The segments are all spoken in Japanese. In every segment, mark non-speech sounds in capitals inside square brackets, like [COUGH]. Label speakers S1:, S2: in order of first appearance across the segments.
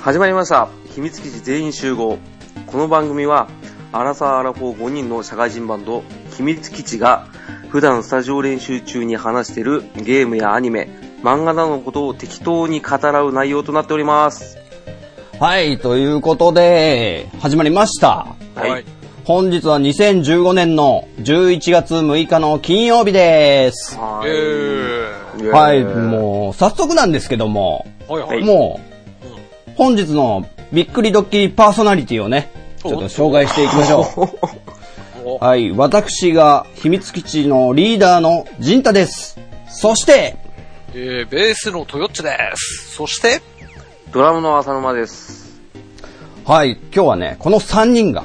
S1: 始まりました秘密基地全員集合この番組はアラサー・アラフォー5人の社会人バンド秘密基地が普段スタジオ練習中に話しているゲームやアニメ漫画などのことを適当に語らう内容となっております
S2: はい、ということで、始まりました。
S1: はい、
S2: 本日は2015年の11月6日の金曜日です。
S1: はい
S3: えー、
S2: はい、もう、早速なんですけども、
S3: はいはい。
S1: い
S2: もう、本日のびっくりドッキリパーソナリティをね、ちょっと紹介していきましょ
S3: お
S2: う。はい、私が秘密基地のリーダーのジンタです。そして、
S3: えー、ベースのトヨッチです。そして、
S1: ドラムの浅沼です
S2: はい、今日はね、この3人が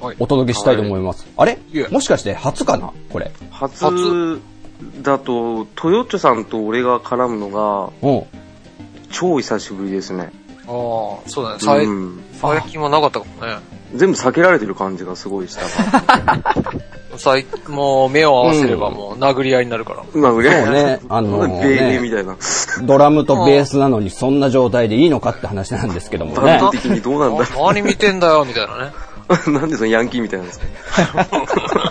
S3: はい
S2: お届けしたいと思います。あれ
S3: いえ
S2: もしかして初かなこれ。
S1: 初
S3: 初
S1: だとトヨッチョさんと俺が絡むのが
S2: うん。
S1: 超久しぶりですね
S3: ああ、そうだね。最
S1: うん
S3: 最近はなかったかもね。
S1: 全部避けられてる感じがすごいした
S2: [LAUGHS]
S1: から
S3: 最もう目を合わせれば
S2: うん
S3: もう殴り合いになるから。
S1: 今う
S2: そうねあのーね
S1: [LAUGHS] 米兵みたいな
S2: ドラムとベースなのにそんな状態でいいのかって話なんですけども
S1: バン
S2: ね
S1: ド。的にどうなんだ
S3: あ何見てんだよ、みたいなね。
S1: ろう [LAUGHS] なんでそのヤンキーみたいなんです
S2: [LAUGHS]
S1: かね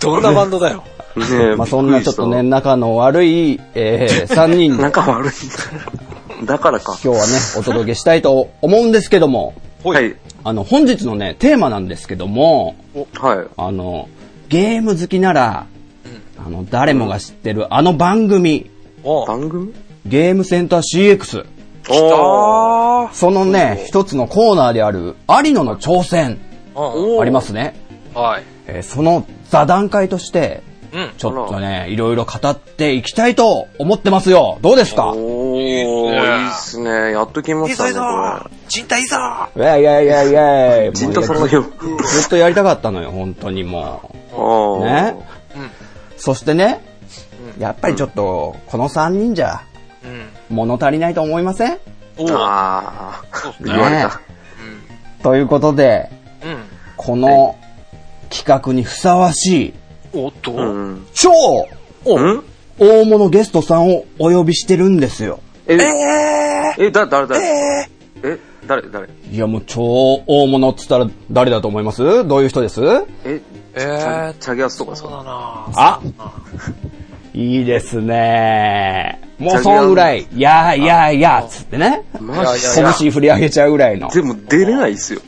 S3: どんなバンドだよ。
S1: え
S2: まあそんなちょっとね、仲の悪い、えー、3人、
S1: [LAUGHS]
S2: 今
S1: 仲悪いんだ。だからか。
S2: 日はね、お届けしたいと思うんですけども、
S1: はい。
S2: あの、本日のね、テーマなんですけども、
S1: はい。
S2: あの、ゲーム好きなら、あの、誰もが知ってるあの番組、
S3: お
S1: 番組
S2: ゲームセンター CX、
S1: おー
S3: あ
S2: そのね、一つのコーナーである、有野の挑戦、
S3: ー
S1: おー
S2: ありますね。
S3: はい。
S2: えーその座談会として、
S3: うん。
S2: ちょっとね、いろいろ語っていきたいと思ってますよ。どうですか
S1: おー、いいっすね。やっと来ま
S3: いい
S1: し
S3: ぞ
S1: た
S3: いい
S1: ね、
S3: ぞ
S1: こ
S3: 人体いいぞ
S2: いやいやいやいやいや。
S1: れ。じんたさん
S2: も
S1: の
S2: うず
S1: よ。
S2: っとやりたかったのよ、本当にも
S1: あ
S2: う。
S1: ー
S2: ね。そしてね、やっぱりちょっと、この3人じゃ、
S3: うん。
S2: 物足りないと思いません
S3: おー
S1: あ
S3: そうっ
S1: ー
S3: す
S1: 言われ
S3: ね。
S2: ね
S1: た。
S2: ということで、
S3: うん。
S2: この企画にふさわしい、
S3: おっと、
S1: うん。
S2: 超
S3: お
S1: ん
S2: 大物ゲストさんをお呼びしてるんですよ。
S1: え、え、だ、誰、誰え、誰、誰
S2: いやもう超大物っつったら誰だと思いますどういう人です
S1: え、
S3: え
S1: チ
S3: ー
S1: ャ、チャゲアスとかです
S3: そう
S1: か
S3: だな
S2: あいいですねもう
S1: チャギアン
S2: そんぐらい、やーやーやーっつってね。
S1: マジ
S3: いやいや
S2: 拳振り上げちゃうぐら
S1: [LAUGHS]
S2: いの。
S1: でも出れないっすよ。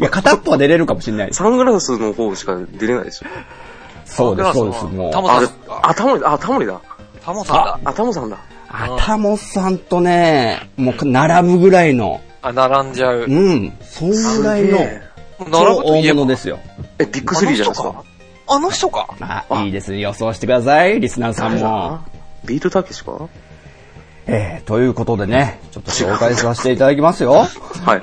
S2: いや、片っぽは出れるかもしれないです。
S1: サングラスの方しか出れないでしょ。
S2: そうです、そうです、
S3: サング
S2: も
S3: ラス
S2: う
S3: タ。モ
S1: あ
S3: さ
S1: れ
S3: ん、か。
S1: あ、タモリだ、あ、タモリだ。
S3: タモさんだ。
S1: あ、タモさんだ。
S2: あたもさんとね、もう並ぶぐらいの、
S3: あ、並んじゃう。
S2: うん、そんぐらいの
S1: すげえ、
S3: 並
S2: 超
S3: ぶといえ
S2: 大
S3: ば
S2: 物。ですよ。
S1: え、ビッグスリーじゃないですか。
S3: あの人か
S2: あ、いいですね。予想してください、リスナーさんも。
S1: ビートたけしかは
S2: えー、ということでね、ちょっと紹介させていただきますよ。
S1: い。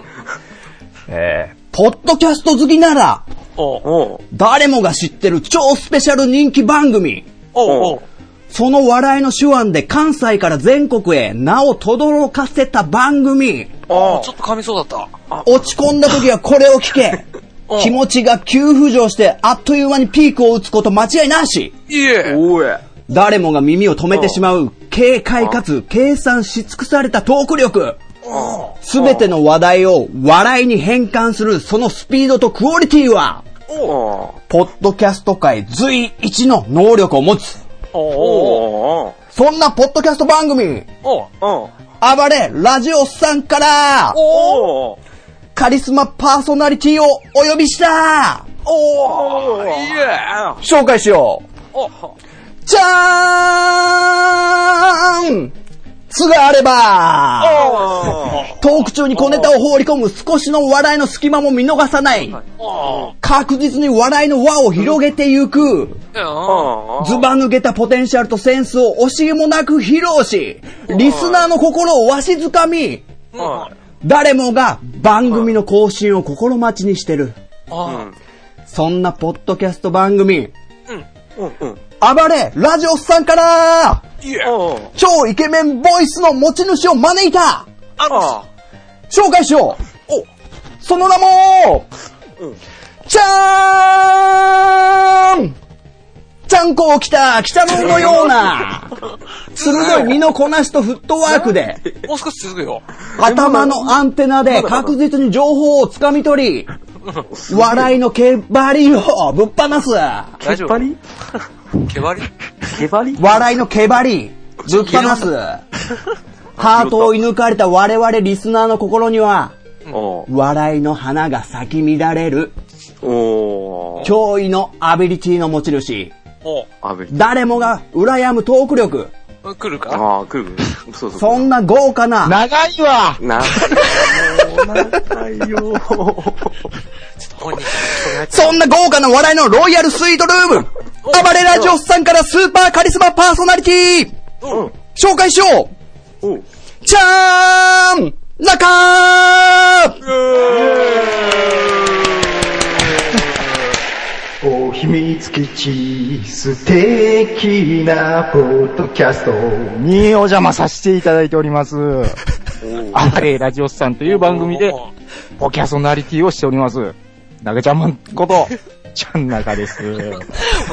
S2: えー、ポッドキャスト好きなら、
S3: おう
S1: おう
S2: 誰もが知ってる超スペシャル人気番組。
S3: おうおう
S2: その笑いの手腕で関西から全国へ名を轟かせた番組。
S3: あちょっと噛みそうだっ
S2: 落ち込んだ時はこれを聞け。気持ちが急浮上してあっという間にピークを打つこと間違いなし。
S3: た。いえ
S1: おえ。
S2: 誰もが耳を止めてしまう軽快かつ計算し尽くされたトーク力。すべての話題を笑いに変換するそのスピードとクオリティは、
S1: おう
S2: ポッドキャスト界随一の能力を持つ。
S3: おう
S1: おう
S2: そんなポッドキャスト番組、
S3: おう
S1: おう
S2: 暴れラジオさんから、
S1: おう
S2: カリスマパーソナリティをお呼びした
S3: おういえ
S2: 紹介しよう
S3: お
S2: じゃーんつがあれば
S1: お
S2: トーク中に小ネタを放り込む少しの笑いの隙間も見逃さない
S3: お
S2: 確実に笑いの輪を広げてゆく
S1: お
S2: ずば抜けたポテンシャルとセンスを惜しげもなく披露しリスナーの心をわしづかみ誰もが番組の更新を心待ちにしてる。そんなポッドキャスト番組、
S1: うんうん。
S2: 暴れラジオスさんから、
S3: いえ
S1: おう
S2: 超イケメンボイスの持ち主を招いた
S3: あの
S2: 紹介しようおその名も、じゃーんちゃんこを着た、鬼太郎のような、鋭い身のこなしとフットワークで、
S3: [LAUGHS] もう少し続くよ。
S2: 頭のアンテナで確実に情報をつかみ取り、笑いの毛張りをぶっ放す。
S3: 大丈
S1: 毛張
S3: 夫
S1: り
S3: 毛張り
S1: 毛張り
S2: 笑いの毛張り、ぶっ放す。ハートを追い抜かれた我々リスナーの心には、
S1: おー
S2: 笑いの花が咲き乱れる、
S1: おー
S2: 驚異のアビリティの持ち主、
S3: お
S1: アベリ
S2: 誰もが羨むトーク力、
S3: う来るか
S1: ああ、来る。そうそう
S2: そんな豪華な、
S4: 長いわ
S1: な、もう長いよ。
S3: ここに人
S2: そんな豪華な笑いのロイヤルスイートルーム暴れラジオスさんからスーパーカリスマパーソナリティ
S1: うん。
S2: 紹介しよ
S1: おう
S2: うじゃーん中
S5: お秘密基地、素敵なポッドキャスト。
S4: にお邪魔させていただいております。アバレーラジオスさんという番組で、ポキャソナリティをしております。なげちゃんまんこと、ちゃんなかです。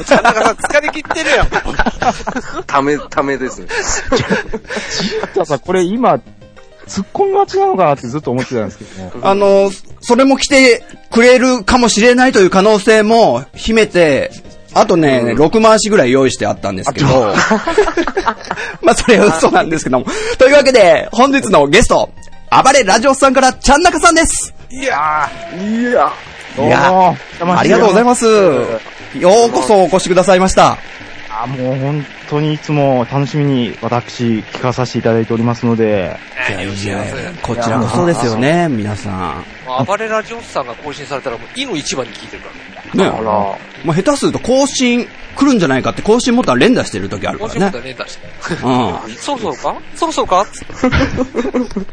S3: 田中さん疲れ切ってるやん。
S1: ため、ためですね。
S4: たださ、これ今、突っ込み待ちなのかなってずっと思ってたんですけどね。
S2: あの、それも来てくれるかもしれないという可能性も秘めて、あとね、6回しぐらい用意してあったんですけど、 [LAUGHS] まあそれは嘘なんですけども。というわけで、本日のゲスト、暴れラジオスさんからちゃん中さんです
S1: いや、
S4: どう
S2: いや
S4: も、
S2: ありがとうございます。ようこそお越しくださいました。
S4: す。あもう本当にいつも楽しみに私、聞かさせていただいておりますので、
S2: いやいやこちらこそですよね、皆さ
S3: 暴れラジオスさんが更新されたらもう、いの一番に聞いてるから。
S2: ん。ね。もう下手すると更新来るんじゃないかって更新もったら連打してる時あるか
S3: 面
S2: ら
S3: 白いこ
S2: ね
S3: と。はね、出して。
S2: う
S3: そろそろかそろそろかつっ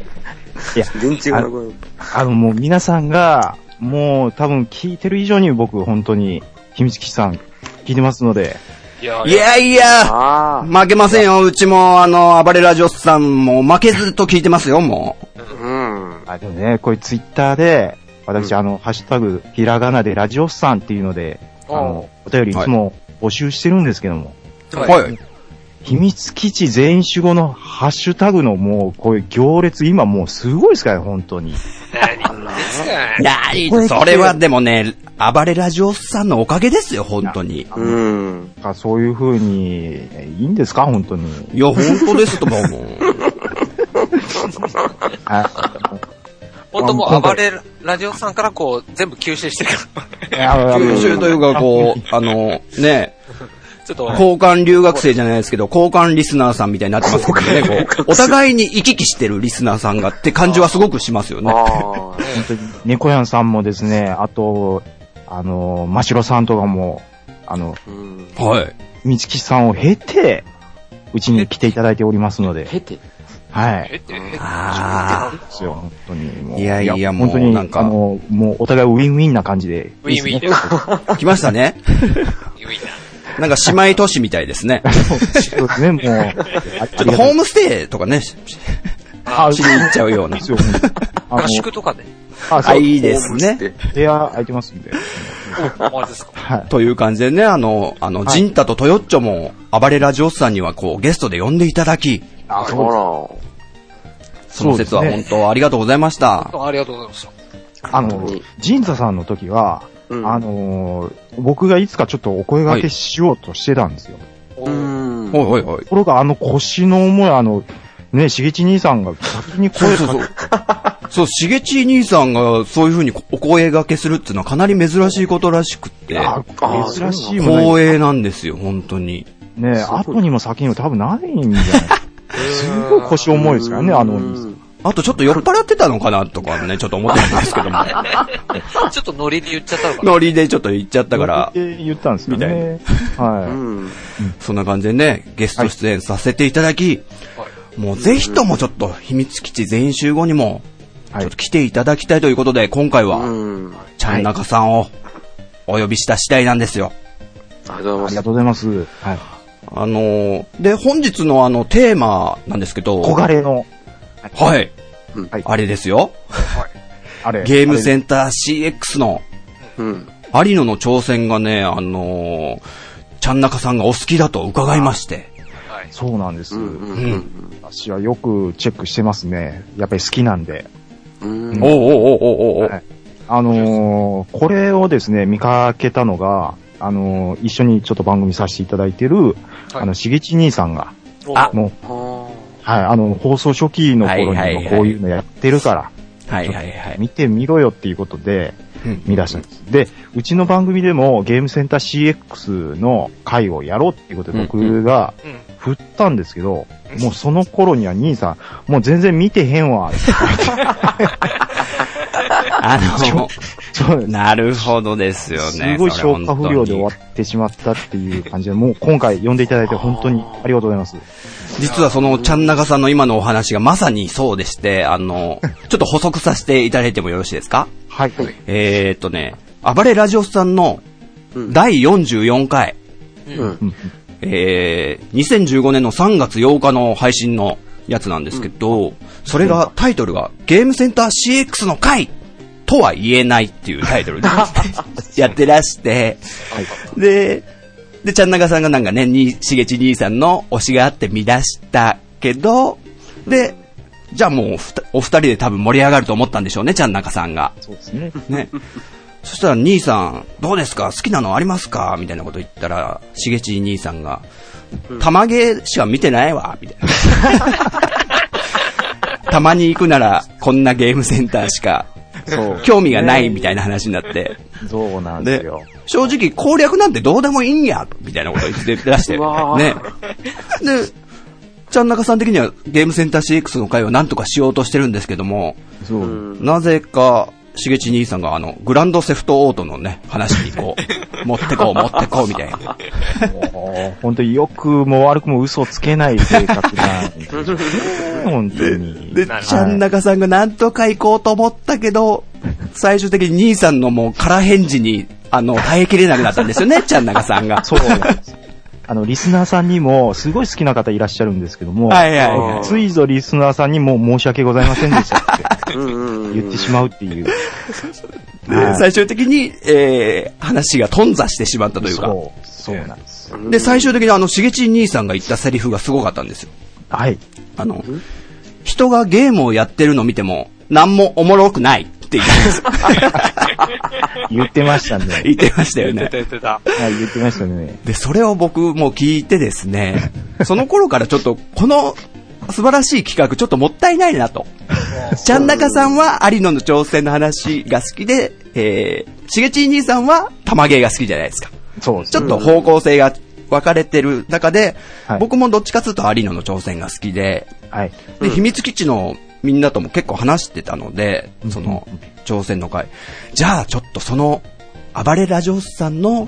S3: て
S4: いや、
S1: 電池がなくなる。
S4: あのもう皆さんが、もう多分聞いてる以上に僕本当に、秘密基地さん聞いてますので、
S3: いや
S2: ん。いやいや、
S1: ああ、
S2: 負けませんよ。うちも、あの、暴れラジオスさんも負けずと聞いてますよ、もう。
S1: うん。
S4: あ、でもね、これツイッターで、私、あの、ハッシュタグ、ひらがなでラジオスさんっていうので、あの、お便りいつも募集してるんですけども、
S2: はい。
S4: 秘密基地全員集合のハッシュタグのもう、こういう行列、今もうすごいですからね、本当に。
S3: 何言ってんすか
S2: いやいいそれはでもね、暴れラジオスさんのおかげですよ、本当に。
S1: うん。
S4: あそういう風に、えいいんですか、本当に。
S2: いや、本当ですと思うもん。 [LAUGHS]
S4: は
S3: ほんともう暴れラジオスさんからこう、全部吸収してるか
S4: [LAUGHS] い。いや
S2: 吸収というか、こう、 [LAUGHS] あの、ね、
S3: ら。 [LAUGHS] ちょっと、
S2: 交換留学生じゃないですけど、交換リスナーさんみたいになってますけどね、こうお互いに行き来してるリスナーさんがって感じはすごくしますよね。
S1: ああ、
S4: 本当に猫やんさんもですね、あと、あの、ましろさんとかも、あの、
S1: うん。
S2: はい。
S4: みちきさんを経て、うちに来ていただいておりますので。経てはい。
S3: えって、
S2: あ
S4: ですよ、本当に。もう
S2: いやいやもう
S4: 本当に、
S2: なんか
S4: あの、もうお互いウィンウィンな感じで。
S3: ウィンウィン
S4: いいですね。
S2: あ、来ましたね。
S3: 言ういな。
S2: なんか姉妹都市みたいですね。
S4: そうですね、もう。
S2: ちょっとホームステイとかね、しし
S4: あ
S2: しに行っちゃうような
S4: で。すよ、本当に
S3: 合宿とかで。
S4: あの、
S2: あ、
S4: あ、
S2: い
S4: い
S2: いですね。
S4: 部屋空いてますんで。
S3: おあれですか。
S4: はい。
S2: という感じでね、あの、あの、ジンタとトヨッチョも、暴れラジオスさんにはこう、ゲストで呼んでいただき、
S1: あ
S4: あ
S1: ら。
S2: その説は
S4: そうで
S2: 本当ありがとうございました。
S3: ありがとうございました。
S4: あの、ジンザさんの時は、
S1: うん
S4: あのー僕がいつかちょっとお声掛けしようとしてたんですよ。
S3: お
S1: うん。
S2: おいおいおい。
S4: ところが、あの腰の重い、あの、ね、しげち兄さんが先に
S2: そう
S4: 声
S2: [LAUGHS] そう
S4: か
S2: そう。そう、しげち兄さんがそういう風にお声掛けするっていうのはかなり珍しいことらしくて、
S4: あ珍しいもん
S2: 光栄なんですよ、本当に。
S4: ね。ね、後にも先にも多分ないんじゃないすごい腰重いですからね、あのお兄さん。
S2: あとちょっと酔っ払ってたのかなとかね、ちょっと思ってたんですけ [LAUGHS] ども。
S3: ちょっとノリで言っちゃったのかな。
S2: ノリでちょっと言っちゃったから
S4: っ、て言ったんですよね。
S1: う
S4: は
S1: ん。
S2: そんな感じでね、ゲスト出演させていただき、
S3: はい
S2: もうぜひともちょっと秘密基地全員集合にも、
S4: はい
S2: ちょっと来ていただきたいということで、今回
S1: う
S2: は、
S1: ん。
S2: ちゃんなかさんをお呼びした次第なんですよ。
S1: ありがとう
S4: い。
S1: ご
S4: あ
S1: ざ
S4: り
S1: い
S4: が
S1: ます。
S4: とうございます。はい。
S2: あのーで、本日のあの、テーマなんですけど、
S4: 憧れの、
S2: はい。
S1: うん
S4: はい
S2: あれですよ。
S4: あれ。
S2: ゲームセンター CX の
S1: うん。
S2: 有野の挑戦がね、あのーちゃんなかさんがお好きだと伺いまして。
S3: はい。
S4: そうなんです。
S1: うんうんうん
S4: 私はよくチェックしてますね。やっぱり好きなんで。
S1: うん。うん
S2: おうおうおうおうおう
S4: はいあのーこれをですね、見かけたのが、あのー一緒にちょっと番組させていただいてる、あの、しげち兄さんが、
S2: あ
S4: もう、
S1: あー
S4: はい、あの、放送初期の頃
S2: はいはい
S4: に
S2: はい
S4: もこういうのやってるから、
S2: はいはいはい。
S4: 見てみろよっていうことで、
S2: うん
S4: 見出したんです。で、うちの番組でもゲームセンター CX の回をやろうっていうことで
S1: うんう
S4: 僕が
S3: うん
S4: 振ったんですけど、
S3: うん
S4: もうその頃には兄さん、もう全然見てへんわ。
S2: あの、
S4: そうです。
S2: なるほどですよね。
S4: すごい
S2: それ
S4: 消化不良で終
S2: 本
S4: わ
S2: 当に
S4: ってしまったっていう感じで、もう今回呼んでいただいて本当にありがとうございます。
S2: 実はその、ちゃんなかさんの今のお話がまさにそうでして、あ
S4: [LAUGHS]
S2: の、ちょっと補足させていただいてもよろしいですか
S4: はい。
S2: えー、っとね、暴れラジオスさんの
S1: うん
S2: 第44回、
S1: うん。
S4: うん
S2: えー、2015年の3月8日の配信のやつなんですけど、それが、タイトルが、ゲームセンター CX の回とは言えないっていうタイト
S1: [LAUGHS]
S2: ルでやってらして、で、で、ちゃんながさんがなんかね、に、しげち兄さんの推しがあって見出したけど、で、じゃあもうふた、お二人で多分盛り上がると思ったんでしょうね、ちゃんなかさんが。
S4: そうですね。
S2: ね。 [LAUGHS] そしたら兄さん、どうですか好きなのありますかみたいなこと言ったら、しげち兄さんが、玉毛しは見てないわ、みたいな。 [LAUGHS] たまに行くなら、こんなゲームセンターしか、
S4: そう。
S2: 興味がないみたいな話になって。
S4: そうなんですよ。
S2: 正直攻略なんてどうでもいいんや、みたいなこと言ってらして。
S1: うわー
S2: ね。で、ちゃんなかさん的にはゲームセンター CX の会をなんとかしようとしてるんですけども、
S4: そう。
S2: なぜか、しげち兄さんがあの、グランドセフトオートのね、話にこう、持ってこう、持ってこう、みたいな。
S4: もう本当によくも悪くも嘘をつけない性格なんで本当に。
S2: で、
S3: なるほど
S2: ちゃんなかさんがなんとか行こうと思ったけど、最終的に兄さんのもう空返事に、あの、耐えきれなくなったんですよね、ちゃんなかさんが。
S4: そうなんです。あの、リスナーさんにも、すごい好きな方いらっしゃるんですけども、
S2: はいはいはい。
S4: ついぞリスナーさんにも申し訳ございませんでしたって
S1: うんうんうん。
S4: 言ってしまうっていう。
S2: で
S4: はい
S2: 最終的に、えー、話が頓挫してしまったというか。
S4: そう、そうなんです。
S1: う
S2: で、最終的にあの、しげち兄さんが言ったセリフがすごかったんですよ。
S4: はい。
S2: あの、人がゲームをやってるの見ても、なんもおもろくないって言ったんです
S4: 言ってましたね。
S2: [LAUGHS] 言ってましたよ
S3: 言
S2: ね
S3: ってた。言ってた。
S4: はい、言ってましたね。
S2: で、それを僕も聞いてです
S4: [LAUGHS]
S2: ね、その頃からちょっと、この素晴らしい企画、ちょっともったいないな
S4: [LAUGHS]
S2: と。ちゃんなかさんは有野の挑戦の話が好きで、えー、しげちい兄さんは玉芸が好きじゃないですか。
S4: そうです
S2: ちょっと方向性が分かれてる中で、
S4: はい
S2: 僕もどっちかというと有野の挑戦が好きで、
S4: はい。
S2: で、秘密基地のみんなとも結構話してたので、その、挑戦の会。じゃあ、ちょっとその、暴れラジオスさんの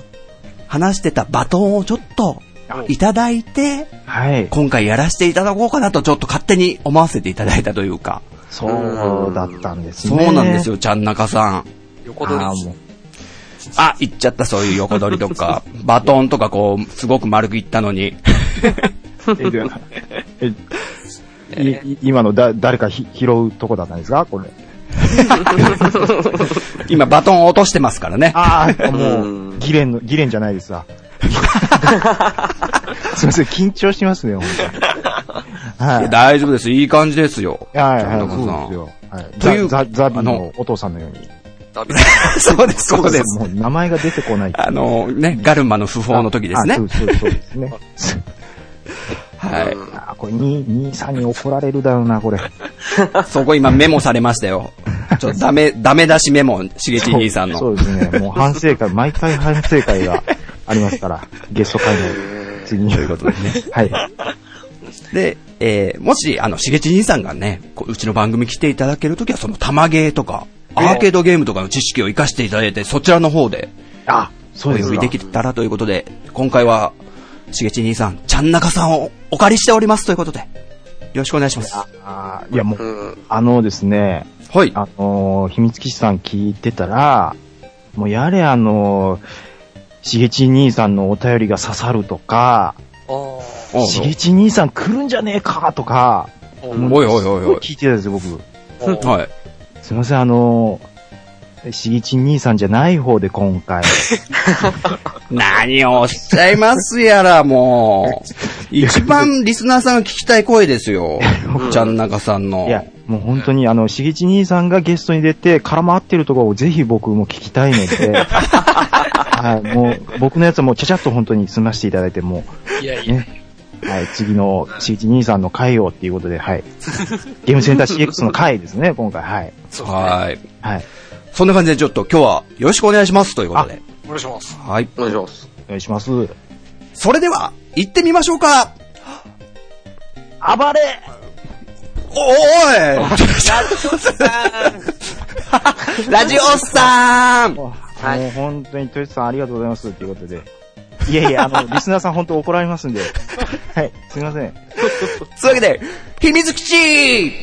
S2: 話してたバトンをちょっといただいて、
S4: はい。
S2: 今回やらせていただこうかなとちょっと勝手に思わせていただいたというか、
S4: そうだったんです
S2: そ
S4: ね。
S2: うなんです
S4: よ。
S2: よ、ちゃんなかさん。
S3: 横取り
S4: ああ、
S3: し
S4: もう。
S2: あ、行っちゃった、そういう横取りと [LAUGHS] か、バトンとかこう、すごく丸くいったのに。
S4: えでえいい今のだ誰かひ拾うとこだったんですかこれ。
S2: 今、バトンを落としてますからね。
S4: ああ、
S1: う
S4: も
S1: ん
S4: う、ギレンの、ギレンじゃないです
S2: [LAUGHS]
S4: わ。すいません、緊張しますね、本当に。はいい。
S2: や大丈夫です。いい感じですよ。
S4: はい、
S2: ちゃんなか
S4: はい、
S2: さ
S4: そ
S2: ん
S4: うですよ。はい、
S2: という
S4: ザ、ザザビ
S2: あ
S4: ー
S2: の
S4: のお父さんのように。
S3: た。ダメだ
S2: そうです、 [LAUGHS] そうです。
S4: もう名前が出てこない。
S2: あのね、ガルマの訃報の時ですね
S4: あ。そうそうそうですね。
S2: はい。
S4: あ、これ、に、兄さんに怒られるだろうな、これ。
S2: そこ今メモされました
S4: [LAUGHS]
S2: よ。ちょっとダメ、ダメ出しメモ、しげち兄さん
S4: そ
S2: の。
S4: うそうですね。もう反省会、毎回反省会があります
S2: [LAUGHS]
S4: から、ゲスト会の次に。ということでね。はい。
S2: で、えー、もし、あの、しげち兄さんがね、こううちの番組来ていただけるときは、その玉芸とか、アーケードゲームとかの知識を活かしていただいて、そちらの方で
S4: あ、そ
S2: お
S4: うです
S2: 呼び
S4: か
S2: できたらということで、今回は、しげち兄さん、ちゃんなかさんをお借りしておりますということで、よろしくお願いします。
S4: あーいや、も
S1: う
S4: う、
S1: ん。
S4: あのですね、
S2: はい。
S4: あのー秘密基地さん聞いてたら、もうやれあのーしげち兄さんのお便りが刺さるとか、
S3: お
S2: おう
S4: しげち兄さん来るんじゃねえかとか、
S3: ー
S2: おいおいおい
S4: すご
S2: お
S4: い
S2: い。
S4: 聞いてたんですよ、僕。
S3: おー
S2: はい。
S4: すいません、あのーしぎちん兄さんじゃない方で今回。
S2: 何をおっしゃいますやら、もう。
S4: [LAUGHS]
S2: 一番リスナーさんが聞きたい声ですよ。ちゃんなかさんの。
S4: いや、もう本当にあの、しぎち兄さんがゲストに出て絡まってるところをぜひ僕も聞きたいの
S2: [LAUGHS]
S4: で、はい、もう僕のやつはもうちゃちゃっと本当に済ませていただいて、も、
S3: いやいうや、
S4: ね。はい、次のしぎち兄さんの回をっていうことで、
S2: [LAUGHS]
S4: はい。ゲームセンター CX の回ですね、今回、はい。
S3: そうですね。
S2: はい。
S4: はい。
S2: そんな感じでちょっと今日はよろしくお願いしますということで。
S3: お願いします。
S2: はい。
S1: お願いします。
S4: お願いします。
S2: それでは、行ってみましょうか
S4: 暴れ
S2: おおい [LAUGHS] ラジオおっさん
S4: もう本当に、トヨさんありがとうございますということで。いやいや、
S2: [LAUGHS]
S4: あの、リスナーさん本当怒られますんで。はい、すいません。
S2: そういうわけで、秘密基地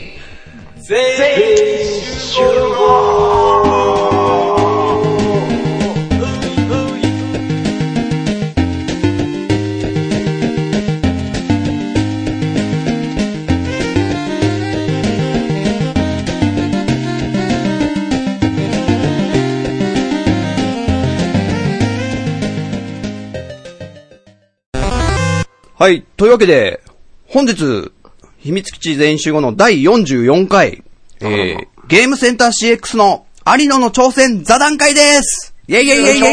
S2: はい。というわけで、本日、秘密基地全集後の第44回、えー、ゲームセンター CX の有野の挑戦座談会ですイェイイェイイェイイェ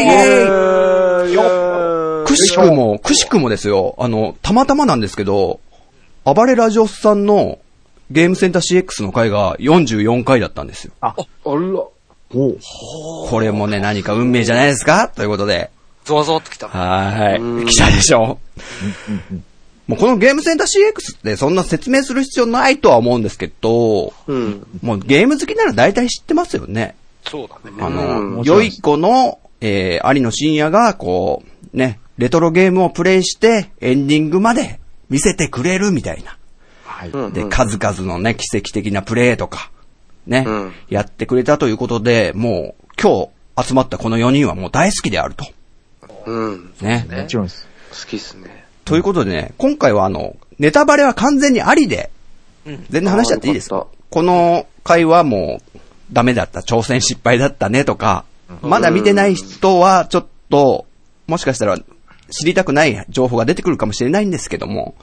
S2: イイェイくしくも、くしくもですよ。あの、たまたまなんですけど、暴れラジオスさんのゲームセンター CX の回が44回だったんですよ。
S1: あら。
S2: これもね、何か運命じゃないですかということで。
S3: ゾワゾワってきた。
S2: は
S1: う
S2: ー
S1: ん
S2: い。来たでしょ。もうこのゲームセンター CX ってそんな説明する必要ないとは思うんですけど、
S1: うん。
S2: もうゲーム好きなら大体知ってますよね。
S3: そうだね。
S2: あ
S1: う
S2: の、
S4: ん
S2: 良い子の、えー、有野深也が、こう、ね、レトロゲームをプレイして、エンディングまで見せてくれるみたいな。
S4: はい。
S1: うん
S2: で、数々のね、奇跡的なプレイとか、ね、
S1: うん
S2: やってくれたということで、もう、今日集まったこの4人はもう大好きであると。
S1: うん。好
S2: ね。
S4: もちろんです。
S1: きっすね。
S2: ということでね、今回はあの、ネタバレは完全にありで、
S3: うん
S2: 全然話しちゃっていいです
S1: あー
S2: か
S1: よかっ
S2: この会話もう、ダメだった、挑戦失敗だったねとか、まだ見てない人はちょっと、もしかしたら知りたくない情報が出てくるかもしれないんですけども、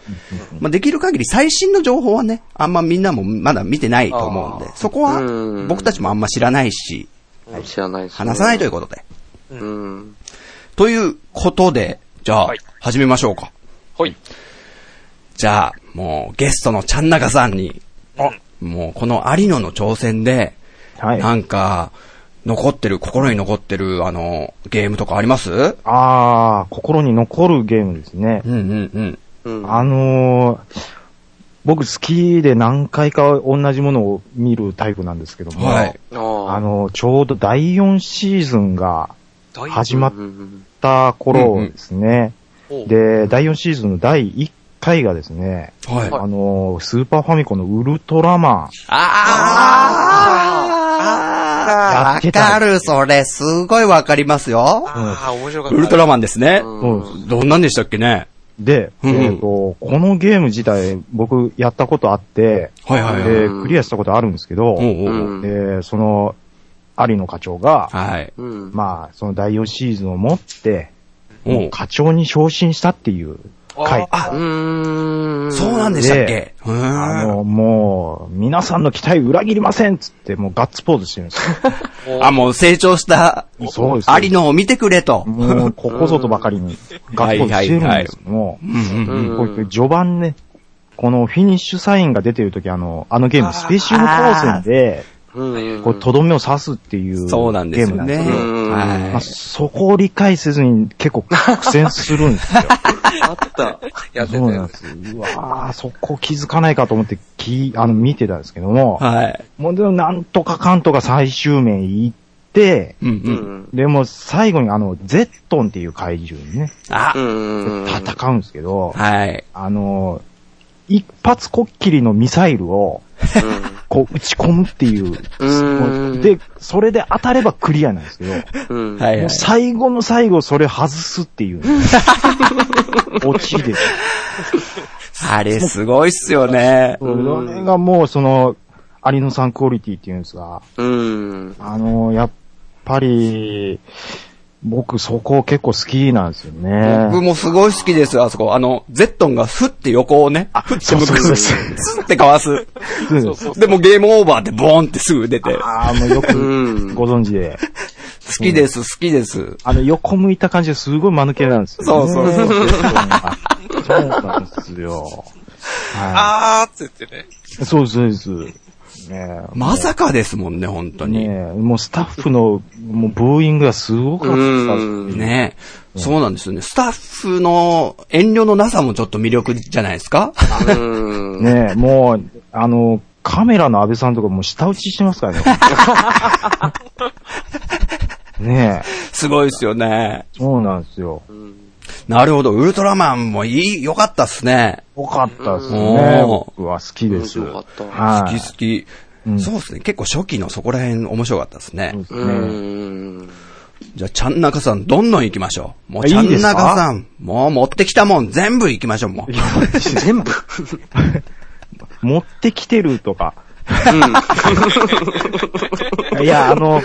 S2: まあ、できる限り最新の情報はね、あんまみんなもまだ見てないと思うんで、そこは
S1: うん
S2: 僕たちもあんま知らないし、
S1: 知らないです、
S2: 話さないという
S1: こ
S2: ことで。
S1: と。うん。
S2: ということで、じゃあ
S3: はい、
S2: 始めましょうか。
S3: はい。
S2: じゃあ、もうゲストのちゃんなかさんに、もうこの有野の挑戦で、
S4: はい。
S2: な
S4: あ
S2: んか、残ってる、心に残ってる、あの、ゲームとかあります
S4: あー、心に残るゲームですね
S2: う。んうんうん。
S1: うん。
S4: あのー、僕好きで何回か同じものを見るタイプなんですけども、
S2: はい。
S1: あ
S4: あのー、ちょうど第4シーズンが
S3: 大
S4: 始
S1: ー
S4: まっ
S1: うん
S4: た頃ですね。
S3: 夫。
S4: で、第4シーズンの第1回がですね、
S2: はい。
S4: あのー、スーパーファミコンのウルトラマン、
S2: あー
S4: や
S2: わ
S4: ってた
S2: かる、それ、すごいわかりますよ。
S3: ああ、面白かった。
S2: ウルトラマンですね。
S1: うん
S4: う
S2: どんなんでしたっけね
S4: で、
S2: うんうん
S4: えっ、と、このゲーム自体、僕やったことあって、
S2: はいはいはい。
S4: で、クリアしたことあるんですけど、
S2: おうおうおう
S1: うん
S4: で、その、有野課長が、
S2: はい。
S1: うん。
S4: まあ、その第4シーズンを持って、
S2: おう
S4: 課長に昇進したっていう回。あ
S1: うーん。
S2: そうなんでしたっけうーん。
S4: の、もう、皆さんの期待裏切りませんっつって、もうガッツポーズしてるんですよ。
S3: お
S2: あ、もう成長した、
S4: そうですよ
S2: 有野を見てくれと。
S4: もう、ここぞとばかりにガッツポーズしてるんですけども、
S2: うんうん。
S1: うん
S4: こういう序盤ね、このフィニッシュサインが出てるとき、あの、あのゲーム、スペシウム光線で、
S1: うん。
S4: こう、とどめを刺すっていう
S2: そうなん
S4: ゲ
S2: で
S4: ー
S2: す
S4: ム
S2: よ
S4: なんで
S2: ね。
S4: すけど、ま
S1: は
S4: あ、そこを理解せずに結構苦戦するんで
S2: [LAUGHS]
S4: すよ。
S1: あった。
S3: やってた
S4: そうなん
S3: や
S4: で
S3: つ。
S4: す。うわあそこ気づかないかと思って、き、あの、見てたんですけども、
S2: はい。
S4: もうでもなんとかかんとか最終面行って、
S2: うん
S1: う
S2: う。
S1: んん。
S4: でも最後にあの、ゼットンっていう怪獣にね、
S2: あ
S1: う、ん。
S4: 戦うんですけど、
S2: はい。
S4: あの、一発こっきりのミサイルを、こう、打ち込むっていう。
S1: うん
S4: で、それで当たればクリアなんですけど、
S1: うん。
S2: はい
S4: も
S2: は
S4: う
S2: い。
S4: 最後の最後それ外すって
S1: [LAUGHS]
S4: いう、落ちです。
S2: あれすごいっすよね。
S4: それがもうその、有野さんクオリティっていうんですが、
S1: うん。
S4: あのやっぱり、僕そこ結構好きなんですよね。
S2: 僕もすごい好きです、あそこ。あの、ゼットンがふって横をね、ふって向く。
S4: そうそうそ
S2: スってかわす。
S4: そう
S3: そう
S2: でもゲームオーバーでボーンってすぐ出て。好
S4: ああ、もうよく
S1: うん。
S4: ご存知で。
S2: きです、好きです。
S4: あの、横向いた感じですごい間抜けなんですよ、ね。
S2: そうそう
S4: そう。そうなんですよ。は
S3: あーっつってね。
S4: い。そうです、そうです。ねえ
S2: まさかですもんね、本当に。
S4: ねえもうスタッフの、もうブーイングがすごかった
S1: うん
S4: です
S2: ねそうなんですよね。スタッフの遠慮のなさもちょっと魅力じゃないですか
S1: うん。
S4: ねえもう、あの、カメラの安倍さんとかもう舌打ちしてますからね。ねえ、
S2: [LAUGHS] すごいですよね。
S4: そうなんですよ。
S2: なるほど、ウルトラマンもいい、良かったっすね。
S4: よかったですね
S2: うん。
S4: 僕は好きで
S1: 面
S4: す。
S1: 白かった。
S2: 好
S4: はい
S2: き。好き。
S4: うん
S2: そうですね。結構初期のそこら辺面白かったですね
S4: そう。です
S1: う
S4: ね。
S1: ん。
S2: じゃあ、ちゃんなかさん、どんどん行きましょう。もう、
S4: あい
S2: ちゃ
S4: い
S2: ん
S4: ですか
S2: なかさん、もう持ってきたもん全部行きましょう、もう。
S1: 全部。
S4: 持ってきてるとか。
S1: うん。
S4: [LAUGHS] いや、あの、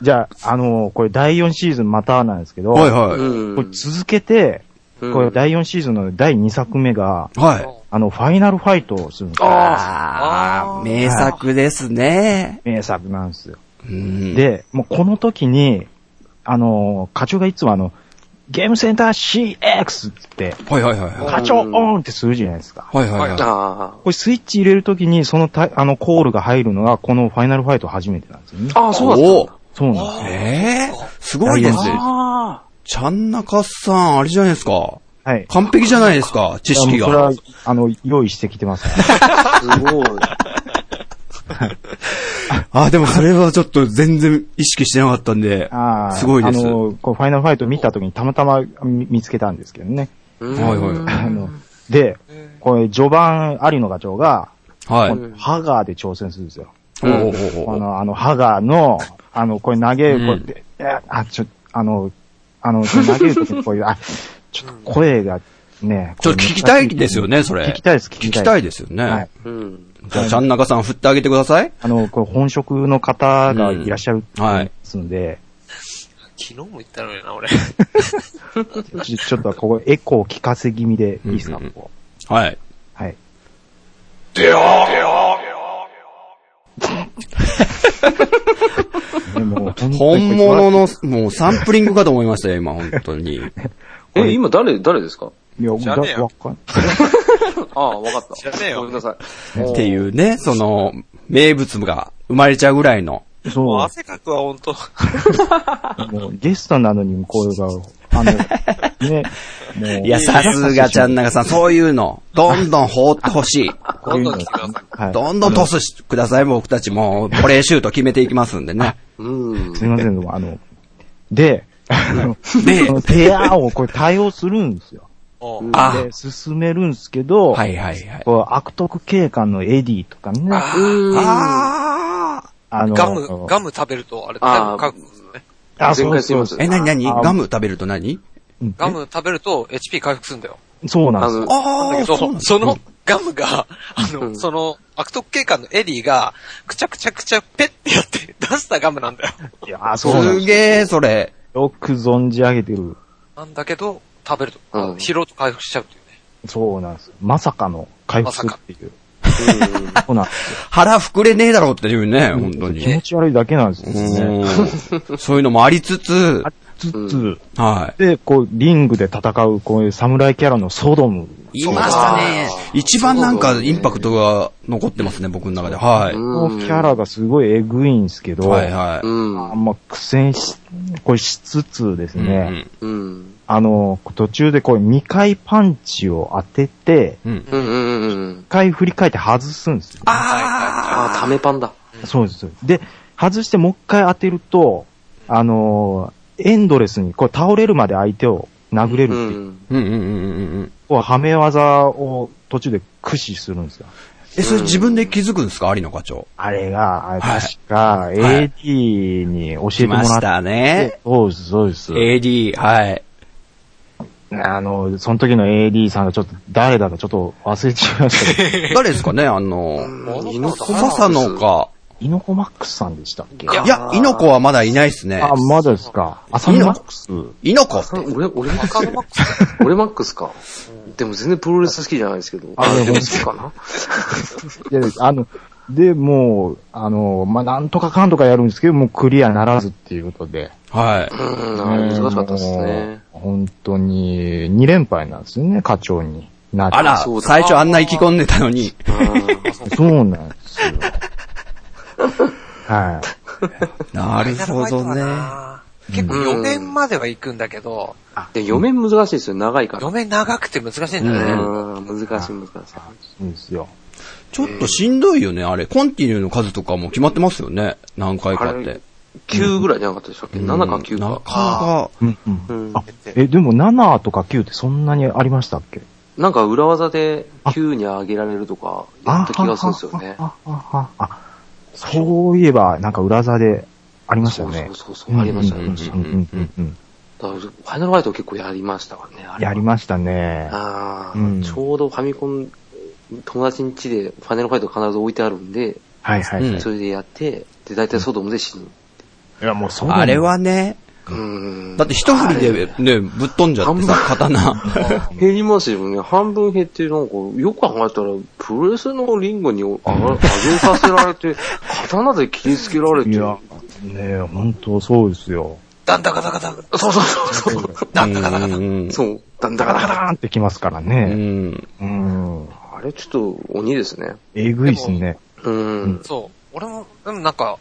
S4: じゃあ、あの、これ第4シーズンまたなんですけど、
S2: はいは
S1: うん
S4: これ続けて、
S1: うん
S4: これ第4シーズンの第2作目が、
S2: い。はい。
S4: あの、ファイナルファイトをするんですよ
S2: ああ、名作ですね。
S4: 名作なんですよ。
S2: うん、
S4: で、もうこの時に、あの、課長がいつもあの、ゲームセンター CX って、
S2: はいはいはいは
S4: 課長オンってするじゃないですか。
S2: い。はいはいは
S1: あ
S4: これスイッチ入れるときに、そのタイあのコールが入るのが、このファイナルファイト初めてなんですよね
S1: ー。。あー、
S2: い。
S1: そうだっ
S2: おー
S4: そうなんですよ。
S2: ええすごいです
S1: たんだ。
S2: ね。
S1: あ
S2: ちゃんなかさん、あれじゃないですか。
S4: はい。
S2: 完璧じゃないですか、知識
S4: いやも
S2: が。
S4: うそれは、あの、用意してきてます
S2: [LAUGHS]
S4: から。
S1: あ、すごい。
S2: あ、でもそれはちょっと全然意識してなかったんで
S4: ああ、
S2: すごいです。
S4: あ
S2: は
S4: の、こうファイナルファイト見たときにたまたま見見つけたんですけどね。
S1: うん
S2: いは
S4: あの、で、これ序盤、有野課長が、
S2: い。はい。
S1: うん
S4: ハガーで挑戦するんですよ。
S2: おうおうおうお
S4: あ
S2: う
S4: の、あの、ハガーの、あの、これ投げる、
S2: うん
S4: こうやって、えあ、ちょ、あの、あの、投げるときにこういう、あ、ちょっと声がね、
S2: ちょっと聞きたいですよね、それ。
S4: 聞きたいです、聞
S2: 聞
S4: きたい。
S2: きたいですよね。
S4: はい。
S1: うん。
S2: じゃあ、ちゃんなかさん振ってあげてください。
S4: あの、これ本職の方がいらっしゃる
S2: うんはい
S4: ですので、
S3: 昨日も言ったのにな、俺。
S4: ちちょっとここエコー聞かせ気味でいいですか、
S2: うんうんうん
S4: ここ
S2: はい。
S4: はい。でよでよ
S2: 本物の、もうサンプリングかと思いましたよ、今、本当に。
S1: え、今誰、誰ですか
S4: いや、
S3: じゃねえ
S4: だ
S3: よ
S4: わかん
S1: ああ、わかった。
S3: 知らねえよ
S1: ごめんなさい。
S2: っていうね、その、名物が生まれちゃうぐらいの。
S4: そ
S3: もう
S4: う
S3: [LAUGHS] 汗かくわ、ほんと。
S4: もうゲストなのにこういうが、あの、ね、もう。
S2: いや、さすがちゃんなかさん、そういうの、どんどん放ってほしい。
S4: こういうの
S3: どんどん来てくださ
S4: はい
S2: どんどんトスしてください、僕たちも、プレーシュート決めていきますんでね。
S1: うん。
S4: すいません、あの、で、あの、
S2: で
S4: [LAUGHS] そのペアをこれ対応するんですよ。
S3: お
S2: あ
S4: で、進めるんですけど、
S2: はいはいはい。
S4: こう悪徳警官のエディとかね、あ
S2: あ
S4: の、
S3: ガム、ガム食べると、あれ、
S1: あー
S3: 全部かくんですね。
S4: あ、
S1: 全
S4: そう
S1: 開すい
S4: そう
S1: ま
S4: そ
S1: せ
S4: うん
S2: ー。え、なになに
S4: あ
S2: ガム食べると何
S4: うん
S3: ガム食べると、HP 回復するんだよ。
S4: そうなん
S1: あ
S4: ですよ。
S1: の、
S2: あ
S3: だけ
S2: あ、そうなん
S3: ど、そのガムが、あ
S1: う
S3: の、
S1: ん
S3: その、悪徳警官のエディが、くちゃくちゃくちゃペッてやって出したガムなんだよ。
S4: いや、そうなんです
S2: す
S4: よ。
S2: げえ、それ。
S4: よく存じ上げてる。
S3: なんだけど、食べると、
S1: うん
S3: 疲労と回復しちゃうっていうね。
S4: そうなんですよ。まさかの回復っていう。そうなんですよ
S2: 腹膨れねえだろうっていうね、本当
S4: 気持
S2: に。
S4: ち悪いだけなんですよね。
S2: うんそういうのもありつつ
S4: あ、つ
S1: う
S4: つ、
S2: はい。
S4: で、こう、リングで戦う、こういう侍キャラのソドム。
S2: いましたね。一番なんかインパクトが残ってますね、僕の中で。は
S4: こ
S1: う
S4: の
S1: ん。
S4: キャラがすごいエグいんですけ
S2: い。
S4: ど、
S2: はいはい。
S4: あ
S1: うん
S4: ま苦戦し、これしつつです
S2: うん
S4: ね、
S1: うん。
S4: あの、途中でこう2回パンチを当てて、
S2: うんうん。
S1: うんうんうんうん
S4: 1。回振り返って外すんですよ、
S1: ああ、
S2: あ
S1: ためパンだ。
S4: そうです。で、外してもう一回当てると、あのーエンドレスに、こう倒れるまで相手を殴れる
S1: う
S4: っていう、
S1: ん。
S2: ー。うんうんうんうんうん。
S4: こうはめ技を途中で駆使するんですよ。
S2: え、それ自分で気づくんですか有野課長。
S4: あれが、あれ
S2: はい
S4: 確か、
S2: い
S4: AD に教えて
S2: 来
S4: もら
S2: まし
S4: って、
S2: たね。
S4: そうです、そうです。
S2: AD、はい。
S4: あの、その時の AD さんがちょっと誰 [LAUGHS] だかちょっと忘れちゃいましたけど、
S2: 誰ですかね、あの、
S1: うん
S2: 笹野か、
S4: イノコマックスさんでしたっけ
S3: いや
S2: いや、イノコはまだいないっすね。
S4: あ、まだですか。アサミマックス。
S2: イノコって。
S1: 俺、俺マック
S3: カ
S1: ス
S3: ードマックス。
S1: 俺マックスか。でも全然プロレス好きじゃないですけど。
S4: あ
S1: あ、
S4: で
S1: で
S4: も
S1: も好きかな。
S4: いやあの、で、もう、あの、まあ、なんとかかんとかやるんですけど、もうクリアならずっていうことで。
S2: は
S1: うん、難しかったですね。
S4: もう本当に、2連敗なんですよね、課長になっ
S2: い。
S4: て。
S2: あら
S1: そう、だ
S2: 最初あんな意気込んでたの [LAUGHS] に。
S4: そうなんですよ。はい。
S2: なるほどね。
S3: 結構4面までは行くんだけど、
S1: で、4面難しいですよ、長いから。
S3: 4面長くて難しいんだ
S1: う
S3: よね。
S1: ん、難しい難しい。
S4: そうですよ。
S2: ちょっとしんどいよね、あれ。コンティニューの数とかも決まってますよね。何回かって。
S1: 9ぐらいじゃなかったでしたっけ ?7 か9
S2: なかな
S1: か。
S2: か。
S4: うんうん
S1: うん
S4: あえ、でも7とか9ってそんなにありましたっけ
S1: なんか裏技で9に上げられるとか、やった気がするんですよね。
S4: あははああそういえば、なんか裏座でありまし
S1: そ
S4: たよ
S1: う
S4: ね
S1: そう。そうそう、ありました、あ
S4: うん
S1: り
S4: うん
S1: ました。だ
S4: う
S1: か
S4: んうん
S1: ら
S4: うん
S1: ファイナルファイト結構やりましたからね、あれ
S4: や
S1: は。
S4: りましたね。
S1: ああ、
S4: うん
S1: ちょうどファミコン、友達ん家でファイナルファイト必ず置いてあるんで、
S4: はいはい。
S2: うん
S4: い
S1: それでやって、で、大体ソドムで死ぬ。
S4: や、もうそう
S2: あれはね、
S1: うん。
S2: だって一振りでね、ぶっ飛んじゃってさ、刀。
S1: 減りますよね。半分減って、なんか、よく考えたら、プロレスのリングに上が上げさせられ [LAUGHS] て、刀で切りつけられ
S4: い
S1: て。
S4: や、ねえ、本当そうですよ。
S3: だんだかだかだか、
S1: そうそうそうそう。
S3: なんだかだかだ。
S2: うん
S1: そう、だんだか
S4: ダ
S1: だか。
S4: ーンってきますから
S2: う
S4: ね。
S2: ん。
S4: うん。
S1: あれ、ちょっと、鬼ですね。
S4: えぐいっすね。
S1: うん。
S3: そう。俺も、でもなんか、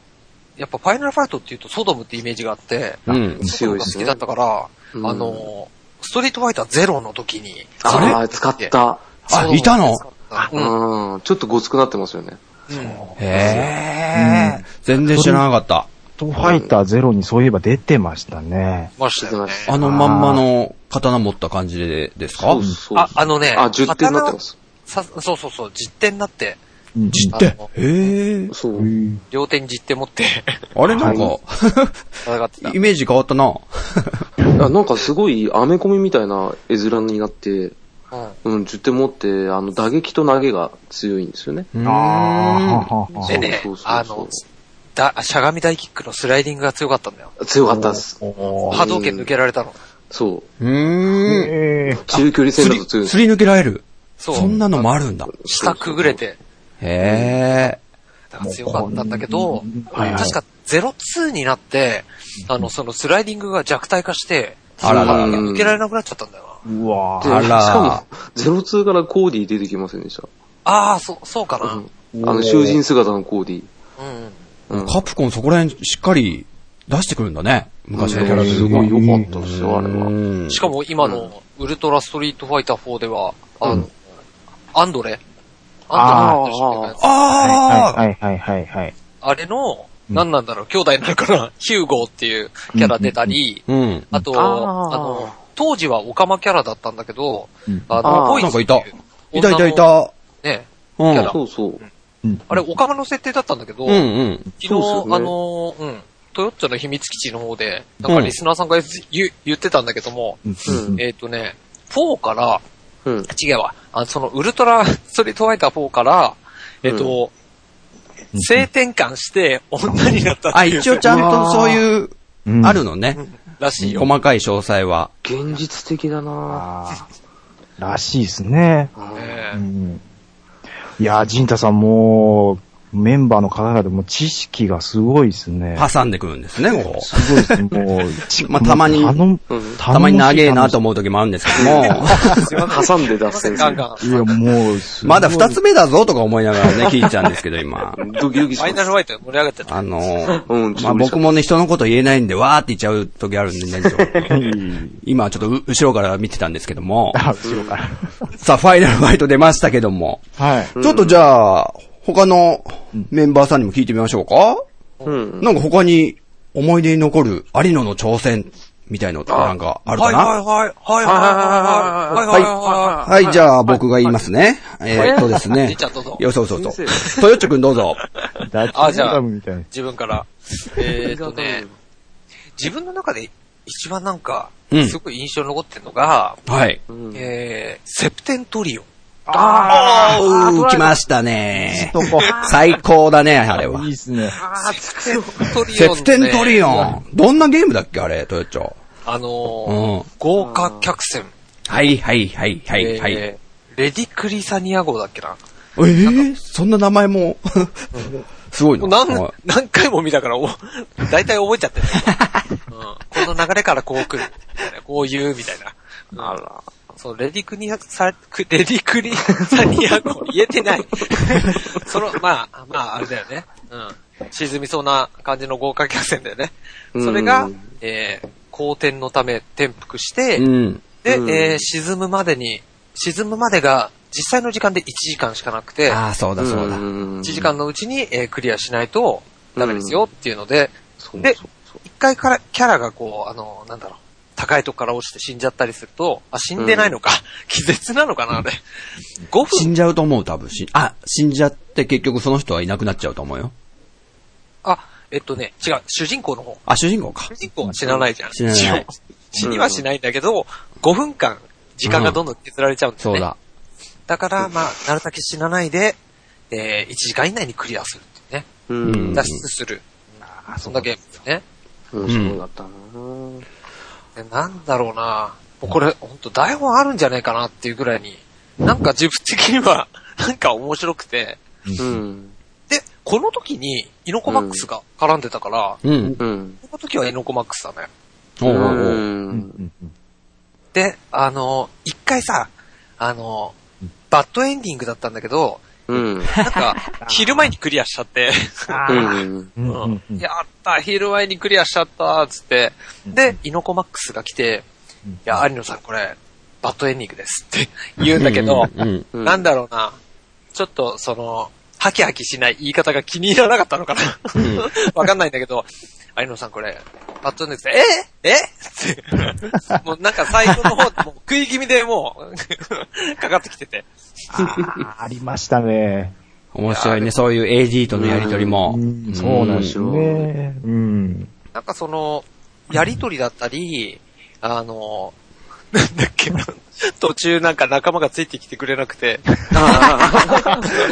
S3: やっぱファイナルファイトって言うとソドムってイメージがあって、
S2: うん。
S3: ソドムが好きだったから、
S1: うん
S3: あの、ストリートファイターゼロの時に、
S1: ああ、使った。
S2: あいたの
S3: う。
S1: うんん。ちょっとごつくなってますよね。
S2: へえ。全然知らなかった。
S4: ファイターゼロにそういえば出てましたね。
S3: ましたよね。
S2: あのまんまの刀持った感じでですか
S1: そうそう。
S3: あ、あのね、
S1: あ、10点になってます。
S3: さそうそうそう、実点にな
S1: [LAUGHS]
S3: って、
S4: うん
S2: 実
S3: あ
S2: 点
S3: の
S2: へえ。
S1: そう。
S4: うん
S3: 両手に実点持って
S2: あれなんか、
S3: 戦ってた。
S2: イメージ変わったな。
S1: あなんかすごい、アメコミみたいな絵面になって、
S3: うん
S1: うん、10点持って、あの、打撃と投げが強いんですよね。
S2: う
S4: あ
S2: ーん。
S4: あ、
S3: でね
S1: そうそうそう、そう
S3: あの、だ、しゃがみ大キックのスライディングが強かったんだよ。
S1: 強かったです。
S3: 波動拳抜けられたの。
S1: そう。
S2: うーん。
S4: ええ
S1: 中距離戦
S2: す
S1: だ
S2: り、
S1: と強いんです
S2: すり抜けられる。
S3: そう。
S2: そんなのもあるんだ。
S3: 下くぐれて、
S2: へえ。
S3: だから強かったんだけど、
S4: はいはい
S3: 確か02になって、あの、そのスライディングが弱体化して、
S2: あららら
S3: 抜けられなくなっちゃったんだよな。
S4: うわ
S1: で
S2: あら
S1: しかも、ゼロツーからコーディ出てきませんでした。
S3: ああ、そう、そうかな。
S1: うんあの、囚人姿のコーディ。
S3: うん。
S1: うん
S2: カプコンそこら辺しっかり出してくるんだね。昔のキャラ
S1: う
S2: で
S1: んすごい良かったですよ、あれは。
S3: しかも今のウルトラストリートファイター4では、あの、アンドレアンドレのやつ
S2: ああ
S4: はいはいはいはい。
S3: あれの、何なんだろう、兄弟なのかな、ヒューゴーっていうキャラ出たり、
S2: うん。
S3: あと、あの、当時はオカマキャラだったんだけど
S4: うん、
S3: あ
S1: あ
S3: の、
S1: ー
S3: ポイ
S2: なん
S3: ズ
S2: か
S3: っ
S2: い
S3: て
S2: た
S3: う。
S2: いたいたい
S3: 女の。
S2: た。
S3: ね、
S2: うん。
S3: キャラ
S1: そうそう。
S3: あれ、オカマの設定だったんだけど、
S2: うんうん。
S3: 昨日、
S1: そうですよね
S3: あの、うん、トヨッチョの秘密基地の方で、なんかリスナーさんが言,、言ってたんだけども、
S1: うん
S3: えっ、とね、4から、
S1: うん。
S3: 違うわ、あそのウルトラ [LAUGHS] ストリートファイター4から、えっ、と、性転換して女になったっ
S2: あ、
S3: ていう
S2: 一応ちゃんとそういう、
S4: うん
S2: あるのね。
S3: らしいよ。
S2: 細かい詳細は。
S1: 現実的だな
S4: あーらしいですね。
S3: ええ
S4: うんいやー、陣太さんもう、メンバーの方々も知識がすごいですね。
S2: 挟んでくるんですね、ここ。
S4: すごいですね、もう。ち
S2: [LAUGHS] まあたまに
S4: 頼む
S1: うん
S2: たまに長えなと思う時もあるんですけども、
S1: 挟んで脱線す
S3: ガン
S1: る。
S3: ガン。
S4: いや、もう、すごい
S2: [LAUGHS] まだ二つ目だぞとか思いながらね、聞いちゃうんですけど、今。
S1: ドキドキし
S3: ファイ
S1: ま
S3: ナル
S1: す。
S3: ファイト盛り上がってた。
S2: あのー
S1: うんち
S2: ま
S1: ょっと嬉しかっ
S2: あ
S1: た
S2: 僕もね、人のこと言えないんで、わーって言っちゃう時あるんでね、ちょっと今ちょっとう後ろから見てたんですけども、
S4: あ後ろから。
S2: さあ、ファイナルファイト出ましたけども、
S4: はい。
S2: ちょっとじゃあ、他のメンバーさんにも聞いてみましょうか。
S1: うん。
S2: なんか他に思い出に残る有野の挑戦みたいのとかなんかあるか
S3: はい
S2: な
S3: はいはい。はいはいはいはいはいはいはい。
S2: はい、じゃあ僕が言いますね。えーっとですね。
S3: じいちゃんどうぞ
S2: よ、そうそうそう。トヨッチョくんどうぞ。
S4: ダッ
S3: あ
S4: チ
S3: じゃあ
S4: ダムみたいな。
S3: 自分から。えっとね、自分の中で一番なんか
S2: うん、
S3: すごい印象に残ってるのが、
S2: はい。
S1: うん
S3: えー、セプテントリオ。
S2: あーうー、来ましたね。
S4: そこ。
S2: 最高だね、あれは
S4: いい。っすね。
S3: あー、セプテントリオン、ね。
S2: セプテントリオン。どんなゲームだっけ、あれ、トヨッチョ。
S3: あの
S2: う
S3: ー
S2: ん。
S3: 豪華客船。
S2: はい、はい、はい、はい、はい。え
S3: えーレディクリサニア号だっけな。
S2: ー、そんな名前も、 [LAUGHS] すごい
S3: も
S2: な。
S3: う何
S2: はい、
S3: 何回も見たから、お、大体覚えちゃってる、うん。この流れからこう来る。みたいなこう言う、みたいな。あら。そう、レディクニア、さ、く [LAUGHS] レディクリサニア語言えてない。 [LAUGHS] その、まあ、まあ、あれだよね。うん。沈みそうな感じの豪華客船だよね。それが
S1: うん、
S3: えー、好転のため転覆して、
S2: うん。
S3: で、
S1: うん
S3: えー沈むまでに、沈むまでが実際の時間で1時間しかなくて、
S2: ああ、そうだ、そうだ。
S1: 1
S3: 1時間のうちに、えークリアしないとダメですよっていうので、
S1: そう
S3: で
S1: そうそう
S3: 一回からキャラがこう、あの、なんだろう、高いとこから落ちて死んじゃったりすると、あ、死んでないのか、 [LAUGHS] 気絶なのかな、あれ。5
S2: 死
S3: 分、
S2: んじゃうと思う、多分。しあ、死んじゃって結局その人はいなくなっちゃうと思うよ。
S3: あ、えっとね、違う、主人公の方。
S2: あ、主人公か
S3: 主。人公は死なないじゃん。
S2: 死なない
S3: 一応死にはしないんだけど、5分間、時間がどんどん削られちゃうんだよ
S2: そう
S3: ね。
S2: だ。
S3: だから、まあ、なるだけ死なないで、えー1時間以内にクリアするっていうね。
S1: うん。
S3: 脱出する。そんなゲームですね。
S1: うん、そうだったなぁ
S3: でなんだろうなもうこれ、ほんと台本あるんじゃないかなっていうぐらいに、なんか自分的には、 [LAUGHS] なんか面白くて、
S1: うん。
S3: で、この時に、イノコマックスが絡んでたから、
S2: うん。
S1: うん。
S3: この時はイノコマックスだね。
S2: おうおうおう
S1: うん。
S3: で、あの、一回さ、あの、バッドエンディングだったんだけど、
S2: [LAUGHS]
S1: うん。
S3: なん [LAUGHS] か、昼前にクリアしちゃって、
S1: うん。
S4: うんうんうん
S3: やった、昼前にクリアしちゃった、つって。で、イノコマックスが来て、いや、有野さんこれ、バッドエンディングですって [LAUGHS] 言うんだけど、
S2: うん。
S1: うん
S3: なんだろうな、ちょっとその、ハキハキしない言い方が気に入らなかったのかなわかんないんだけど、有野さんこれ、バッドエンディングです。ええって、もうなんか最後の方、もう食い気味でもう、 [LAUGHS] かかってきてて。
S4: あーありましたね。
S2: 面白いね、そういう AD とのやりとりも。
S4: そうなんですす
S1: よ
S4: ね。うん。
S3: なんかその、やりとりだったり、あの、なんだっけな、途中なんか仲間がついてきてくれなくて、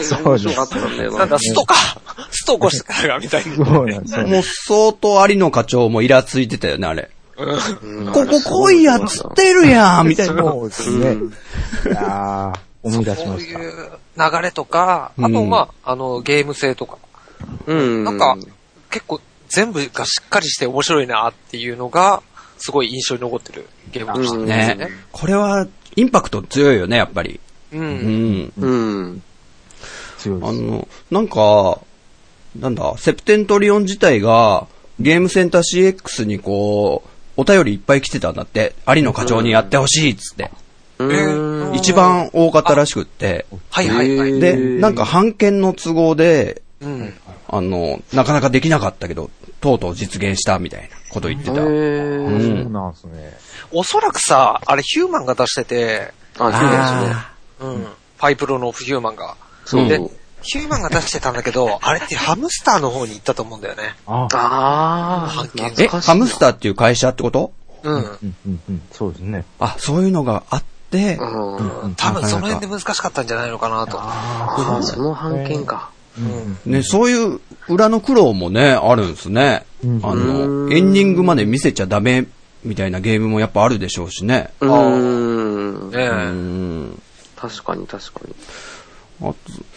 S1: そうだったんだよ
S3: な
S1: な。
S3: んだ、ストか、スト起こしてからが、み
S4: [LAUGHS]
S3: たいに。
S4: そうなんですよね。
S2: もう相当有野課長もイラついてたよね、あれ。ここ来いやっつってるやんみたいな。
S4: そうですね。いやー思い出し
S3: そう
S4: まし
S3: い
S4: た。
S3: う流れとか、あ
S2: う
S3: と
S2: ん
S3: まあ、あの、ゲーム性とか、
S1: うん。
S3: なんか、結構全部がしっかりして面白いなっていうのが、すごい印象に残ってるゲームでしたね。
S2: ね。これは、インパクト強いよね、やっぱり。
S3: う。
S2: うんん。
S1: うん。
S4: 強いで
S2: あ
S4: す。
S2: の、なんか、なんだ、セプテントリオン自体が、ゲームセンター CX にこう、お便りいっぱい来てたんだって。有野課長にやってほしいっつって。
S1: うん。
S2: 一番多かったらしくって。
S3: はいはいは
S1: へ
S3: い。
S1: ー
S2: で、なんか判権の都合で、
S3: うん。
S2: あの、なかなかできなかったけど、とうとう実現したみたいなこと言ってた。
S1: え
S2: う。
S1: ー。
S4: そうんなんですね。
S3: おそらくさ、あれヒューマンが出してて、
S1: あ、そうですね。
S2: あ
S3: うん。パイプロのヒューマンが。
S1: そう
S3: で、ヒューマンが出してたんだけど、あれってハムスターの方に行ったと思うんだよね。
S4: ああ。
S1: あ
S3: 発見
S1: ー。
S2: ーえ、ハムスターっていう会社ってこと
S3: うん。
S4: うんうんうん。そうですね。
S2: あ、そういうのがあって、
S1: ーうん。
S3: 多分その辺で難しかったんじゃないのかなと。
S1: あー、その判件か。
S2: ね、そういう裏の苦労もね、あるんですね。
S4: うん
S2: あ
S1: う
S2: の、
S1: ん
S2: エンディングまで見せちゃダメみたいなゲームもやっぱあるでしょうしね。
S1: うーん。
S2: う
S3: ねえ。
S2: ん。
S1: 確かに確かに。
S2: あと、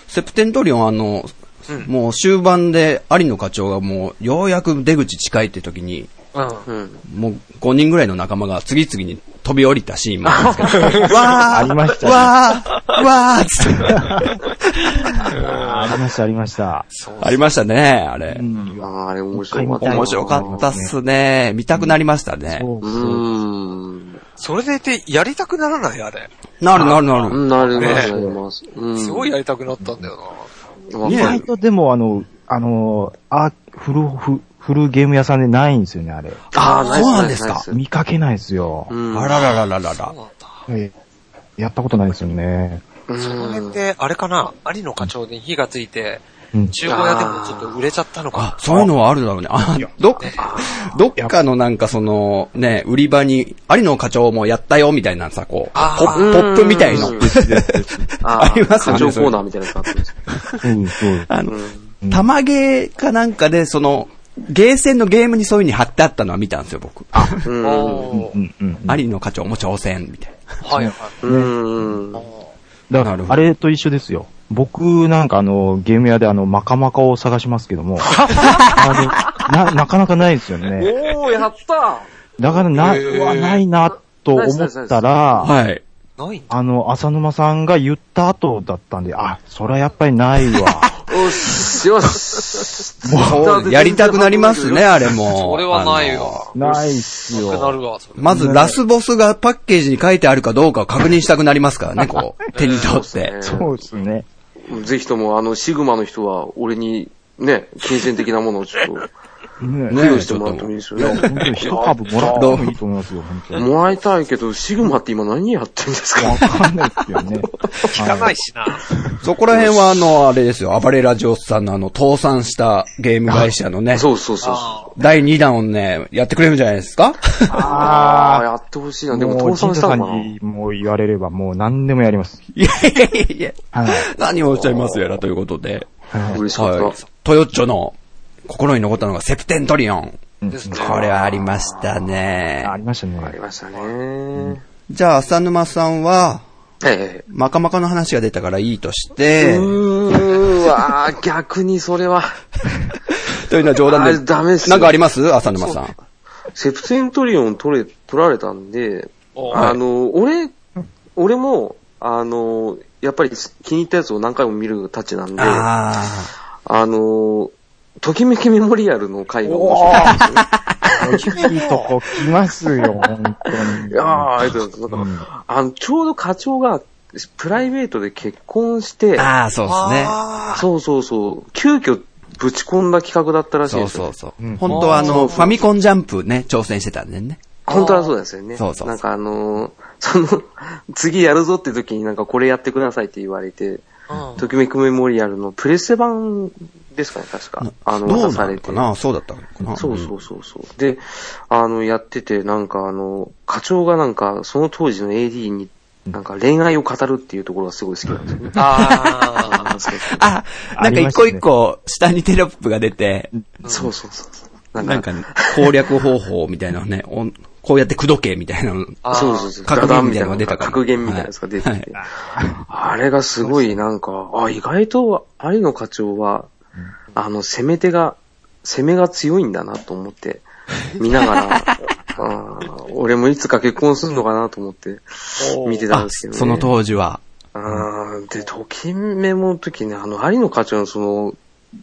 S2: セプテントリオンあの、
S3: うん
S2: もう終盤で有野課長がもうようやく出口近いって時に、
S3: うん。
S1: うん。
S2: もう5人ぐらいの仲間が次々に飛び降りたシーンもあるんですけど。
S4: [LAUGHS]
S2: わー
S4: ありましたね
S2: わーわーつって。
S4: あーありました、ありました。
S2: ありましたね、あれ。
S1: あーあれ面白かったな。
S2: 面白かったっすね。見たくなりましたね。
S4: そう
S1: う
S4: そう。
S1: ーん。
S3: それでいて、やりたくならないあれ。
S2: なるなるなる。
S1: なります、なります。うん。
S3: すごいやりたくなったんだよな。
S1: わ
S2: ね
S4: 意
S1: か
S4: 外
S1: る。
S4: とでも、あの、あの、あ、古、古古ゲーム屋さんでないんですよね、あれ。
S1: ああ、ナイス
S2: そうなんですか
S1: ナイスナイ
S4: 見かけないですよ
S1: スう。ん。
S2: あらららららら
S3: そう。なんだ。
S4: えやったことないですよね。
S1: うん
S3: その辺で、あれかな、有野課長に火がついて、
S4: うん
S3: 中古屋でもちょっと売れちゃったのか。
S2: そういうのはあるだろうね。あ、どっ、どっかのなんかその、ね、売り場に、有野課長もやったよみたいなさ、こう、ポ
S3: あ
S2: ップポップみたいの [LAUGHS]
S1: うん。
S2: ありますよね
S1: 課長コーナーみたいな感じです。
S4: うん、そう。
S2: あの、
S1: う
S2: 玉ゲーかなんかで、その、ゲーセンのゲームにそういう風に貼ってあったのは見たんですよ、僕。あ、
S1: ん。
S3: お
S4: う
S3: ー
S4: ん、うん。
S2: 有野課長も挑戦、みたいな。
S3: はいはい。
S1: うん。うん。
S4: だ
S2: な
S4: か
S2: る
S4: ら
S2: ほ、ど
S4: あれと一緒ですよ。僕なんかあの、ゲーム屋であの、マカマカを探しますけ [LAUGHS] ども、あのな、なかなかないですよね。
S1: おー、やった
S4: だからな、
S3: へー
S4: うわないな、と思ったら、
S2: はい。
S3: ないんだ。
S4: あの、浅沼さんが言った後だったんで、あ、そりゃやっぱりないわ。
S1: よし、よし。
S2: そうやりたくなりますね、。あれも。
S3: それはないわ
S2: あの
S4: [LAUGHS] ないっす
S3: なくな
S4: よ。
S3: るわ、それ。
S2: まず、ラスボスがパッケージに書いてあるかどうかを確認したくなりますからね、こう、手に取って。
S4: そうですね。
S1: ぜひとも、あの、シグマの人は、俺に、ね、金銭的なものをちょっと、
S4: ね
S1: 付与してもらってもいいですよ
S4: 本
S1: ね。
S4: 当に一株もらってもいいと思いますよ、本当に。
S1: もらいたいけど、シグマって今何やってんですか
S4: わかんないですよね。
S3: 聞かないしな。
S2: そこら辺は、あの、あれですよ、暴れラジオスさんのあの、倒産したゲーム会社のね、
S1: そうそうそうそう。
S3: あ
S2: 第2弾をね、やってくれるんじゃないですか
S1: ああ、
S4: あ
S1: やってほしい
S4: あ、
S1: な。でも、
S4: も
S1: 倒
S4: う、ジン
S1: 産
S4: タ
S1: した
S4: さん
S1: のかな
S4: にもう言われればもう何でもやります。
S2: いやいやいやいや、
S4: はい。
S2: 何をおっしゃいますやらということで。
S4: はい
S1: 嬉しかった。
S2: はい。トヨッチョの心に残ったのがセプテントリオン。
S4: うん
S3: ですね。
S2: これはありましたね。
S4: ありましたね。
S1: ありましたね。
S2: じゃあ、浅沼さんは、
S1: ええ。
S2: マカマカの話が出たからいいとし
S1: う
S2: て、
S1: ーわー、逆にそれは。
S2: というのは冗談
S1: あ
S2: で
S1: れダメっすよ
S2: なんかあります浅沼さん。
S1: セプセントリオン取れ、取られたんで、
S3: お
S1: あの、俺、俺も、あの、やっぱり気に入ったやつを何回も見るたちなんで、あ
S2: あ
S1: の、ときめきメモリアルの回が面白かったんですよね。
S4: いいとこ来ますよ、本当
S1: い
S4: に。
S1: やー、ありがとうございます。なんか、あの、ちょうど課長が、プライベートで結婚して
S2: あ。、ああ、そうですね。
S3: あ
S1: そうそうそう、急遽ぶち込んだ企画だったらしい
S2: そ
S1: で
S2: う
S1: すよ。
S2: そうそう。
S4: うん
S2: 本当はあの、ファミコンジャンプね、挑戦してたんでね。
S1: 本当はそうですよね。
S2: そうそう
S1: なんかあのーその、次やるぞって時になんかこれやってくださいって言われて、
S3: ー
S1: ときめくメモリアルのプレステ版ですかね、確か。あの、
S2: ど
S1: 渡
S2: うな
S1: さ
S2: の
S1: れ
S2: か
S1: て。
S2: なそうだったのかな
S1: そうそうそうそう。で、あの、やってて、なんかあの、課長がなんか、その当時の AD に、なんか恋愛を語るっていうところがすごい好きなんですよね。
S3: あ
S2: あ、なんか一個一個下にテロップが出て、
S1: [LAUGHS] そうそうそうそう。
S2: なんか、ね、攻略方法みたいなのね、おんこうやって口説けみたいなの。
S3: あー
S1: そうそうそう。
S2: 格言みたいなのが出たから
S1: 格言みたいなやつが出て
S2: はい
S1: て。あれがすごいなんか、あ、意外と有野課長は、あの、攻め手が、攻めが強いんだなと思って、見なが [LAUGHS] ら、あー俺もいつか結婚するのかなと思って見てたん
S2: あ、
S1: ですけどね。
S2: その当時は。
S1: あーで、ときめもの時ね、あの、有野課長のその、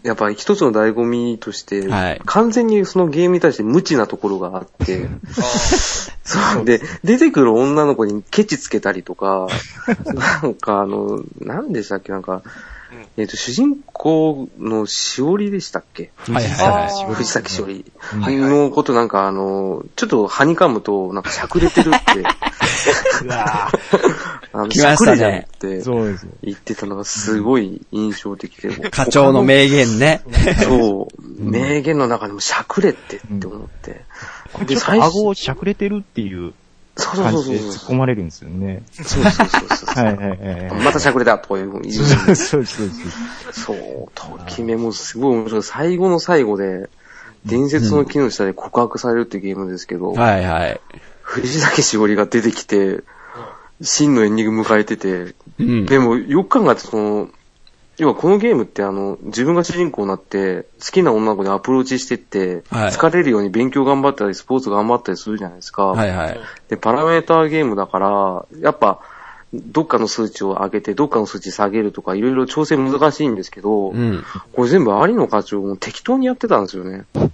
S1: やっぱ一つの醍醐味として、
S2: はい
S1: 完全にそのゲームに対して無知なところがあって、そうで、出てくる女の子にケチつけたりとか、なんかあの、何でしたっけ、なんか、えっ、と、主人公のしおりでしたっけ
S2: はいはいは
S3: あー
S1: 藤崎しおり
S3: はいはい
S1: のことなんかあの、ちょっとはにかむと、なんかしゃくれてるって。 [LAUGHS] あの
S2: 来まし
S1: し
S2: たね
S1: ゃくれじゃなくて、
S4: そうですよ。
S1: 言ってたのがすごい印象的で。
S2: い。課長の名言ね。
S1: そう、名言の中でもしゃくれてって思って。
S4: ちょっと
S1: 最初
S4: 顎をしゃくれてるっていう
S1: そうそう
S4: 感
S1: そう
S4: じ
S1: そう
S4: で突っ込まれるんですよね。
S1: そうそうそうそう。
S4: はいはいはいはい。
S1: またしゃくれたとかいう言う
S4: そうそうそう。
S1: そう、ときめもすごい面白い。最後の最後で、伝説の木の下で告白されるっていうゲームですけど、
S2: はいはい。
S1: 藤崎しおりが出てきて、真のエンディング迎えてて、
S2: うん。
S1: でもよく考えてその、要はこのゲームってあの、自分が主人公になって、好きな女の子にアプローチしてって、
S2: はい
S1: 疲れるように勉強頑張ったり、スポーツ頑張ったりするじゃないですか。
S2: はいはい。
S1: で、パラメーターゲームだから、やっぱ、どっかの数値を上げて、どっかの数値下げるとか、いろいろ調整難しいんですけど、
S2: うん。
S1: これ全部有野課長も適当にやってたんですよね。
S3: あ、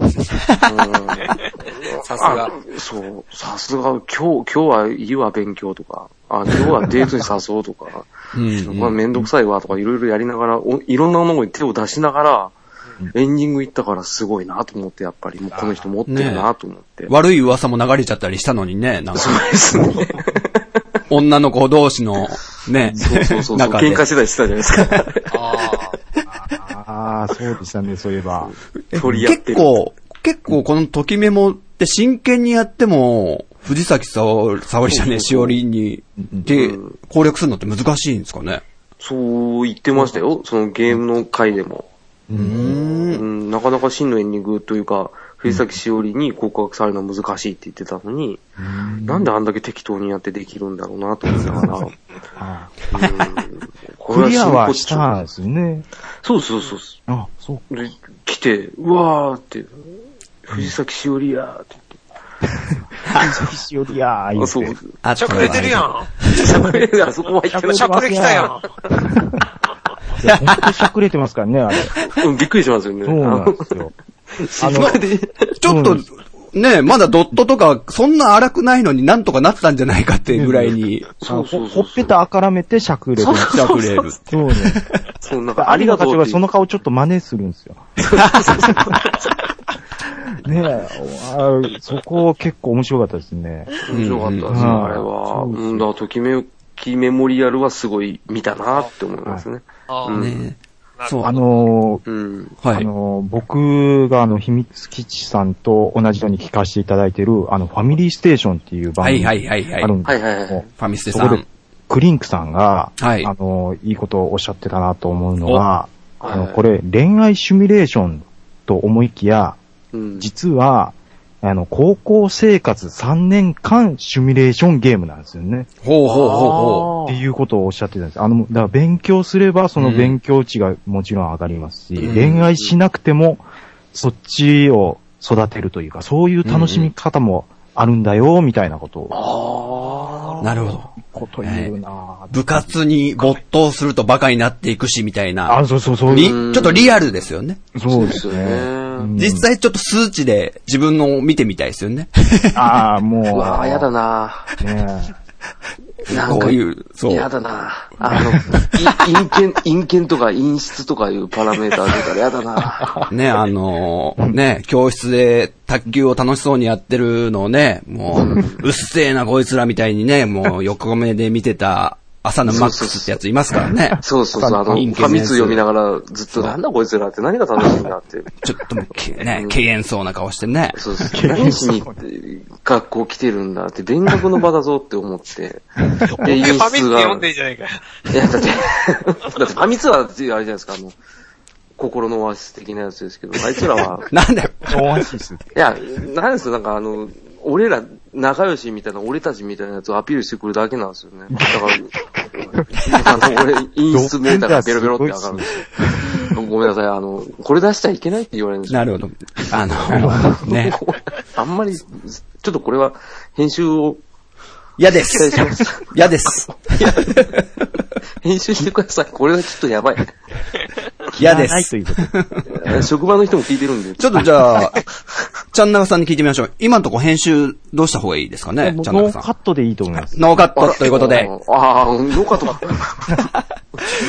S3: [LAUGHS] さす
S1: あ
S3: が。
S1: そう、さすが、今日、今日はいいわ、勉強とか、あ今日はデートに誘おうとか、
S2: うん
S1: まあ、めんどくさいわとか、いろいろやりながら、おいろんなものに手を出しながら、エンディング行ったからすごいなと思って、やっぱり、もうこの人持ってるなと思って。
S2: 悪い噂も流れちゃったりしたのにね、なんか、
S1: そうですね。
S4: [LAUGHS]
S2: 女の子同士の、ね、
S1: そうそうそうそう。
S2: 中で
S4: [LAUGHS]
S1: 喧嘩してたりしてたじゃないですか。
S3: ああ。
S4: ああ、そうでしたね、そういえば。
S1: 取り合って
S2: 結
S1: る
S2: 構、結構このときメモって真剣にやっても、藤崎さおさおりじゃねえ、しおりに、で、攻略するのって難しいんですかね。
S1: そう言ってましたよ、そのゲームの回でも。うん、なかなか真のエンディングというか、藤崎しおりに告白されるのは難しいって言ってたのに、なんであんだけ適当にやってできるんだろうなと思ってたから、うん
S4: [LAUGHS] あ
S1: こ
S4: ークリアはし
S1: 真骨
S4: たん
S1: 頂
S4: ですよね。
S1: そうそうそうそ
S4: あ、そう
S1: う。で、来て、うわーって、藤崎しおりやーって
S4: か。月しおりやー、言
S1: 言って。あ、
S4: う
S1: そう。
S4: て。
S2: あ
S3: ちゃくれてるやん。
S1: 喋れ [LAUGHS] あそこは言ってな
S3: しゃくれ来たやん。
S4: いや、ほんとしゃくれてますからね、あれ。
S1: い。うん、びっくりしますよね。
S4: そうなんですよ。
S1: あの、
S2: ちょっと、ねまだドットとか、そんな荒くないのになんとかなったんじゃないかってぐらいに、
S1: そうそうそ
S4: ほ
S1: う。
S4: っぺたあからめてしゃくれてます。
S2: しゃくれる。
S4: そうね。
S1: そう、なんか、あ
S4: あ
S1: り
S4: り
S1: が
S4: が
S1: と
S4: た
S1: う
S4: ち
S1: っ
S4: が
S1: て
S4: その顔ちょっと真似するんですよ。ねえあー、そこ結構面白かったですね。
S1: 面白かったですね、
S4: うん
S1: あれは。
S4: そうです
S1: うん、だからときめきメモリアルはすごい見たなって思いますね。
S3: あ
S1: うん
S3: ー
S2: ねそう、
S4: あ
S2: あの、
S4: のー
S1: うん。
S2: は
S4: あ
S2: い。
S4: のー僕があの、秘密基地さんと同じように聞かせていただいてる、あの、ファミリーステーションっていう番
S2: はい
S4: 組が
S2: は
S4: あ
S2: いはいはい。
S4: る
S2: フ
S4: んで
S1: はい
S4: す
S1: はい
S4: け
S1: はい
S4: ど。、
S2: ァミステ
S4: そ
S2: さ
S4: こで
S2: ん。
S4: クリンクさんが、
S2: はい
S4: あのーいいことをおっしゃってたなと思うのは、
S1: お
S4: あの
S1: はい
S4: これ、恋愛シミュレーションと思いきや、
S1: うん。
S4: 実は、あの、高校生活3年間シミュレーションゲームなんですよね。
S2: ほうほうほうほ
S4: っていうことをおっしゃってたんです。あの、だから勉強すればその
S2: うん
S4: 勉強値がもちろん上がりますし、
S2: うん
S4: 恋愛しなくてもそっちを育てるというか、そういう楽しみ方もあるんだよ、みたいなことを、
S2: う。なるほど。
S4: こと言うなぁ
S2: 部活に没頭するとバカになっていくし、みたいな。
S4: あ、そうそうそう。
S2: りちょっとリアルですよね。
S4: そうです
S1: そうです
S4: ね。
S1: よね
S4: うん
S2: 実際ちょっと数値で自分のを見てみたいですよね。
S4: ああ、もう。
S1: うわぁ、やだな
S4: ね
S1: ぁ。 [LAUGHS] なん
S2: こ
S1: か
S2: ういう、そう。
S1: やだなぁ。あの、い陰険、陰険とか陰湿とかいうパラメーター出たらやだなぁ。
S2: ね、あのーね、教室で卓球を楽しそうにやってるのをね、
S1: [LAUGHS]
S2: もう、うっせえなこいつらみたいにね、もう横目で見てた朝のマックスってやついますからね。
S1: そうそうそう、あの、フ
S2: 陰険
S1: ァ
S2: な
S1: ミ
S2: やつ
S1: 通読みながらずっとなんだこいつらって何が楽しいんだ
S2: [LAUGHS]
S1: って。
S2: ちょっともうけ、ね、敬遠そうな顔し
S1: [LAUGHS]
S2: てね。
S1: そうです。何しに学校来てるんだって、勉学の場だぞって思
S2: [LAUGHS]
S1: って。で、
S3: フ
S1: 陰
S3: ァミ
S1: 湿
S3: って読
S1: が
S3: ん。でんじゃないかよ。
S1: いや、だって、 [LAUGHS] だってファミツはあれじゃないですか、あの、心のオアシス的なやつですけど、あいつらは、
S2: なんだよ。
S4: え。オアシ [LAUGHS] ス。
S1: いや、なんですよ、なんかあの、俺ら、仲良しみたいな、俺たちみたいなやつをアピールしてくるだけなんですよね。だ
S2: [LAUGHS]
S1: から、あの、俺、陰湿メーターがベロベロって上がるんですよ。ごめんなさい、あの、これ出しちゃいけないって言われるんです
S2: [LAUGHS]
S1: よ。
S2: なるほど。
S1: [LAUGHS]
S2: あの、ね。
S1: あんまり、ちょっとこれは、編集を
S2: 嫌で
S1: 期待 [LAUGHS]
S2: す
S1: し。
S2: [LAUGHS]
S1: ます。
S2: 嫌です。
S1: 編集してください。これはちょっとやばい。
S2: 嫌で
S4: ない
S2: す
S4: [LAUGHS] と。いうこと。
S1: 職場の人も聞いてるんで。
S2: ちょっとじゃあ、 [LAUGHS] ちゃんなかさんに聞いてみましょう。今のとこ編集どうした方がいいですかね、ちゃんなか
S4: ノー
S2: さん
S4: カ。ットでいいと思います。
S2: ノーカットというこ
S1: [LAUGHS]
S2: とで。。
S1: ああ、よ
S2: [LAUGHS]
S1: かった。と
S2: と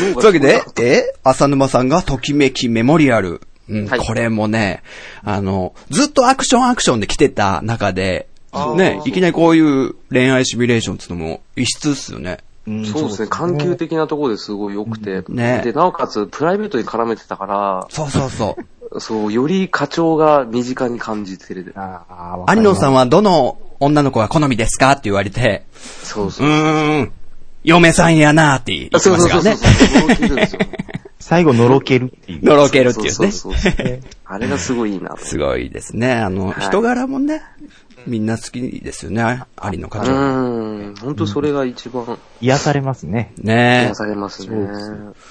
S2: いうわけで、え浅沼さんがときめきメモリアル。うん、
S1: はい
S2: これもね、あの、ずっとアクションアクションで来てた中で、ね、いきなりこういう恋愛シミュレーションっていうのも異質っすよね。
S4: うん
S1: そうですね、環境的なところですごい良くて、
S2: ね
S1: で、なおかつプライベートに絡めてたか
S2: そうそ
S1: [LAUGHS]
S2: うそう。
S1: ら、そう、より課長が身近に感じてる。
S4: ああ、
S2: アニノさ
S4: ん。
S2: んはどの女の子が好みですかって言われて、
S1: そうそう
S2: う。ーん、嫁さんやなーって言ってま
S1: そう
S2: し
S1: そう
S2: たか
S1: そう
S2: ら
S1: そうそう。
S2: ね。
S1: 驚けるんですよ
S4: 最後、のろけるっていう。
S2: のろけるっていう
S1: そう
S2: ね。
S1: そうそう。あれがすごいいいなと。
S2: すごいですね。あの、
S1: はい
S2: 人柄もね、みんな好きですよね。アリの課
S1: う
S2: 長。
S1: ーん、本当それが一番
S4: 癒されますね。
S2: ね
S1: 癒されますね。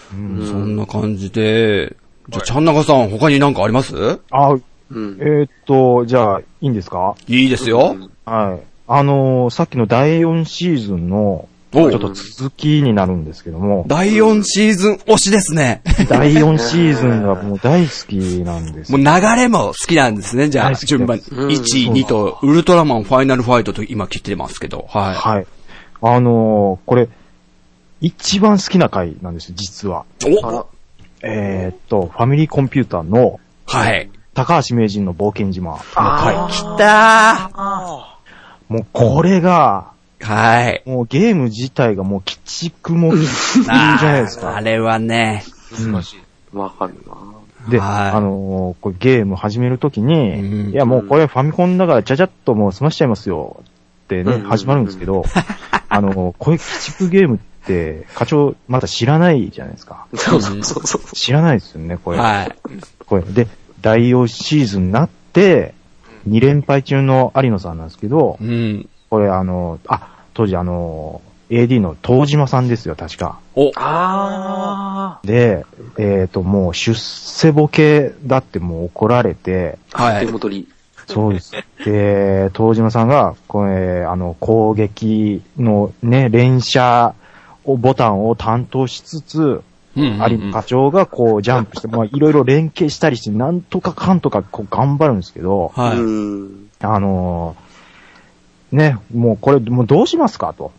S2: そんな感じで、じゃあ、ちゃんなかさん、他になんかあります
S4: あー
S1: うん
S4: え。ーっと、じゃあ、いいんですか
S2: いいですよ。
S4: はい。あのーさっきの第4シーズンの、ち
S2: お
S4: ょ
S2: う
S4: っと続きになるんですけども、
S2: 第4シーズン推しですね。
S4: [LAUGHS] 第4シーズンがもう大好きなんです
S2: もう。流れも好きなんですね、じゃあ、
S4: 大好きです
S2: 順番に。
S1: ん
S2: 1、2と、ウルトラマンファイナルファイトと今来てますけど、は
S4: はい。あのーこれ、一番好きな回なんですよ、実は。
S2: い。
S1: あら
S2: お、
S4: えーっと、ファミリーコンピューターの、
S2: はい。
S4: 高橋名人の冒険島の回。
S2: 来たー
S4: もうこれが、
S2: はい。
S4: もうゲーム自体がもう鬼畜も鬼畜じゃないです
S2: あーあ
S4: か。
S2: れはね、
S1: わかるな。
S4: で、
S2: はい
S4: あのーこうゲーム始めるときに、
S2: うん
S4: いやもうこれファミコンだからちゃちゃっともう済ましちゃいますよってね、
S1: うん
S4: 始まるんです
S2: [LAUGHS]
S4: けど、あのーこういう鬼畜ゲームって課長まだ知らないじゃないですか。
S1: そうそうそうそう。
S4: 知らないですよね、これ。
S2: はい。
S4: これで、第4シーズンになって、2連敗中の有野さんなんですけど、
S2: うん。
S4: これあのーあ、当時あのー AD の東島さんですよ、確か。
S2: お、
S1: あ
S4: で、えっ、と、もう出世ボケだってもう怒られて、
S2: は
S1: ー。手
S2: い。
S1: 元に。
S4: そうです。で、東島さんが、これ、あの、攻撃のね、連射を、ボタンを担当しつつ、
S2: うんうんうん
S4: 有馬課長がこうジャンプして、まあいろいろ連携したりして、なんとかかんとかこう頑張るんですけど、
S2: はい。
S1: うん。
S4: あのーね、もうこれ、もうどうしますかと。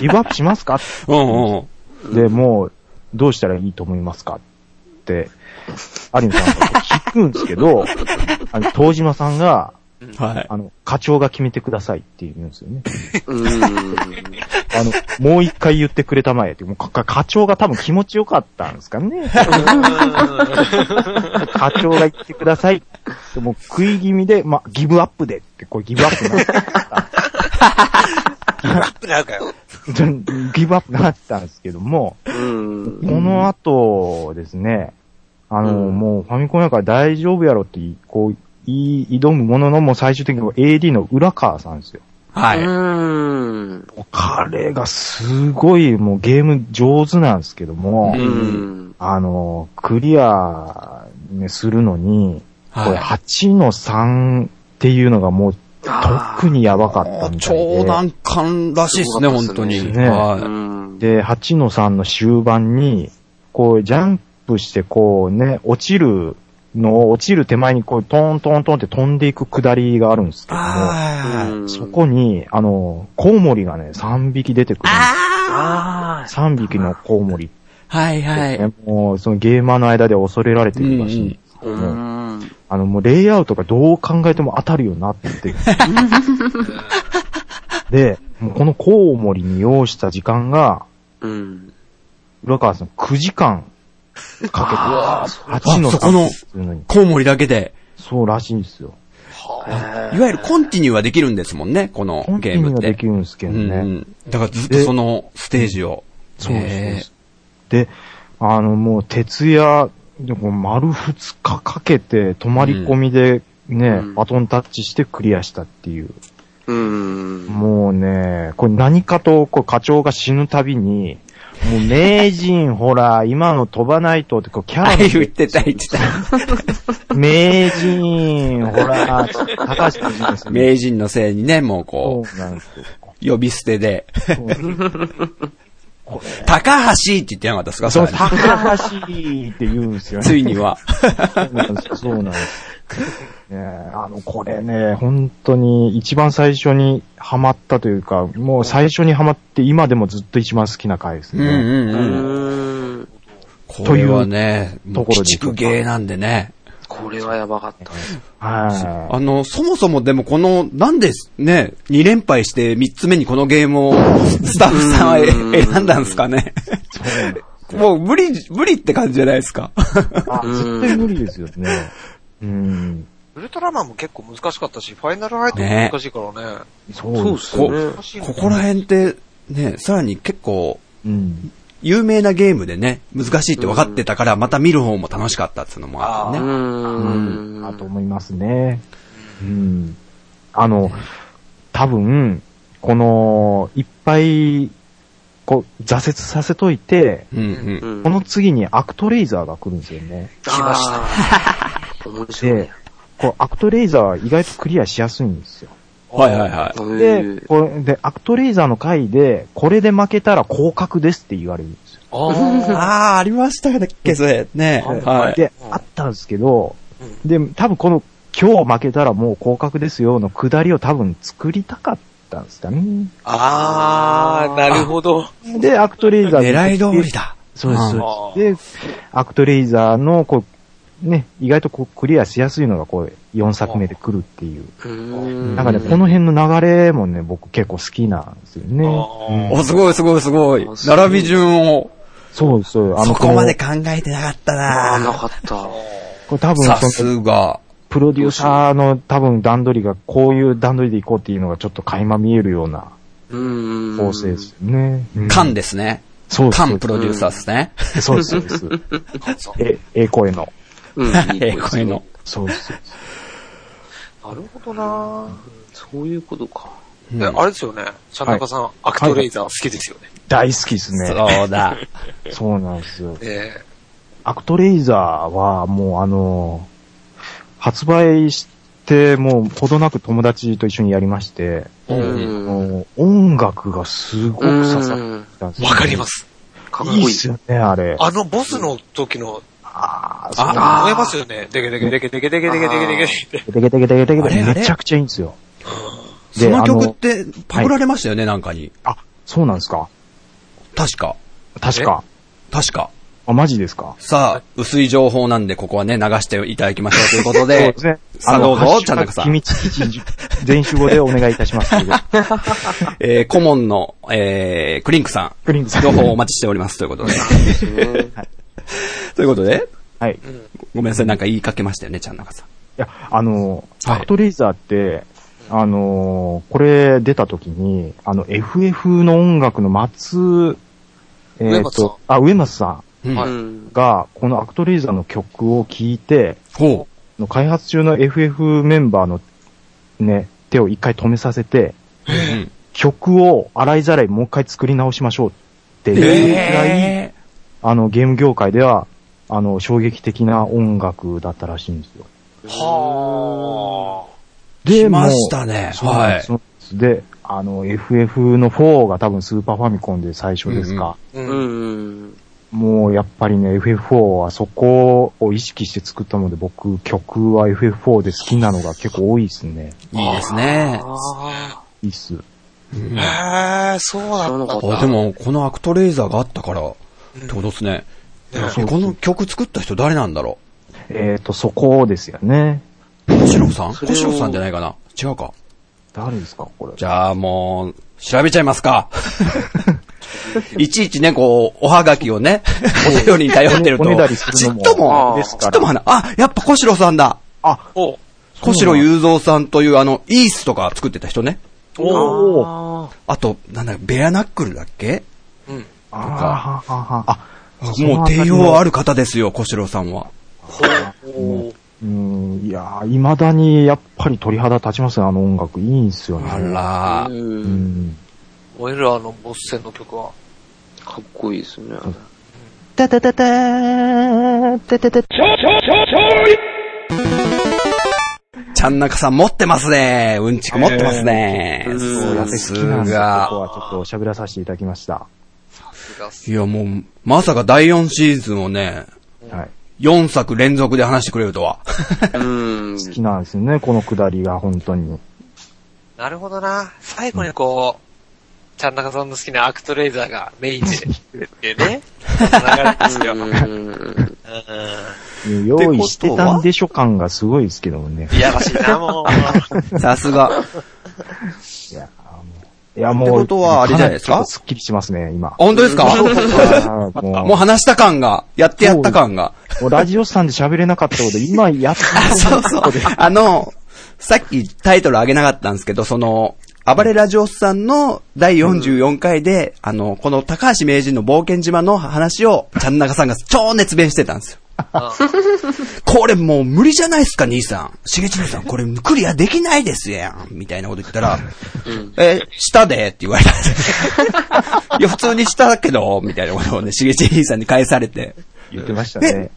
S4: リバップしますか
S2: うんうん。
S4: で、もう、どうしたらいいと思いますかって、有野さんが聞くんですけど、あの、東島さんが、
S2: はい。
S4: あの、課長が決めてくださいって言うんですよね。
S1: うん。うん
S4: あの、もう一回言ってくれたまえって、もうか課長が多分気持ちよかったんですかね。課長が言ってくださいって。もう食い気味で、まあ、ギブアップでって、これギブアップなんです
S3: なんかよ。
S4: ギブアップにな [LAUGHS] ってたんですけども、
S1: うん。
S4: この後ですね、あの、
S1: うん
S4: もうファミコンやから大丈夫やろって、こう、言い挑むものの、もう最終的に AD の浦川さんですよ。
S2: はい。
S1: うん。
S4: もう彼がすごいもうゲーム上手なんですけども、
S1: うん。
S4: あの、クリア、ね、するのに、これ
S2: は
S4: 8の3っていうのがもう
S1: あー
S4: 特にやばかった
S2: い。
S4: みたいで。
S2: 超難関らしいですね、本当に。
S4: ね
S1: う
S2: は
S1: ん。
S4: で、8の3の終盤に、こう、ジャンプして、こうね、落ちるのを、落ちる手前に、こう、トントントンって飛んでいく下りがあるんです
S2: い。
S4: けども、
S2: は
S4: そこに、あの、コウモリがね、3匹出てくるんです。
S1: あ
S4: 3匹のコウモリ
S2: い。はいは
S4: ね、
S2: い。
S4: もう、そのゲーマーの間で恐れられているらしいんです
S1: あ。うん。
S4: あの、もうレイアウトがどう考えても当たるようになってる。で、もうこのコウモリに要した時間が、
S1: うん。
S4: 浦川さん9時間かけて、8の
S2: あそこの
S4: 3するのに。
S2: コウモリだけで、
S4: そうらしいんですよ。
S2: いわゆるコンティニューはできるんですもんね、この
S4: コン
S2: ゲ
S4: ティ
S2: ー
S4: ニュ
S2: ム
S4: ー
S2: っ
S4: は
S2: て。
S4: できるんですけどね。
S2: うんうんだからずっとそのステージを。
S4: そうですそう
S2: えー
S4: です。で、あの、もう徹夜、でもう丸2日かけて泊まり込みでね、
S1: うん
S4: バトンタッチしてクリアしたっていう。
S1: うん。
S4: もうね、これ何かと、こう課長が死ぬたびに、もう名人、ほら、 [LAUGHS] 今の飛ばないとって、こうキャ
S2: あ
S4: ラ
S2: あ
S4: で
S2: 言ってた言ってた。
S4: 名人、ほら、高橋君で
S2: [LAUGHS]
S4: すね。
S2: 名人のせいにね、もう
S4: そ
S2: こ
S4: うなんです
S2: う、
S4: よ。
S2: 呼び捨てで。
S4: そう
S2: [LAUGHS] 高橋って言ってなかったですか
S4: そう、
S2: さらに
S4: 高橋って言うん
S2: [LAUGHS]
S4: ですよね。
S2: ついに
S4: [LAUGHS]
S2: は。
S4: そうなんです。そうなんです。ねえ、あの、これね、本当に一番最初にハマったというか、もう最初にハマって今でもずっと一番好きな回です
S2: うん
S4: ね。
S2: うん
S1: う
S2: うん。
S1: ん。
S2: これはね、もう
S4: ところ
S2: 鬼
S4: でしょ
S2: 畜
S4: うか
S2: 芸なんでね。
S1: これはやばかった。
S4: は
S2: あの、そもそもでもこの、なんでね、2連敗して3つ目にこのゲームをスタッフさんはえ
S1: うん
S2: 選んだんですかね。もう無理、無理って感じじゃないですか。 [LAUGHS]
S4: い。あ、絶対無理ですよね。うん。
S3: ウルトラマンも結構難しかったし、ファイナルアイトも難しいからね。
S4: そうです。
S1: すよね
S3: 難しいよね
S2: ここら辺って、ね、さらに結構、
S4: うん。
S2: 有名なゲームでね、難しいって分かってたから、また見る方も楽しかったっていうのもあっ
S1: う
S2: てね。
S1: ん。
S4: だと思いますね。うん。あの、多分、この、いっぱい、こう、挫折させといて、
S2: うんうん。
S1: うん
S4: この次にアクトレイザーが来るんですよね。
S1: 来ました。面白い
S4: で
S1: ね。、
S4: こう、アクトレイザーは意外とクリアしやすいんですよ。
S2: はいはいは
S4: で、
S1: で、
S4: これで、アクトレイザーの回で、これで負けたら降格ですって言われるんですよ。
S2: い。ああ、ありましたね、けどね。はい。
S4: で、あったんですけど、で、多分この、今日負けたらもう降格ですよの下りを多分作りたかったんですかね。
S3: あー、なるほど。
S4: で、アクトレイザー
S2: 狙い通り。だ。
S4: そうです。
S2: うん
S4: そうですで、アクトレイザーの、こう、ね、意外とこうクリアしやすいのが、こう、4作目で来るっていう。
S1: うん
S4: なんかね、この辺の流れもね、僕結構好きなんですよね。
S3: あー
S2: お、すごいすごいすごい
S1: あ。すごい
S2: 並び順を。
S4: そうそう。
S2: そこまで
S4: こ
S2: 考えてなかった
S1: ああ、な
S2: な
S1: かった。
S4: のこれ多分
S6: さ
S4: その、
S6: すが。
S4: プロデューサーの多分段取りが、こういう段取りでいこうっていうのがちょっと垣間見えるような
S1: うーん。
S4: 構成ですよね。うん
S2: カンですね。
S4: そうそ
S2: カ
S4: う
S2: ンプロデューサーですね。
S4: そうです、そうです。え、ええ声の。
S1: うん。いい
S2: ええ、
S1: 声
S2: こういうの。
S4: そうです。
S3: なるほどな
S1: そういうことか。
S3: えあれですよね。ちゃん中さん、アクトレイザー好きですよね。
S4: 大好きですね。
S2: そうだ。
S4: そうなんですよ。
S3: ええ
S4: アクトレイザーはもうあの、発売してもうほどなく友達と一緒にやりまして、
S1: うん
S4: もう音楽がすごく刺さったんですよ
S3: わかります。
S1: かっこい
S4: いい
S1: い。
S4: っすよね、あれ。
S3: あのボスの時の、
S4: あー、そう
S3: あ、思いますよね。でけでけでけでけでけでけでけでけで
S4: テケテケテケテケ
S2: あれあれ
S4: めちゃくちゃいいんですよ。
S2: その曲っ
S4: で
S2: てパクられましたよね、なんかに。
S4: あのあ、そうなんですか
S2: 確か。
S4: 確か。
S2: 確か。
S4: あ、マジですか
S2: さあ、薄い情報なんで、ここはね、流していただきましょうということ [LAUGHS]
S4: そう
S2: で
S4: で。すね。
S2: さあどうぞちゃん中さん
S4: 秘密基地全集合でお願いいたします。
S2: えー、顧問の、えー、クリンクさ
S4: クリンクさ
S2: ん、
S4: ん。
S2: 情報をお待ちしておりますということで。 [LAUGHS] ということで、
S4: はい。い
S2: ごめんなさい、なんか言いかけましたよね、ちゃん中さん。
S4: や、あの、
S2: はい
S4: アクトレイザーって、あの、これ出た時に、あの、FF の音楽の松、え
S3: 上
S4: ー
S3: 松さん
S4: あ、上松さ
S2: うん
S3: はい
S1: うん
S4: ん。が、このアクトレイザーの曲を聴いて、
S2: ほ
S4: の開発中の FF メンバーのね、手を一回止めさせて、
S2: う。うん
S4: 曲を洗いざらいもう一回作り直しましょうっていうくらい、
S2: え
S4: あの、ゲーム業界では、あの、衝撃的な音楽だったらしいんですよ。
S3: は
S2: ー、
S4: で
S2: しましたね。
S4: そうなん
S2: は
S4: です
S2: い。
S4: そうなんですで、あの、FF の4が多分スーパーファミコンで最初ですか。
S3: あ。う。
S1: うんん。
S4: もうやっぱりね、FF4 はそこを意識して作ったので、僕、曲は FF4 で好きなのが結構多いですね。
S2: いいですね。
S3: あ
S4: いいっす。
S2: うん
S3: あ。へえ、そう
S1: 知
S3: な
S1: ら
S3: ん
S1: なか
S3: だ
S1: っ。
S2: あでも、このアクトレイザーがあったから、ってことですね。えこの曲作った人誰なんだろ
S4: えっ、と、そこですよね。
S2: う小ロさん
S1: そ
S2: 小
S1: れを
S2: ロさんじゃないかな違うか。
S4: 誰ですか、これ。
S2: じゃあもう、調べちゃいます
S4: [LAUGHS]
S2: か。いちいちね、こう、おはがきを
S4: [LAUGHS]
S2: ね、お便りに頼ってると。
S4: おねだりする
S2: ち
S4: の
S2: っ
S4: も
S2: とも、
S4: です
S2: ち
S4: か
S2: っとも
S4: ら。
S2: 花。あ、やっぱ小城さんだ。
S4: あ、
S3: お
S2: 小城雄三さんという、あの、イースとか作ってた人ね。
S4: おー
S1: あ
S2: あと、なんだ、ベアナックルだっけ
S3: うん。
S4: あーはははあ、
S2: もう、帝王ある方ですよ、小城さんは。
S1: ー
S4: うん、いやー、未だにやっぱり鳥肌立ちますね、あの音楽。いいんすよね。
S2: あら
S1: う。
S2: ー。
S4: うんん。
S3: 俺らのボス戦の曲は。
S1: かっこいいですね。
S4: たたたたー、たたたた
S2: ちゃん中さん持ってますね。うんちく持ってますね。
S1: えー
S2: さ
S4: 好きなん
S2: す
S4: で、ここ
S2: が。
S4: はちょっとおしゃべらさせていただきました。
S2: いや、もう、まさか第4シーズンをね、
S4: はい。
S2: 4作連続で話してくれる
S1: [LAUGHS]
S2: とは。
S1: うん。
S4: 好きなんですよね、このくだりが、本当に。
S3: なるほどな。最後にこう、ちゃん中さんの好きなアクトレイザーがメイン [LAUGHS] で、でね、流れですよ。
S1: うん
S4: 用意してたんでしょ感がすごいですけどもね。
S3: [LAUGHS] いやらしいな、も
S2: さすが。
S4: いやーもういや、もう。
S2: ってことはあれじゃないですか
S4: なりちょっとすっきりしますね、今。
S2: 本
S1: [LAUGHS]
S2: 当ですか
S4: あーもう
S2: もう話した感が、やってやった感が。
S4: もうラジオさんで喋れなかったこと、今やっと
S2: そうそう。 [LAUGHS] あの、さっきタイトル上げなかったんですけど、その、暴れラジオスさんの第44回で、あの、この高橋名人の冒険島の話を、ちゃんなかさんが超熱弁してたんですよ。これもう無理じゃないですか、兄さん。しげちのさん、これクリアできないですやん。みたいなこと言ったら、え、したでって言われたんですよ。いや、普通にしたけど、みたいなことをね、しげち兄さんに返されて、
S4: 言ってましたね。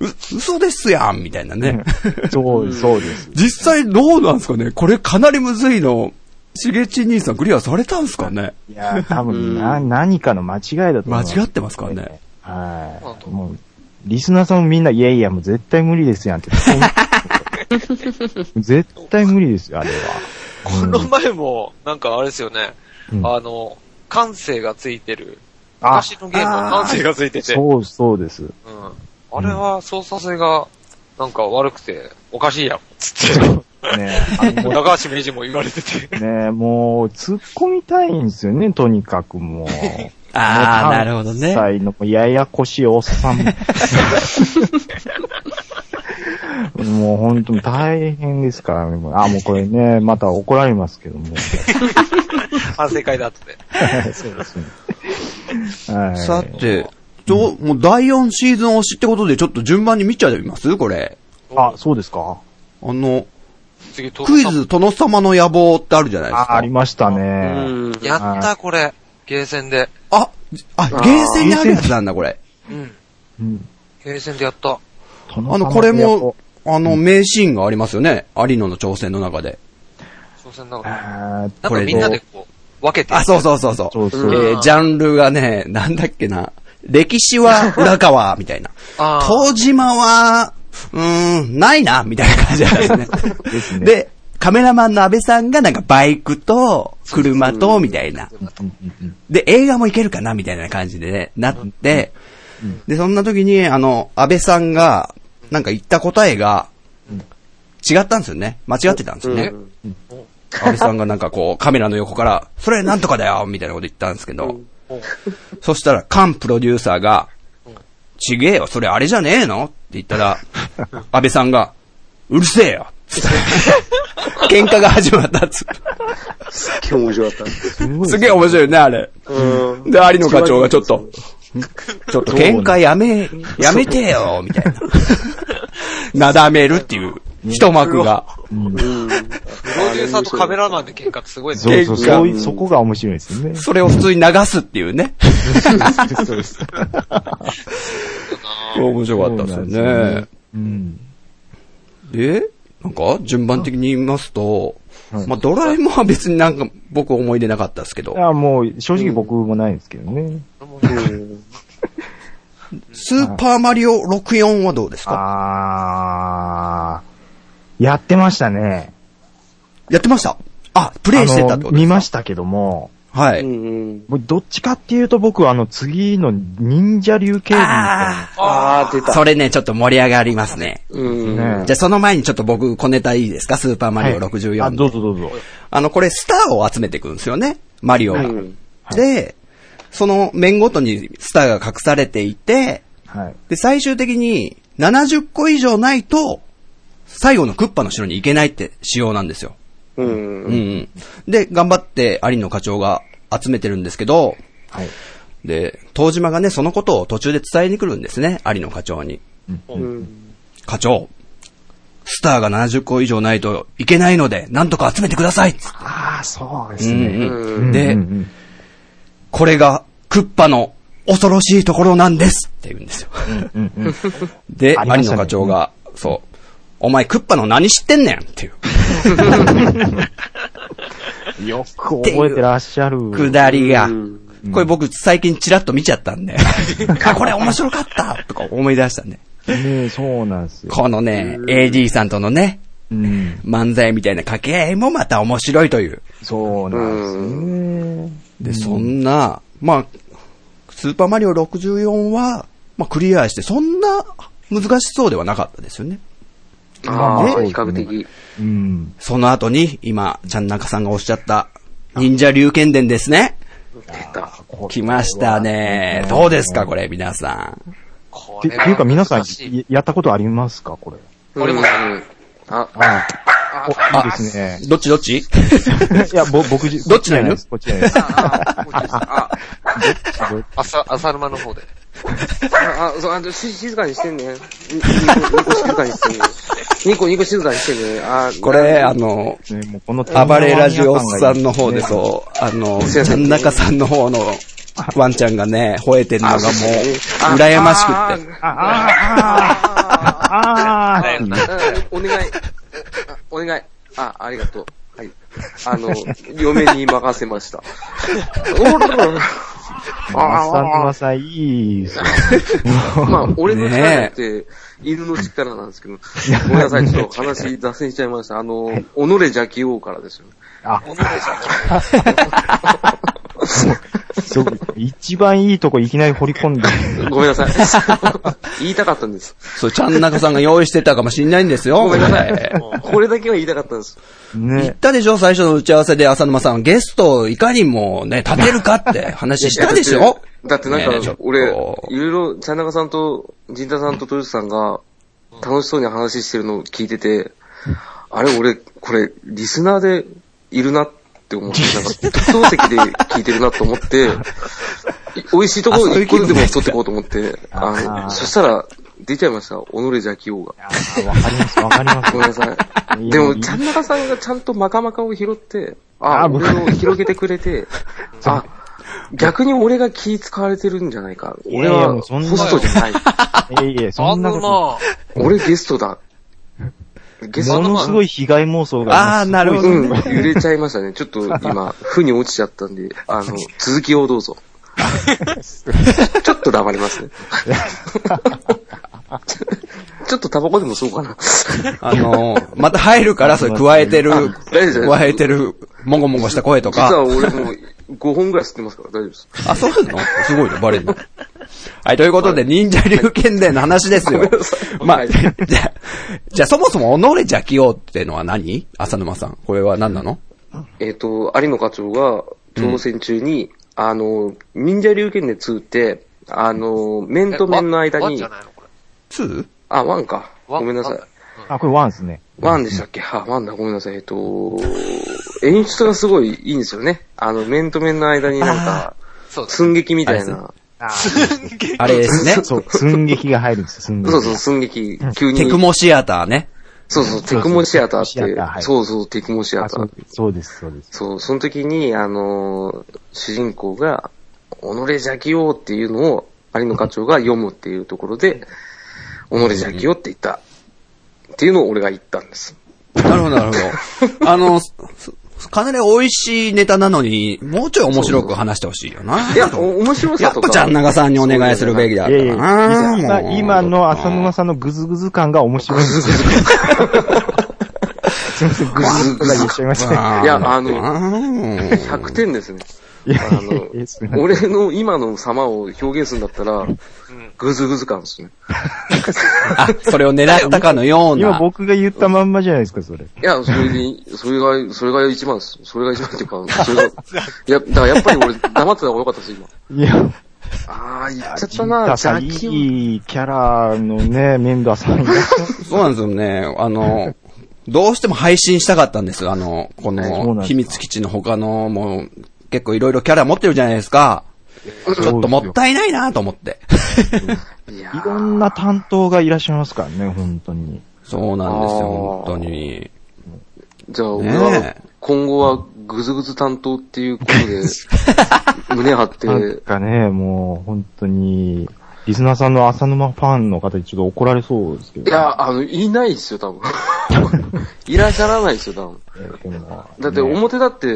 S2: う、嘘ですやん、みたいなね。
S4: [LAUGHS] そう、そうです。
S2: 実際どうなんですかねこれかなりむずいの。しげち兄さんクリアされたんですかね
S4: いや、多分な、何かの間違いだと思う。
S2: 間違ってますからね。
S4: はい。もう、リスナーさんもみんな、いやいや、もう絶対無理ですや
S2: [LAUGHS]
S4: んって。絶対無理ですよ、あれは。
S3: [LAUGHS] この前も、なんかあれですよね、
S4: うん
S3: あの、感性がついてる。
S4: あ
S3: 昔のゲームは感性がついてて。うん。
S4: そう、そうです。
S3: あれは操作性が、なんか悪くて、おかしいやん、つって。
S4: ねあ
S3: [LAUGHS]
S4: の
S3: 高橋名人も言われてて。
S4: ねもう、突っ込みたいんですよね、とにかくもう。
S2: ああ、
S4: もう
S2: なるほどね。
S4: 関西のややこしいおっさん。もう本当に大変ですからね。もうあ、もうこれね、また怒られますけども。
S3: 反省会だって。
S4: そうですね。はい。
S2: さて、どう、もう第4シーズン推しってことで、ちょっと順番に見ちゃいますこれ。
S4: あ、そうですか
S2: あの、
S3: 次、ト
S2: クイズ、殿様の野望ってあるじゃないです
S4: あ、
S2: か。
S4: ありました
S1: う
S4: ね。
S1: ん。
S3: やった、これ。ゲーセンで。
S2: あ、あ、ゲーセンにあるやつなんだ、これ。
S3: うん。
S4: うん
S3: ゲーセンでやった。
S4: 殿
S2: あの、
S4: 様
S2: これ
S4: やっぱ
S2: も、あの、名シーンがありますよね。有野の挑戦の中で。
S3: 挑戦だから。
S4: あー
S3: なん
S2: こ
S3: か
S2: れ
S3: みんなでこう、分けて。
S2: あ、そうそうそうそ。
S4: そううそう。
S2: えージャンルがね、なんだっけな。歴史は裏側、みたいな。
S3: あー
S2: 東島は、うーん、ないな、みたいな感じなんですね。
S4: [LAUGHS] ですね。
S2: で、カメラマンの安倍さんがなんかバイクと、車と、みたいな。
S4: うんうんうん
S2: で、映画もいけるかなみたいな感じでね、なって、で、そんな時に、あの、安倍さんが、なんか言った答えが、違ったんですよね。間違ってたんですよね。安倍さんがなんか
S1: [LAUGHS]
S2: こう、カメラの横から、それなんとかだよみたいなこと言ったんですけど、そしたら、カンプロデューサーが、ちげえよ、それあれじゃねえのって言った
S1: [LAUGHS]
S2: ら、安倍さんが、うるせえよ [LAUGHS] つって喧嘩が始まったっつって
S1: すっげえ面白かっ
S2: すげえ面白いよね、あれ。
S1: た。うん。
S2: で、有野課長がちょっと、ちょっと喧嘩やめ、やめてよ、みたい [LAUGHS] な。なだめるっていう、一幕が。
S3: プロデューサーとカメラマンで喧嘩ってすごいね。
S4: そうそう、
S1: 結果
S4: そういう、そこが面白いですね。
S2: それを普通に流すっていうね。
S4: そうです。
S2: [LAUGHS] 面白かったですよね。
S4: うん。
S2: で、なんか、順番的に言いますと、
S4: はい
S2: まあ、ドラえもんは別になんか僕思い出なかったですけど、
S4: あもう、正直僕もないんですけどね。
S2: スーパーマリオ64はどうですか
S4: あー、やってましたね。
S2: やってましたあ、プ
S4: プ
S2: レイしてたってことです
S4: 見
S2: か
S4: ましたけども、
S2: は
S1: う
S2: い。
S1: ん。
S4: もうどっちかっていうと僕はあの次の忍者流警備みた
S1: あー、出た。
S2: それね、ちょっと盛り上がりますね。
S1: うん。
S4: いなね。
S2: じゃあその前にちょっと僕小ネタいいですかスーパーマリオ64の。
S4: あ、どうぞどうぞ。
S2: あの、これスターを集めていくんですよね。マリオが。
S1: うん
S2: で、その面ごとにスターが隠されていて、
S4: はい。
S2: で、最終的に70個以上ないと、最後のクッパの城に行けないって仕様なんですよ。
S1: うん
S2: うん、うん。で、頑張って有野課長が集めてるんですけど、
S4: はい。
S2: で、東島がね、そのことを途中で伝えに来るんですね。有野課長に。
S1: うん。
S2: 課長、スターが70個以上ないといけないので、なんとか集めてくださいっつって
S4: あー、そうですね。
S2: うんうん、
S4: うん
S2: で
S4: う、ん
S2: これがクッパの恐ろしいところなんですって言うんですよ。
S4: うんうん
S2: で、
S4: あり
S2: マ
S4: ま
S2: リ
S4: した
S2: ノ
S4: ね
S2: 課長が、そう、お前クッパの何知ってんねんっていう、
S4: うんよく覚えてらっしゃる。
S2: くだりが
S1: う、ん
S2: これ僕最近チラッと見ちゃったん
S4: [LAUGHS]
S2: で、あ、これ面白かったとか思い出したね。
S4: ねそうなんですよ。
S2: このね、AD さんとのね、
S4: うん。
S2: 漫才みたいな掛け合いもまた面白いという。
S4: そうなんですよね。
S2: で、そんな、まあ、スーパーマリオ64は、まあクリアして、そんな難しそうではなかったですよね。
S1: あ
S4: ね
S1: ー、比較的。
S4: うん。
S2: その後に、今、ちゃんなかさんがおっしゃった、忍者龍剣伝ですね。
S1: 出た。
S2: 来ましたね。どうですか、これ、皆さん。
S3: こ
S4: て
S3: れは
S4: ていうか皆さん
S3: 難しい
S4: ややったことありますかこれ。
S1: これも、うんあ、
S4: ああ、いいですね。
S2: どっちど
S1: [LAUGHS]
S2: っち
S4: いや、ぼ、僕じ、
S2: どっちなの
S4: こですこっちじゃないです。
S1: あ、あ、
S3: 朝、朝沼の方で。
S1: あ、あ、そう、あ、し静かにしてんね。ににこ、にこ静かにしてんね。にこ、にこ静かにしてんね。あ、
S2: これ、あの、
S4: ねもうこの
S2: 暴れラジオおっさんの方でそう、あの、ちゃんなかさんの方のワンちゃんがね、吠えてるのがもう、羨ましくって。
S1: て。
S4: ああ、ああ、あ
S3: うん
S4: あ、
S1: うんお願い。あお願い。あ、ありがとう。はい。あの、嫁に任せました。おららら
S4: さんまさん、いいっすよ。
S1: [LAUGHS] まあ、俺の力
S2: ね
S1: って、犬の力なんですけど、ごめんなさい、ちょっと話脱線しちゃいました。あの、己邪気王からですよ。
S4: あ、ど一番いいとこいきなり掘り込んで。
S1: ごめんなさ [LAUGHS] い。言いたかったんです。
S2: そう、ちゃんなかさんが用意してたかもしんないんですよ。
S1: ごめんなさい
S2: えー。
S1: これだけは言いたかったんです。
S2: 言っ
S4: ね。
S2: たでしょ最初の打ち合わせで浅沼さん、ゲストをいかにもね、立てるかって話したでし
S1: いやだっ
S2: ょ
S1: てだってな
S2: ねえ
S1: ん
S2: ちょ
S1: か
S2: っ、と
S1: 俺、いろいろ、ちゃんなかさんと、陣田さんと豊洲さんが、楽しそうに話してるのを聞いてて、あれ、俺、これ、リスナーでいるなって思
S2: [LAUGHS]
S1: って、なんか、特等席で聞いてるなと思って、い美味しいところ一個でも取ってこうと思って、あの、そしたら、出ちゃいました。己邪気王が。
S4: あーわかります、わかります
S1: ご。めんなさい。でも、ちゃんなかさんがちゃんとマカマカを拾って、あ、
S4: あ
S1: 俺を広げてくれ
S4: [LAUGHS]
S1: て、あ、逆に俺が気使われてるんじゃないか。
S4: いやい
S1: 俺
S4: や
S1: は
S4: もう
S1: ホ
S4: そんな
S1: ストじゃ
S4: [LAUGHS]
S1: ない。
S4: いえいえ、そ
S3: あ
S4: ん
S3: ん
S4: な
S3: な
S4: こ
S1: 俺ゲストだ。ゲ
S4: と。
S1: ス
S4: も
S1: ト
S4: のすごい被害妄想が。
S2: あー、なるほど
S1: うん、
S2: ね。
S1: 揺れちゃいましたね。ちょっと
S4: [LAUGHS]
S1: 今、負に落ちちゃったんで、あの、続きをどうぞ。ちょっと黙りますね。
S4: [LAUGHS]
S1: ちょっとタバコでもそうかな。
S2: あのー、また入る
S1: [LAUGHS]
S2: から、それ加えてる、
S1: 大丈夫
S2: 加えてる、もごもごした声と
S1: 実は
S2: か。
S1: 俺もう5本ぐらい吸ってますから大丈夫です。
S2: あ、そうなのすごいね、バレるの。はい、ということで、忍者流剣伝の話ですよ
S1: ごめんなさ。い
S2: [LAUGHS] ま
S1: は
S2: あ、
S1: い
S2: じゃあ、じゃあそもそも、己邪気王ってのは何浅沼さん。これは何なの
S1: えっ、と、有野課長が挑戦中に、あの、忍者流剣伝2って、あの、面と面の間
S3: ワン
S1: に
S3: じゃ、ないのこれ。
S2: 2?
S1: あ、ワンか。
S3: ワ
S1: ご
S3: ン
S1: めんなさい。
S4: あ、これワンですね。
S1: ワンでしたっけあ、ワンだ、ごめんなさい。えっと、演出がすごいいいんですよね。あの、面と面の間になんか、
S3: そうだ。
S1: 寸劇みたい
S2: あ
S1: な。
S2: あれですね。
S4: そう、寸劇が入るんですよ、寸劇。
S1: そうそう、寸劇。急に。
S2: テクモシアターね。
S1: そうそう、テクモシアターって。
S4: テクモシアターはい
S1: そうそう、テクモシア
S4: あ
S1: タ
S4: そ
S1: ー
S4: う。そうです、そうです。
S1: そう、その時に、あのー主人公が、己邪気をっていうのを、有野課長が読むっていうところで、己邪気をって言った。っていうのを俺が言ったんです。
S2: なるほど、なるほ [LAUGHS] ど。あの、すすかなり美味しいネタなのに、もうちょい面白く話してほしいよな。
S1: いや、お面白
S2: や
S1: さ
S2: っ
S1: と
S2: ぱ
S1: か。
S2: ちゃん長さんにお願いするべきだっ
S4: い
S2: た
S4: やいや、
S2: な。もう
S4: 今今の浅沼さんのグズグズ感が面白いんですよ。すいません、グズグズ言っちゃいまし
S2: [LAUGHS]
S4: た。
S2: あー
S1: いやあの
S2: うん
S1: 100点ですね。
S4: いやい
S1: あ
S4: やいや、すいま
S1: の、
S4: せ
S1: 俺
S4: ん。
S1: の今の様を表現するんだったら、ぐずぐず感ですね。
S2: あ、それを狙ったかのよう
S4: 今
S2: な。
S4: 僕が言ったまんまじゃないですか、それ。
S1: いや、それで、それが、それが一番です。それが一番っていうか、それが、いや、だからやっぱり俺黙ってた方が良かったです、今。
S4: いや、
S1: あー、言っちゃったな、
S4: たさん、い
S1: 邪気
S4: いキャラのね、メンバーさんいらっしゃる
S2: そうなんですよね。あの、どうしても配信したかったんです。あの、こ
S4: そうなんです
S2: の、
S4: か
S2: 秘密基地の他の、もう、結構いろいろキャラ持ってるじゃないですか。ちょっともったいないなと思
S1: [LAUGHS]
S2: って。
S1: を。いや
S4: いろんな担当がいらっしゃいますからね、本当に。
S2: そうなんで
S1: あー
S2: すよ、本当に。
S1: じゃあ、俺
S2: ねえ
S1: は、今後は、ぐずぐず担当っていうことで、 [LAUGHS] 胸張って、
S4: なんかね、もう本当に、リスナーさんの浅沼ファンの方にちょっと怒られそうですけど。
S1: いや、あの、いないですよ、多 [LAUGHS] 分。いらっしゃらないですよ、多分。
S4: えー、でも
S1: だって、
S4: ね
S1: 表だって、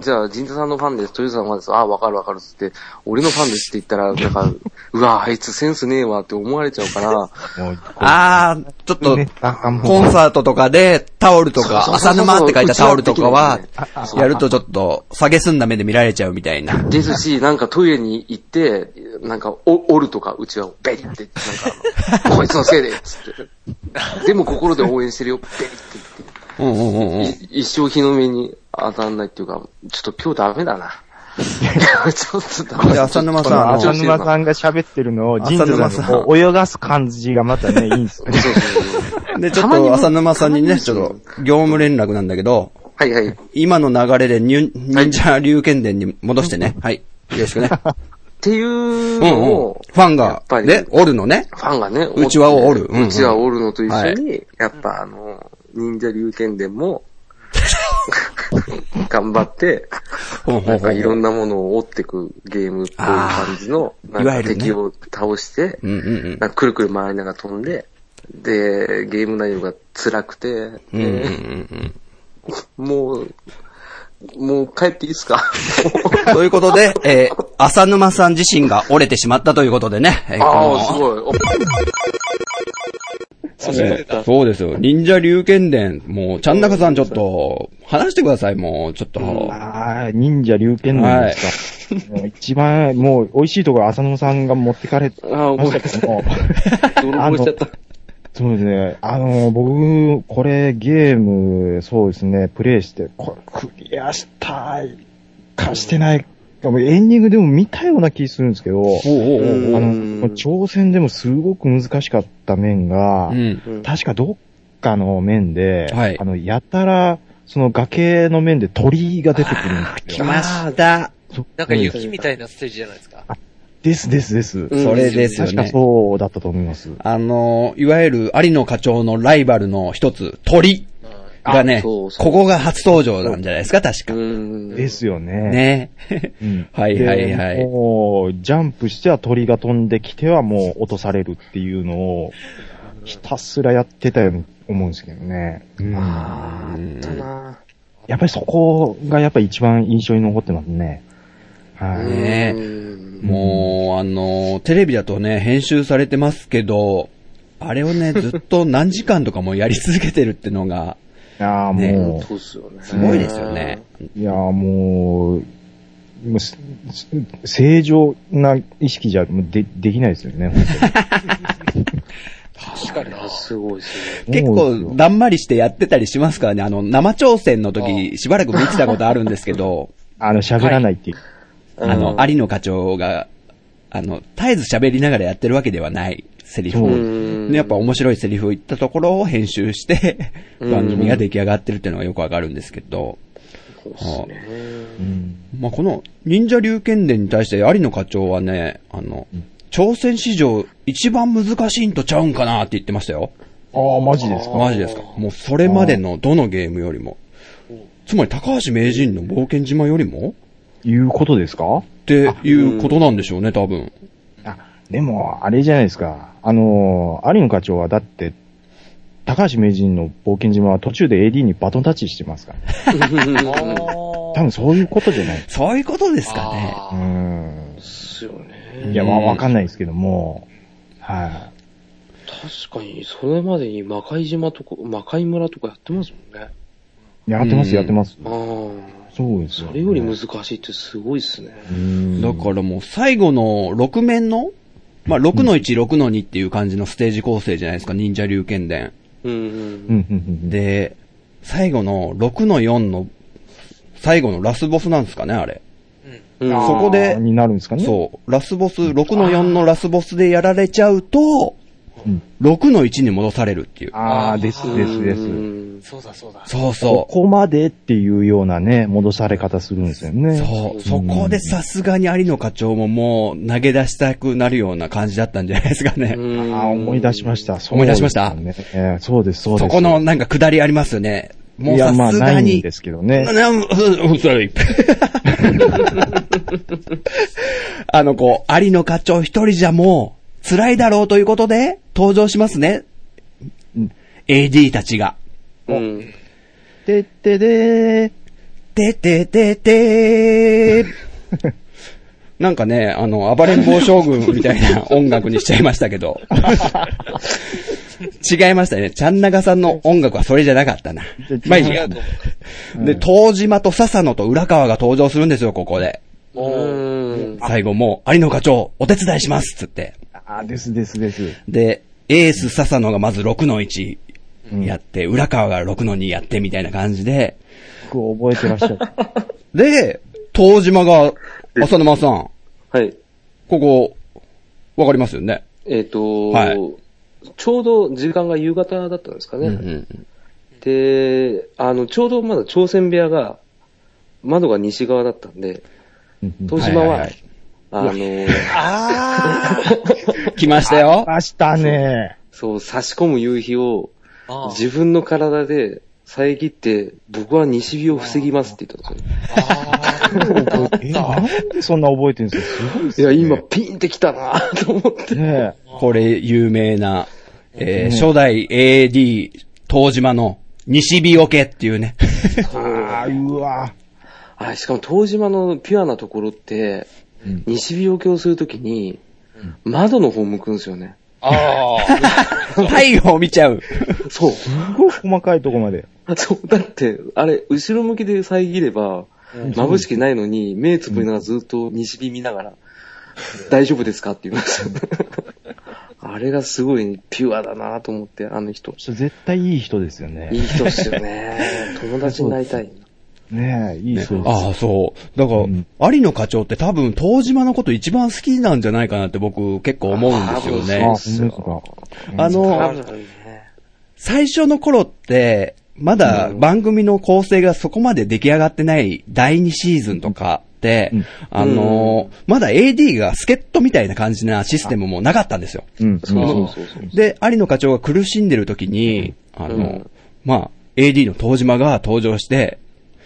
S1: じゃあ、陣田さんのファンです、豊田さんのファンです、ああ、わかるわかるっつって、俺のファンですって言ったら、 [LAUGHS] なんか、うわ、あいつセンスねえわって思われちゃうから、
S4: もう
S2: あー、ちょっと、
S4: ねあもう
S2: コンサートとかでタオルと
S1: そうそ
S2: か、
S1: うそう
S2: 浅沼って書いたタオルとかは
S1: うちはできないです、ね
S2: やるとちょっと、下げすんだ目で見られちゃうみたいな。
S1: です
S2: [LAUGHS]
S1: し、なんかトイレに行って、なんか、お、折るとか、うちは、ベリって、なん
S2: [LAUGHS]
S1: かあの、こいつのせいで、つって。でも心で応援してるよ、ベリって言って。
S2: うんうんうんうん。
S1: い一生日の目に当たんないっていうか、ちょっと今日ダメだな。 [LAUGHS] ちょっとダメ
S2: で、
S1: だ。
S2: 浅沼
S4: こ
S2: さん、
S4: の
S2: あの
S4: 浅沼さんが喋ってるのを、ジンズさんがこう泳がす感じがまたね、いいんですよね。
S1: そうそうそう。
S2: で、ちょっと浅沼さんにね、ちょっと、業務連絡なんだけど、
S1: はいはい。っ
S2: 今の流れでニュ、忍者龍剣伝に戻してね。はい。よろしくね。
S1: ていう
S2: うんうん。
S1: の
S2: フ
S1: を、
S2: ァ
S1: や
S2: ンが
S1: っぱ、り
S2: ね、おるのね。
S1: ファンがね、
S2: うちわを折るうんうん
S1: うちわを折るのと一緒に、やっぱあの、忍者竜剣伝
S2: [LAUGHS]
S1: も、頑張って、
S2: ほうほ
S1: な
S2: うんほう
S1: かいろんなものを折ってくゲームっぽい感じの、
S2: あ
S1: な
S2: ー
S1: ん
S2: いわゆ
S1: か
S2: るね
S1: 敵を倒して、
S2: うんうんうん。
S1: なんかくるくる回りながら飛んで、で、ゲーム内容が辛くて、
S2: うんうんう
S1: で
S2: ん
S1: もう、もう帰っていいっす
S2: [LAUGHS]
S1: か
S2: うん。ということで、えー、浅沼さん自身が折れてしまったということでね。えー
S1: あ
S2: こ
S1: あ、
S2: の
S1: すごい。
S2: そうですよ。忍者龍剣伝、もう、ちゃんなかさんちょっと、話してください、もう、ちょっと。
S4: ああ、忍者竜剣なんですもう一番、もう美味しいところ浅野さんが持ってかれて
S1: ああ、
S4: ま
S1: ご
S4: し
S1: め
S4: た
S1: ん
S4: けども、
S1: 泥棒しちゃった。
S4: そうですね。あの、僕、これゲーム、そうですね、プレイして、これクリアしたいかしてないかも、エンディングでも見たような気するんですけど、
S6: おうおう
S1: うん
S4: あの、挑戦でもすごく難しかった面が
S6: おう。う、ん。
S1: うん
S4: 確かどっかの面で、
S6: はい
S4: あの、やたら、その崖の面で鳥が出てくるんです
S2: 来
S4: よ。
S2: ました。
S4: そう
S3: なんか雪みたいなステージじゃないですか。
S4: ですですです。
S1: うん
S2: それですよ
S4: 確か
S2: ね。
S4: そうだったと思います。
S2: あの、いわゆる有野課長のライバルの一つ、鳥が
S1: あ
S2: ね、
S1: そう
S2: こ
S1: そう
S2: こが初登場なんじゃないですか、確か。
S1: うん。
S4: ですよね。
S2: ね。
S4: うん
S2: はいはいはい
S4: でもう、ジャンプしては鳥が飛んできてはもう落とされるっていうのを、ひたすらやってたように思うんですけどね。
S1: あーあったな
S4: やっぱりそこがやっぱ一番印象に残ってますね。はい。
S2: ね
S1: うん
S2: もう、あの、テレビだとね、編集されてますけど、あれをね、ずっと何時間とかもやり続けてるってのが、
S4: ああ、
S2: ね
S4: も
S1: そうっすよね。
S2: すごいですよね。
S4: う、いやーもう、もうすす正常な意識じゃもうでできないですよね。
S3: 確かにな。
S1: あ。すごいですね。
S2: 結構、だんまりしてやってたりしますからね、あの、生挑戦の時、しばらく見てたことあるんですけ
S1: [LAUGHS]
S2: ど、
S4: あの、喋らないっていう。
S2: あの、有野課長が、あの、絶えず喋りながらやってるわけではないセリフを、
S1: うん
S2: ね、やっぱ面白いセリフを言ったところを編集して、
S1: うん
S2: 番組が出来上がってるっていうのがよくわかるんですけど、
S1: そうっすね。
S4: うん
S2: まあ、この忍者龍剣伝に対して有野課長はね、あの、挑戦史上一番難しいんとちゃうんかなって言ってましたよ。
S4: ああ、マジですか。
S2: マジですか。もうそれまでのどのゲームよりも。つまり高橋名人の冒険島よりも
S4: いうことですか
S2: っていうことなんでしょうね、多分。
S4: あ、でも、あれじゃないですか。あのー、有野課長はだって、高橋名人の冒険島は途中で AD にバトンタッチしてますから、ね。多分そういうことじゃない。
S2: そういうことですかね。
S4: う
S3: あ
S4: ー
S1: ですよね。
S4: ん。いや、まあわかんないですけども、はい、
S1: 確かに、それまでに魔界島とか、魔界村とかやってますもんね。
S4: やってま
S2: うん
S4: す、やってます。
S1: ああ。
S4: そうですよ、
S1: そ
S4: ね。
S1: れより難しいってすごいっすね。
S4: うん
S2: だからもう最後の6面の、まあ、6の1、6の2っていう感じのステージ構成じゃないですか、忍者龍剣伝。
S1: うん
S4: うん、うん、うん。
S2: で、最後の6の4の、最後のラスボスなんですかね、あれ。
S1: うん。
S2: そこで
S4: になるんですかね。
S2: そう、ラスボス、6の4のラスボスでやられちゃうと、
S4: うん
S2: 6の1に戻されるっていう。
S4: ああ、です、です、で
S1: う
S4: す。
S1: ん
S3: あ。そうだそうだ。
S2: そう
S4: こ
S2: そう。
S4: こまでっていうようなね、戻され方するんですよね。
S2: そう、そこでさすがに有野課長ももう投げ出したくなるような感じだったんじゃないですかね。
S1: うん
S4: ああ、思い出しました。そう
S2: 思い出しました
S4: ですよねえーそうです、そうです。
S2: そこのなんか下りありますよね。もう
S4: いや、
S2: さ
S4: まあ、
S2: す
S4: な
S2: が
S4: いん
S2: に
S4: で、すけどね。
S2: なうんうんうんそれ [LAUGHS] あの、こう、有野課長一人じゃもう、辛いだろうということで、登場しますね。AD たちが。
S1: うん。
S4: てってでー。
S2: ててて [LAUGHS] てー。なんかね、あの、暴れん坊将軍みたいな音楽にしちゃいましたけど。違いましたね。ちゃんながさんの音楽はそれじゃなかったな。まあいいや。で、東島と笹野と浦川が登場するんですよ、ここで。
S1: うん。
S2: 最後もう、有野課長、お手伝いしますっつって。
S4: ああ、ですですです。
S2: で、エース笹野がまず6の1やって、浦川が6の2やってみたいな感じで。
S4: 僕覚えてらっしゃ
S2: [LAUGHS]
S4: る。
S2: で、東島が、浅沼さん、
S1: はい。
S2: ここ、わかりますよね。
S1: えっ、と、
S2: はい
S1: ちょうど時間が夕方だったんですかね。
S2: うん。
S1: で、あの、ちょうどまだ朝鮮部屋が、窓が西側だったんで、東島は、
S2: はいはいはい
S1: あの、
S4: [LAUGHS]
S2: 来ましたよ。
S4: ましたね。
S1: そう、差し込む夕日を
S3: ああ
S1: 自分の体で遮って、僕は西日を防ぎますって言ったんです
S4: え、なんでそんな覚えてるんですかすごいっす
S1: よ。
S4: ね。
S1: いや、今、ピンってきたなと思って。
S2: [LAUGHS]
S4: ねえ。
S2: これ、有名な、えー、初代 AD、東島の、西日桶っていうね。
S4: ああ、うわ。
S1: [LAUGHS] あれ、しかも、東島のピュアなところって、
S4: うん
S1: 西日を供するときに、窓の方向くんですよね。
S3: ああ。
S2: [LAUGHS] 太陽を見ちゃう。
S1: そう。
S4: すごい細かいとこまで。
S1: そう、だって、あれ、後ろ向きで遮れば、眩しくないのに、目つぶりながらずっと西日見ながら、大丈夫ですかって言います。 [LAUGHS] あれがすごいピュアだなと思って、あの人。
S4: それ絶対いい人ですよね
S1: い。い人っすよね。友達になりたい。
S4: ねえ、いい人です。
S2: ああ、そう。だから、
S4: うん
S2: 有野課長って多分、東島のこと一番好きなんじゃないかなって僕結構思うんですよ
S1: あ
S2: ね
S1: ー。
S4: 本当ですか。
S2: あの、
S1: 多分ね
S2: 最初の頃って、まだ番組の構成がそこまで出来上がってない第2シーズンとかって、
S4: うん
S2: あのーまだ AD が助っ人みたいな感じなシステムもなかったんですよ。
S4: うん、そ
S1: そ
S4: うそうう
S1: そうそう。
S2: で、有野課長が苦しんでる時に、あの、
S1: うん
S2: まあ、AD の東島が登場して、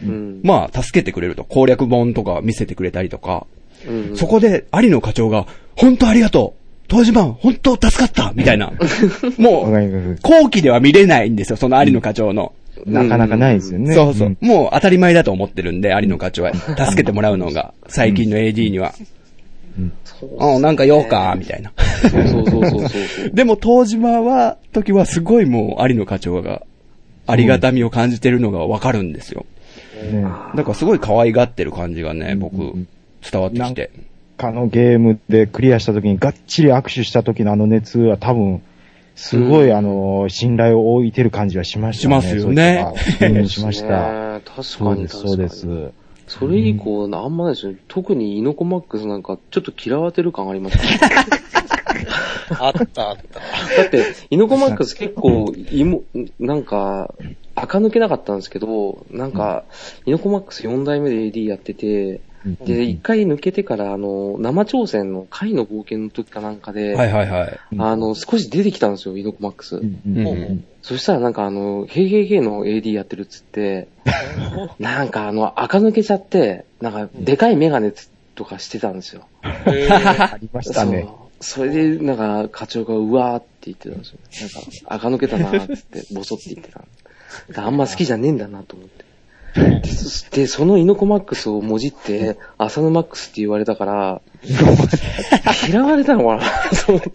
S1: うん。
S2: まあ、助けてくれると、攻略本とか見せてくれたりとか、
S1: うん
S2: そこで有野課長が、本当ありがとう東島本当助かったみたい [LAUGHS] な。も
S4: わかり
S2: う
S4: ます、
S2: 後期では見れないんですよ、その有野課長の。
S4: なかなかないですよね。
S2: そうそう、
S4: ん
S2: もう当たり前だと思ってるんで、有野課長 [LAUGHS] は。助けてもらうのが、最近の AD には。うん、なんか用か、みたいな。
S1: そうそうそうそうそう。
S2: [LAUGHS] でも、東島は、時はすごいもう、有野課長が、ありがたみを感じてるのがわかるんですよ。
S4: ね
S2: だからすごい可愛がってる感じがね、僕、伝わってきて。
S4: 他のゲームでクリアした時にがっちり握手した時のあの熱は多分、すごい、あの、信頼を置いてる感じはしましたね。
S2: しますよね
S4: そういうのはうんしま
S2: [LAUGHS]
S4: した。
S1: ね。確
S4: そ
S1: か
S4: う
S1: に
S4: で
S1: 確
S4: す、
S1: かに。
S4: そうです。
S1: それ以降、あんまないですよね。特にイノコマックスなんか、ちょっと嫌われてる感あります [LAUGHS] ね。
S3: あったあった。
S1: だって、イノコマックス結構、いも、なんか、垢抜けなかったんですけど、なんか、イノコマックス4代目で AD やってて、で、一回抜けてから、あの、生挑戦の回の冒険の時かなんかで、
S2: はいはいはい。
S1: あの、少し出てきたんですよ、イノコマックス。
S4: うんうん
S2: うんうん
S1: そしたらなんかあの、ヘイヘイヘイの AD やってるっつっ
S4: [LAUGHS]
S1: て、なんかあの、垢抜けちゃって、なんか、でかいメガネつとかしてたんですよ。
S4: ありましたね。
S1: そう。それで、なんか、課長が、うわーって言ってたんですよ。なんか、垢抜けたなーって
S4: [LAUGHS]
S1: って、ボソって言ってた。だからあんま好きじゃねえんだなと思って。で、そでそのイノコマックスをもじって、浅野マックスって言われたから、嫌われたのかなと思って。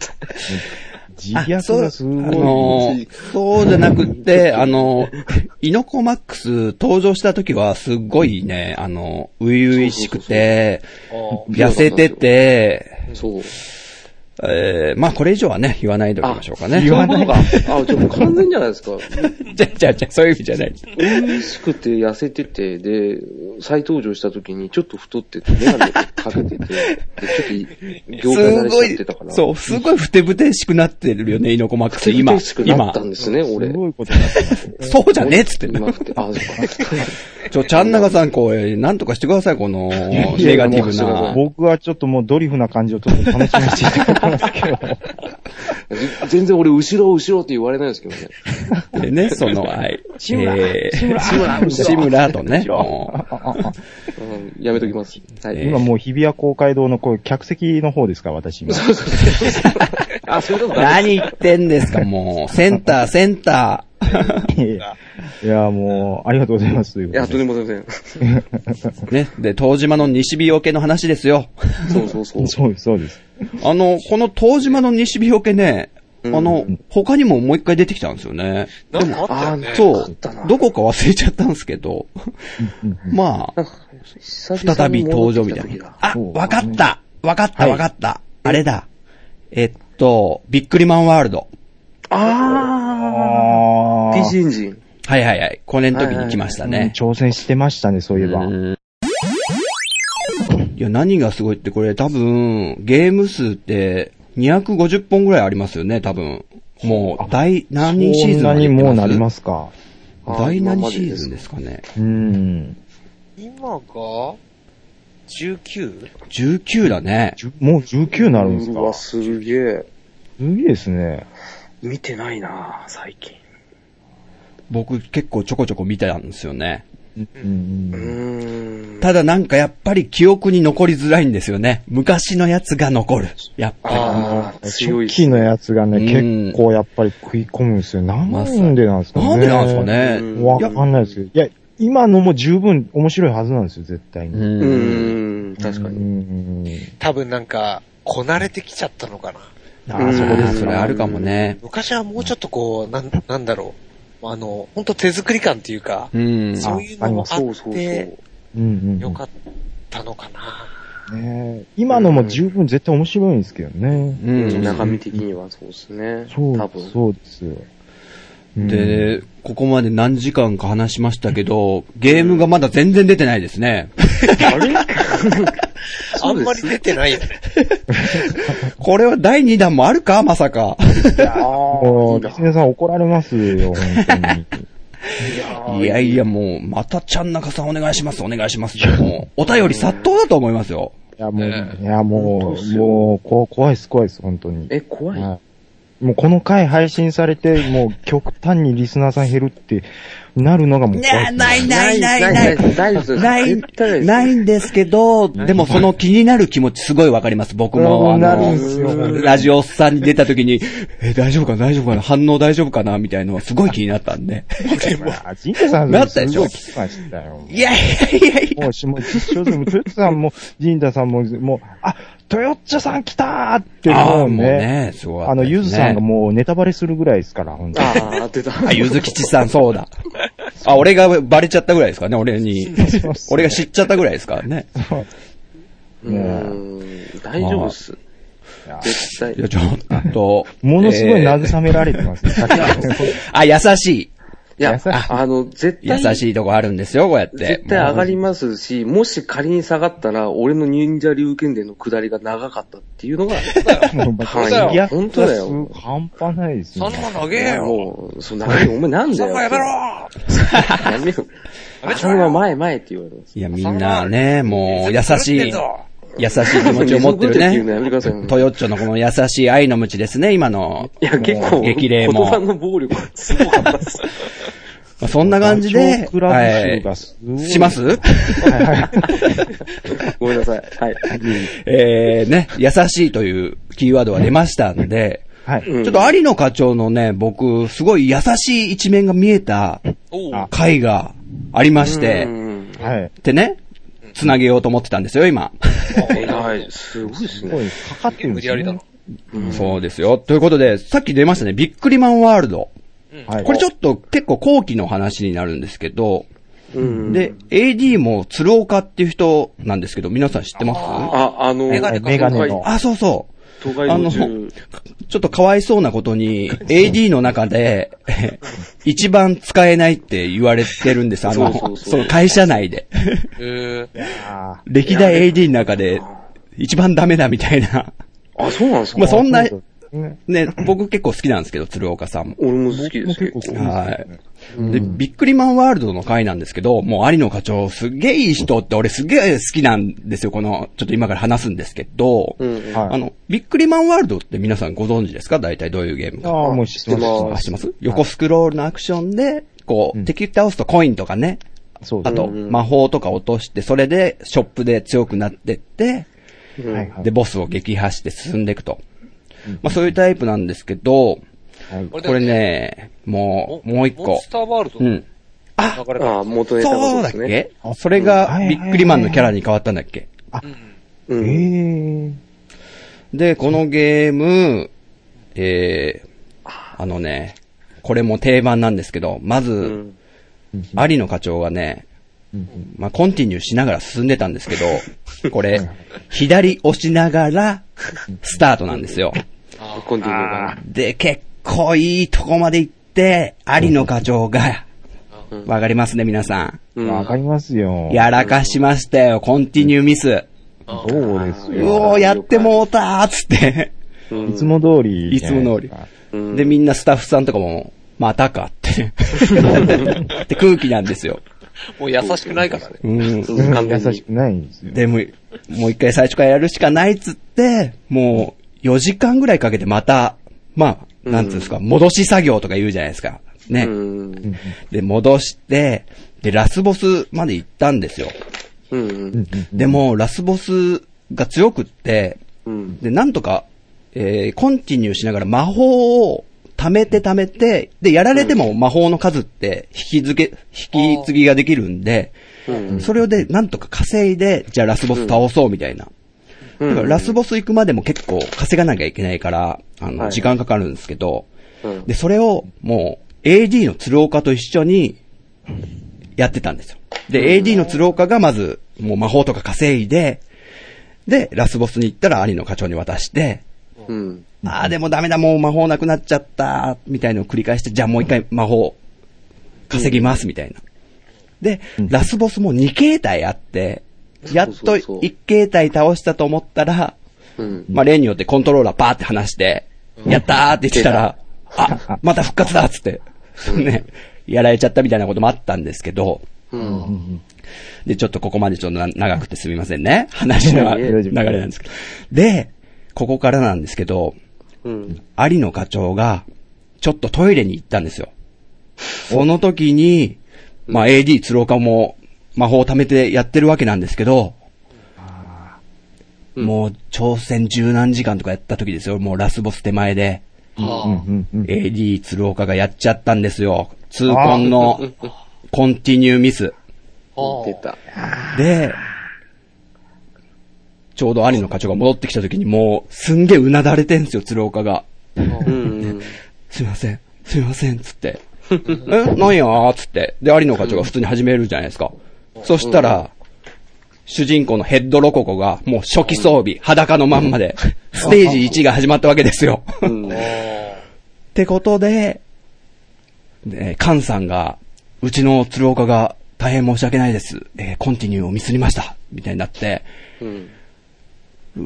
S4: 自虐がすごい。
S2: あのーそうじゃなくって、あのー、イノコマックス登場した時はすっごいね、あのー、初々しくて、痩せてて、
S1: そう。
S2: えー、まあこれ以上はね、言わないでおきましょうかね。
S4: 言わ
S1: あ、
S4: ない。
S1: じゃあもう完全じゃないですか。
S2: [LAUGHS] じゃ、じゃ、じゃ、そういう意味じゃない。
S1: 美しくて痩せてて、で、再登場した時にちょっと太ってて、メガネかけてて、でちょっと業界慣
S2: す
S1: れし
S2: ご
S1: ちゃっ
S2: い
S1: てたか、ら。
S2: そう、すごいふてぶてしくなってるよね、イノコマックス、今
S1: 美し。くな
S2: 今
S1: っ。たんですね、俺
S4: す。ごいことになってます。
S2: そうじゃねえっつってんの
S1: 今って、あ、そう
S2: ちょ、ちゃんながさん、こう、なんとかしてください、この、ネガティブな。
S4: 僕はちょっともうドリフな感じをちょっと楽しみにしていただきますけど。
S1: か。全然俺、後ろ、後ろって言われないですけどね。
S2: でね、その、 [LAUGHS] はい。志村、志村、
S1: 村
S2: 志村とね、も [LAUGHS]
S1: うん、やめときます。はい。
S4: 今もう日比谷公会堂のこう客席の方ですか、私今。
S1: あ、そういうこ
S2: う
S1: とだ。
S2: 何言ってんですか、もう。センター、センタ
S4: [LAUGHS] いや、もう、ありがとうございます。という
S1: い
S4: こ
S1: や、
S4: と
S1: とんで
S4: で
S1: もございません。
S2: ー。ね。で、東島の西日よけの話ですよ。
S1: そうそうそう。
S4: そうです、そうです。
S2: あの、この東島の西日よけね、あ
S1: うん
S2: の、他にももう一回出てきたんですよね。
S3: なんかあったよ
S1: あ
S3: ね。
S2: そう
S1: たな。
S2: どこか忘れちゃったんですけど。まあ、再び登場みたいな。あ、わかった。わかった、わかった。あれだ。えっと、ビックリマンワールド。
S1: あ
S4: あ
S1: ー、
S4: ー
S1: PC エンジン。
S2: はいはいはい。これの時に来ました
S4: うん
S2: ね。
S4: 挑戦してましたね、そういえば。
S2: いや、何がすごいってこれ多分、ゲーム数って250本ぐらいありますよね、多分。もう、第何シーズン
S4: そんなにもうなりますすか。
S2: 第何シーズンですかね。
S4: うん。
S3: 今が、19?
S2: 19だね。
S4: じゅもう19になるんです
S1: うわ、
S4: か。す
S1: すげえ。
S4: げえですね。
S1: 見てないな最近。
S2: 僕結構ちょこちょこ見てたんですよね。
S4: うん
S1: うーん。
S2: ただなんかやっぱり記憶に残りづらいんですよね。昔のやつが残る。やっぱり。
S1: ああ、強
S4: 初
S1: いっす。
S4: 期のやつがね、
S2: うん
S4: 結構やっぱり食い込むんですよ。なん
S2: まさ
S4: でなんですかね。
S2: なんでなんですかね。
S1: うん
S4: わかんないですけど。いや、今のも十分面白いはずなんですよ、絶対に。
S1: うーん、確か
S4: う
S1: に。
S4: ん。
S3: 多分なんか、こなれてきちゃったのかな。
S2: ああ、そこです。それあるかもね。
S3: 昔はもうちょっとこう、なん、なんだろう。あの、ほんと手作り感っていうか、
S2: うん。
S3: そういうのもあ
S1: そう
S3: っ
S1: そうそう。
S3: て、
S4: うんうんうん
S3: よかったのかな。
S4: ねえ今のも十分絶対面白いんですけどね。
S2: う
S1: うん
S2: ん。
S1: 中身的にはそうですね。
S4: そ
S1: 多
S4: う、
S1: 分。
S4: そうですよ。うん、
S2: で、ここまで何時間か話しましたけど、ゲームがまだ全然出てないですね。
S1: あれ
S3: あ
S1: そ
S3: ん
S1: う
S3: ま
S1: です
S3: り出
S1: ね。
S3: てないよね。
S2: [LAUGHS] これは第2弾もあるかまさか。
S1: あ
S4: もう、リスネさん怒られますよ、本当に。
S2: いやいや、もう、またちゃん中さんお願いします、お願いします。もう、お便り殺到だと思いますよ。
S4: いや、も
S3: ね
S4: う、いや、
S1: 本
S4: も
S1: 当っ
S4: う、
S1: すよ
S4: もう、こ怖いです、怖いです、本当に。
S1: え、怖い。
S4: はいもうこの回配信されて、もう極端にリスナーさん減るってなるのがもう
S2: ね
S4: 怖いっす
S2: え、
S4: ね
S2: ないないないない。
S1: 大丈夫です。
S2: ない
S1: 絶対です。
S2: ないんですけど、でもその気になる気持ちすごいわかります。僕も、
S4: う
S2: あ
S4: んなるんですよ
S2: の、ラジオおっさんに出た時に、え、大丈夫かな大丈夫かな反応大丈夫かなみたいなのはすごい気になったん [LAUGHS] で。
S4: まあ、ジンケさん、
S2: なったでしょ
S4: すごい聞きましたよ。
S2: いやいやいやいや。
S4: もうし、も [LAUGHS] う、実証でも、トヨッツさんも、ジンダさんも、もう、あ、トヨッチャさん来たーって、
S2: ああ、
S4: も
S2: も
S4: う
S2: う
S4: ね、
S2: ね、すごい、
S4: あの、ゆずさんがもうネタバレするぐらいですから、本当に。
S1: ああ、出た。
S2: あ、ゆずきちさん、そうだ。あ、俺がバレちゃったぐらいですかね、俺に。俺が知っちゃったぐらいですからね。
S1: うーん、大丈夫っす。絶対
S2: い。や、ちょっ [LAUGHS] と。
S4: ものすごい
S2: な
S4: 慰められてます
S2: [LAUGHS]
S4: ね、さっきから
S2: あ、優し
S1: いや
S4: 優しい、
S1: あの、絶
S2: い。
S1: 対、
S2: 優しいとこあるんですよ、こうやって。
S1: 絶対上がりますし、もし仮に下がったら、俺の忍者竜剣伝の下りが長かったっていうのが、
S4: もうま
S1: はい
S4: た。や
S1: 本当だよ
S4: すごい半端ないです
S3: そん
S4: ね。
S3: なのあげえよ。
S1: もう、そんな、お前なんだ
S3: そん
S1: よ。
S3: なのやめろ
S1: やめろ。頭が前前って言われます。
S2: いや、みんなね、もう、優しい、優しい気持ちを持って
S1: 水を食う
S2: る
S1: っていうのやめてください
S2: ね
S1: よ。
S2: トヨッチョのこの優しい愛の無知ですね、今の。
S1: いや、結構、
S2: 激励
S1: 言
S2: も
S1: 葉の暴力がすごかったっす。
S2: まあそんな感じ
S4: ダチョ
S2: で
S4: ウ、倶楽部
S2: は
S4: 集
S2: い
S4: がすごい。
S2: し [LAUGHS] ます
S1: ごめんなさい。はい。
S2: えー、ね、優しいというキーワードが出ましたんで、
S4: はい。
S1: うん
S2: ちょっと有野課長のね、僕、すごい優しい一面が見えた
S3: おう
S4: あ
S2: 回がありまして、
S1: うん
S4: はい。
S2: でね、つなげようと思ってたんですよ、今。
S1: はい、すごいです
S4: すご
S1: ね。
S4: い、かかってるん
S3: 無理
S4: です
S3: や
S4: ね
S3: りだろ。
S2: そうですよ。ということで、さっき出ましたね、ビックリマンワールド。
S4: はい。
S2: これちょっと結構後期の話になるんですけど、
S1: うん、
S2: で、AD も鶴岡っていう人なんですけど、皆さん知ってますあ
S1: あ、あの、
S3: メガネか
S4: メガネの
S2: そうそう。
S1: 東海道
S2: あの
S1: 中。
S2: ちょっとかわいそうなことに、AD の中で、一番使えないって言われてるんです、あ
S1: そ
S2: の、
S1: う
S2: そ
S1: そうそう
S2: の会社内で。
S3: えー
S4: あ
S2: 歴代 AD の中で、一番ダメだみたいな。
S1: あ、そうなんですか、
S2: まあそんな、
S4: ーね
S2: ね、僕結構好きなんですけど、鶴岡さんも。
S1: 俺も好きです
S4: 結
S1: けど。
S4: 構来るんです
S2: はい。で、ビックリマンワールドの回なんですけど、もう有野課長、すげえいい人って俺すげえ好きなんですよ、この、ちょっと今から話すんですけど、
S1: うん。
S4: はい
S2: あの、ビックリマンワールドって皆さんご存知ですか大体どういうゲームか。
S4: ああ、もう知って
S2: あ、
S4: ま
S2: してます横スクロールのアクションで、こう、敵倒すとコインとかね、
S4: す。そうで
S2: あ
S4: す。
S2: と、魔法とか落として、それでショップで強くなってって、
S4: はいはい
S2: で、ボスを撃破して進んでいくと。まあそういうタイプなんですけど、
S4: はい
S2: これね、もう、もう一
S3: モン
S2: 個
S3: ス。ターワールド
S2: う
S3: の流
S2: ん。
S3: れから
S1: あ、元ネタの
S2: そう
S1: こ
S2: だ
S1: とで
S2: っ
S1: すね。
S2: けそれが
S4: う、ん
S2: ビックリマンのキャラに変わったんだっけ
S1: うん。
S4: ええ。
S2: で、このゲーム、えー、あのね、これも定番なんですけど、ま
S1: う
S2: ず、
S1: ん。
S2: 有野課長がね、まあ、コンティニューしながら進んでたんですけど、 [LAUGHS] これ、左押しながら、スタートなんですよ。
S1: コンティニューが。
S2: で、結構いいとこまで行って、有野課長が、わかりますね、皆さ
S1: うん
S4: わかりますよ。
S2: ん。やらかしましたよ、コンティニューミス。
S4: そうです
S2: う
S4: よ。
S2: おー、やってもうたーっつって。
S4: いつも通り。
S2: いつも通り。
S1: うん
S2: で、みんなスタッフさんとかも、またかって
S1: [LAUGHS]
S2: ね。って空気なんですよ。
S3: もう優しくないからね。
S2: うん。
S1: うん完全
S4: 優し
S1: に。
S4: くないんですよ。
S2: でも、もう一回最初からやるしかないっつって、もう4時間ぐらいかけてまた、まあ、なんつうんですか、戻し作業とか言うじゃないですか。ね。
S1: うん。
S2: で、戻して、で、ラスボスまで行ったんですよ。
S1: うん。
S2: でも、ラスボスが強くって、
S1: うん。
S2: で、なんとか、えー、コンティニューしながら魔法を貯めて貯めて、で、やられても魔法の数って引き付け、引き継ぎができるんで、
S1: うん
S2: それをで、なんとか稼いで、じゃあラスボス倒そうみたいな。だからラスボス行くまでも結構稼がなきゃいけないから、あ
S1: は
S2: の、
S1: い
S2: 時間かかるんですけど、
S1: うん
S2: で、それをもう、AD の鶴岡と一緒に、やってたんですよ。で、AD の鶴岡がまず、もう魔法とか稼いで、で、ラスボスに行ったら兄の課長に渡して、
S1: うん。
S2: ああ、でもダメだ、もう魔法なくなっちゃった、みたいのを繰り返して、じゃあもう一回魔法、稼ぎます、みたいな。で、ラスボスも2形態あって、やっと
S1: そうそうそう
S2: 1形態倒したと思ったら、
S1: うん。
S2: まあ例によってコントローラーパーって離して、やったーって言ってたら、あ、また復活だっつって、ね、やられちゃったみたいなこともあったんですけど、
S1: うん。
S2: で、ちょっとここまでちょっとな長くてすみませんね。話の流
S1: いえいえ
S2: れなんですけど。で、ここからなんですけど、
S1: うん。
S2: 有野課長が、ちょっとトイレに行ったんですよ。その時に、まあ、AD 鶴岡も魔法を貯めてやってるわけなんですけど、
S1: うん
S2: もう挑戦十何時間とかやった時ですよ。もうラスボス手前で、
S3: は
S4: うんうん
S2: AD 鶴岡がやっちゃったんですよ。痛恨のコンティニューミス。
S3: あ。は
S1: 出た。
S2: で、ちょうど兄の課長が戻ってきた時にもう、すんげえうなだれてんすよ、鶴岡が。
S1: うん。
S2: すいません、すいません、つって。えなんやーつって。で、有野課長が普通に始めるじゃないですか。そしたら、主人公のヘッドロココが、もう初期装備、裸のまんまで、ステージ1が始まったわけですよ。
S1: う
S2: っ
S1: ん。
S2: てことで、ね、カンさんが、うちの鶴岡が大変申し訳ないです。えーコンティニューをミスりました。みたいになって、
S1: うん。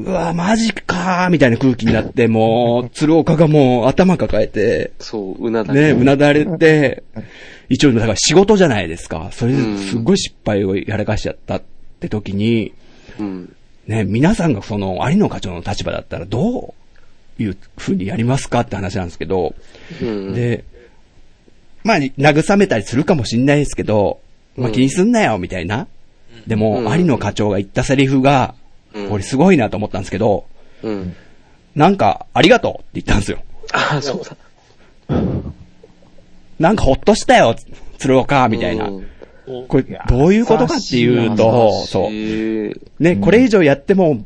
S2: うわ、マジかー、みたいな空気になって、もう、鶴岡がもう頭抱えて、
S1: そう、うなだ
S2: ね、
S1: け。
S2: うなだれて、一応、だから仕事じゃないですか。それですごい失敗をやらかしちゃったって時に、
S1: うん。
S2: ね、皆さんがその、有野課長の立場だったらどういう風にやりますかって話なんですけど、
S1: うん。
S2: で、まあ、慰めたりするかもしんないですけど、まあ気にすんなよ、みたいな。でも、
S1: うん
S2: 有野課長が言ったセリフが、
S1: うん
S2: これすごいなと思ったんですけど、
S1: うん。
S2: なんか、ありがとうって言ったんですよ。
S1: ああ、そうだ。
S2: なんかほっとしたよ、鶴岡、みたいな。
S1: うん
S2: これ、どういうことかっていうと、そ
S1: え
S2: う。
S1: ー
S2: ね、これ以上やっても、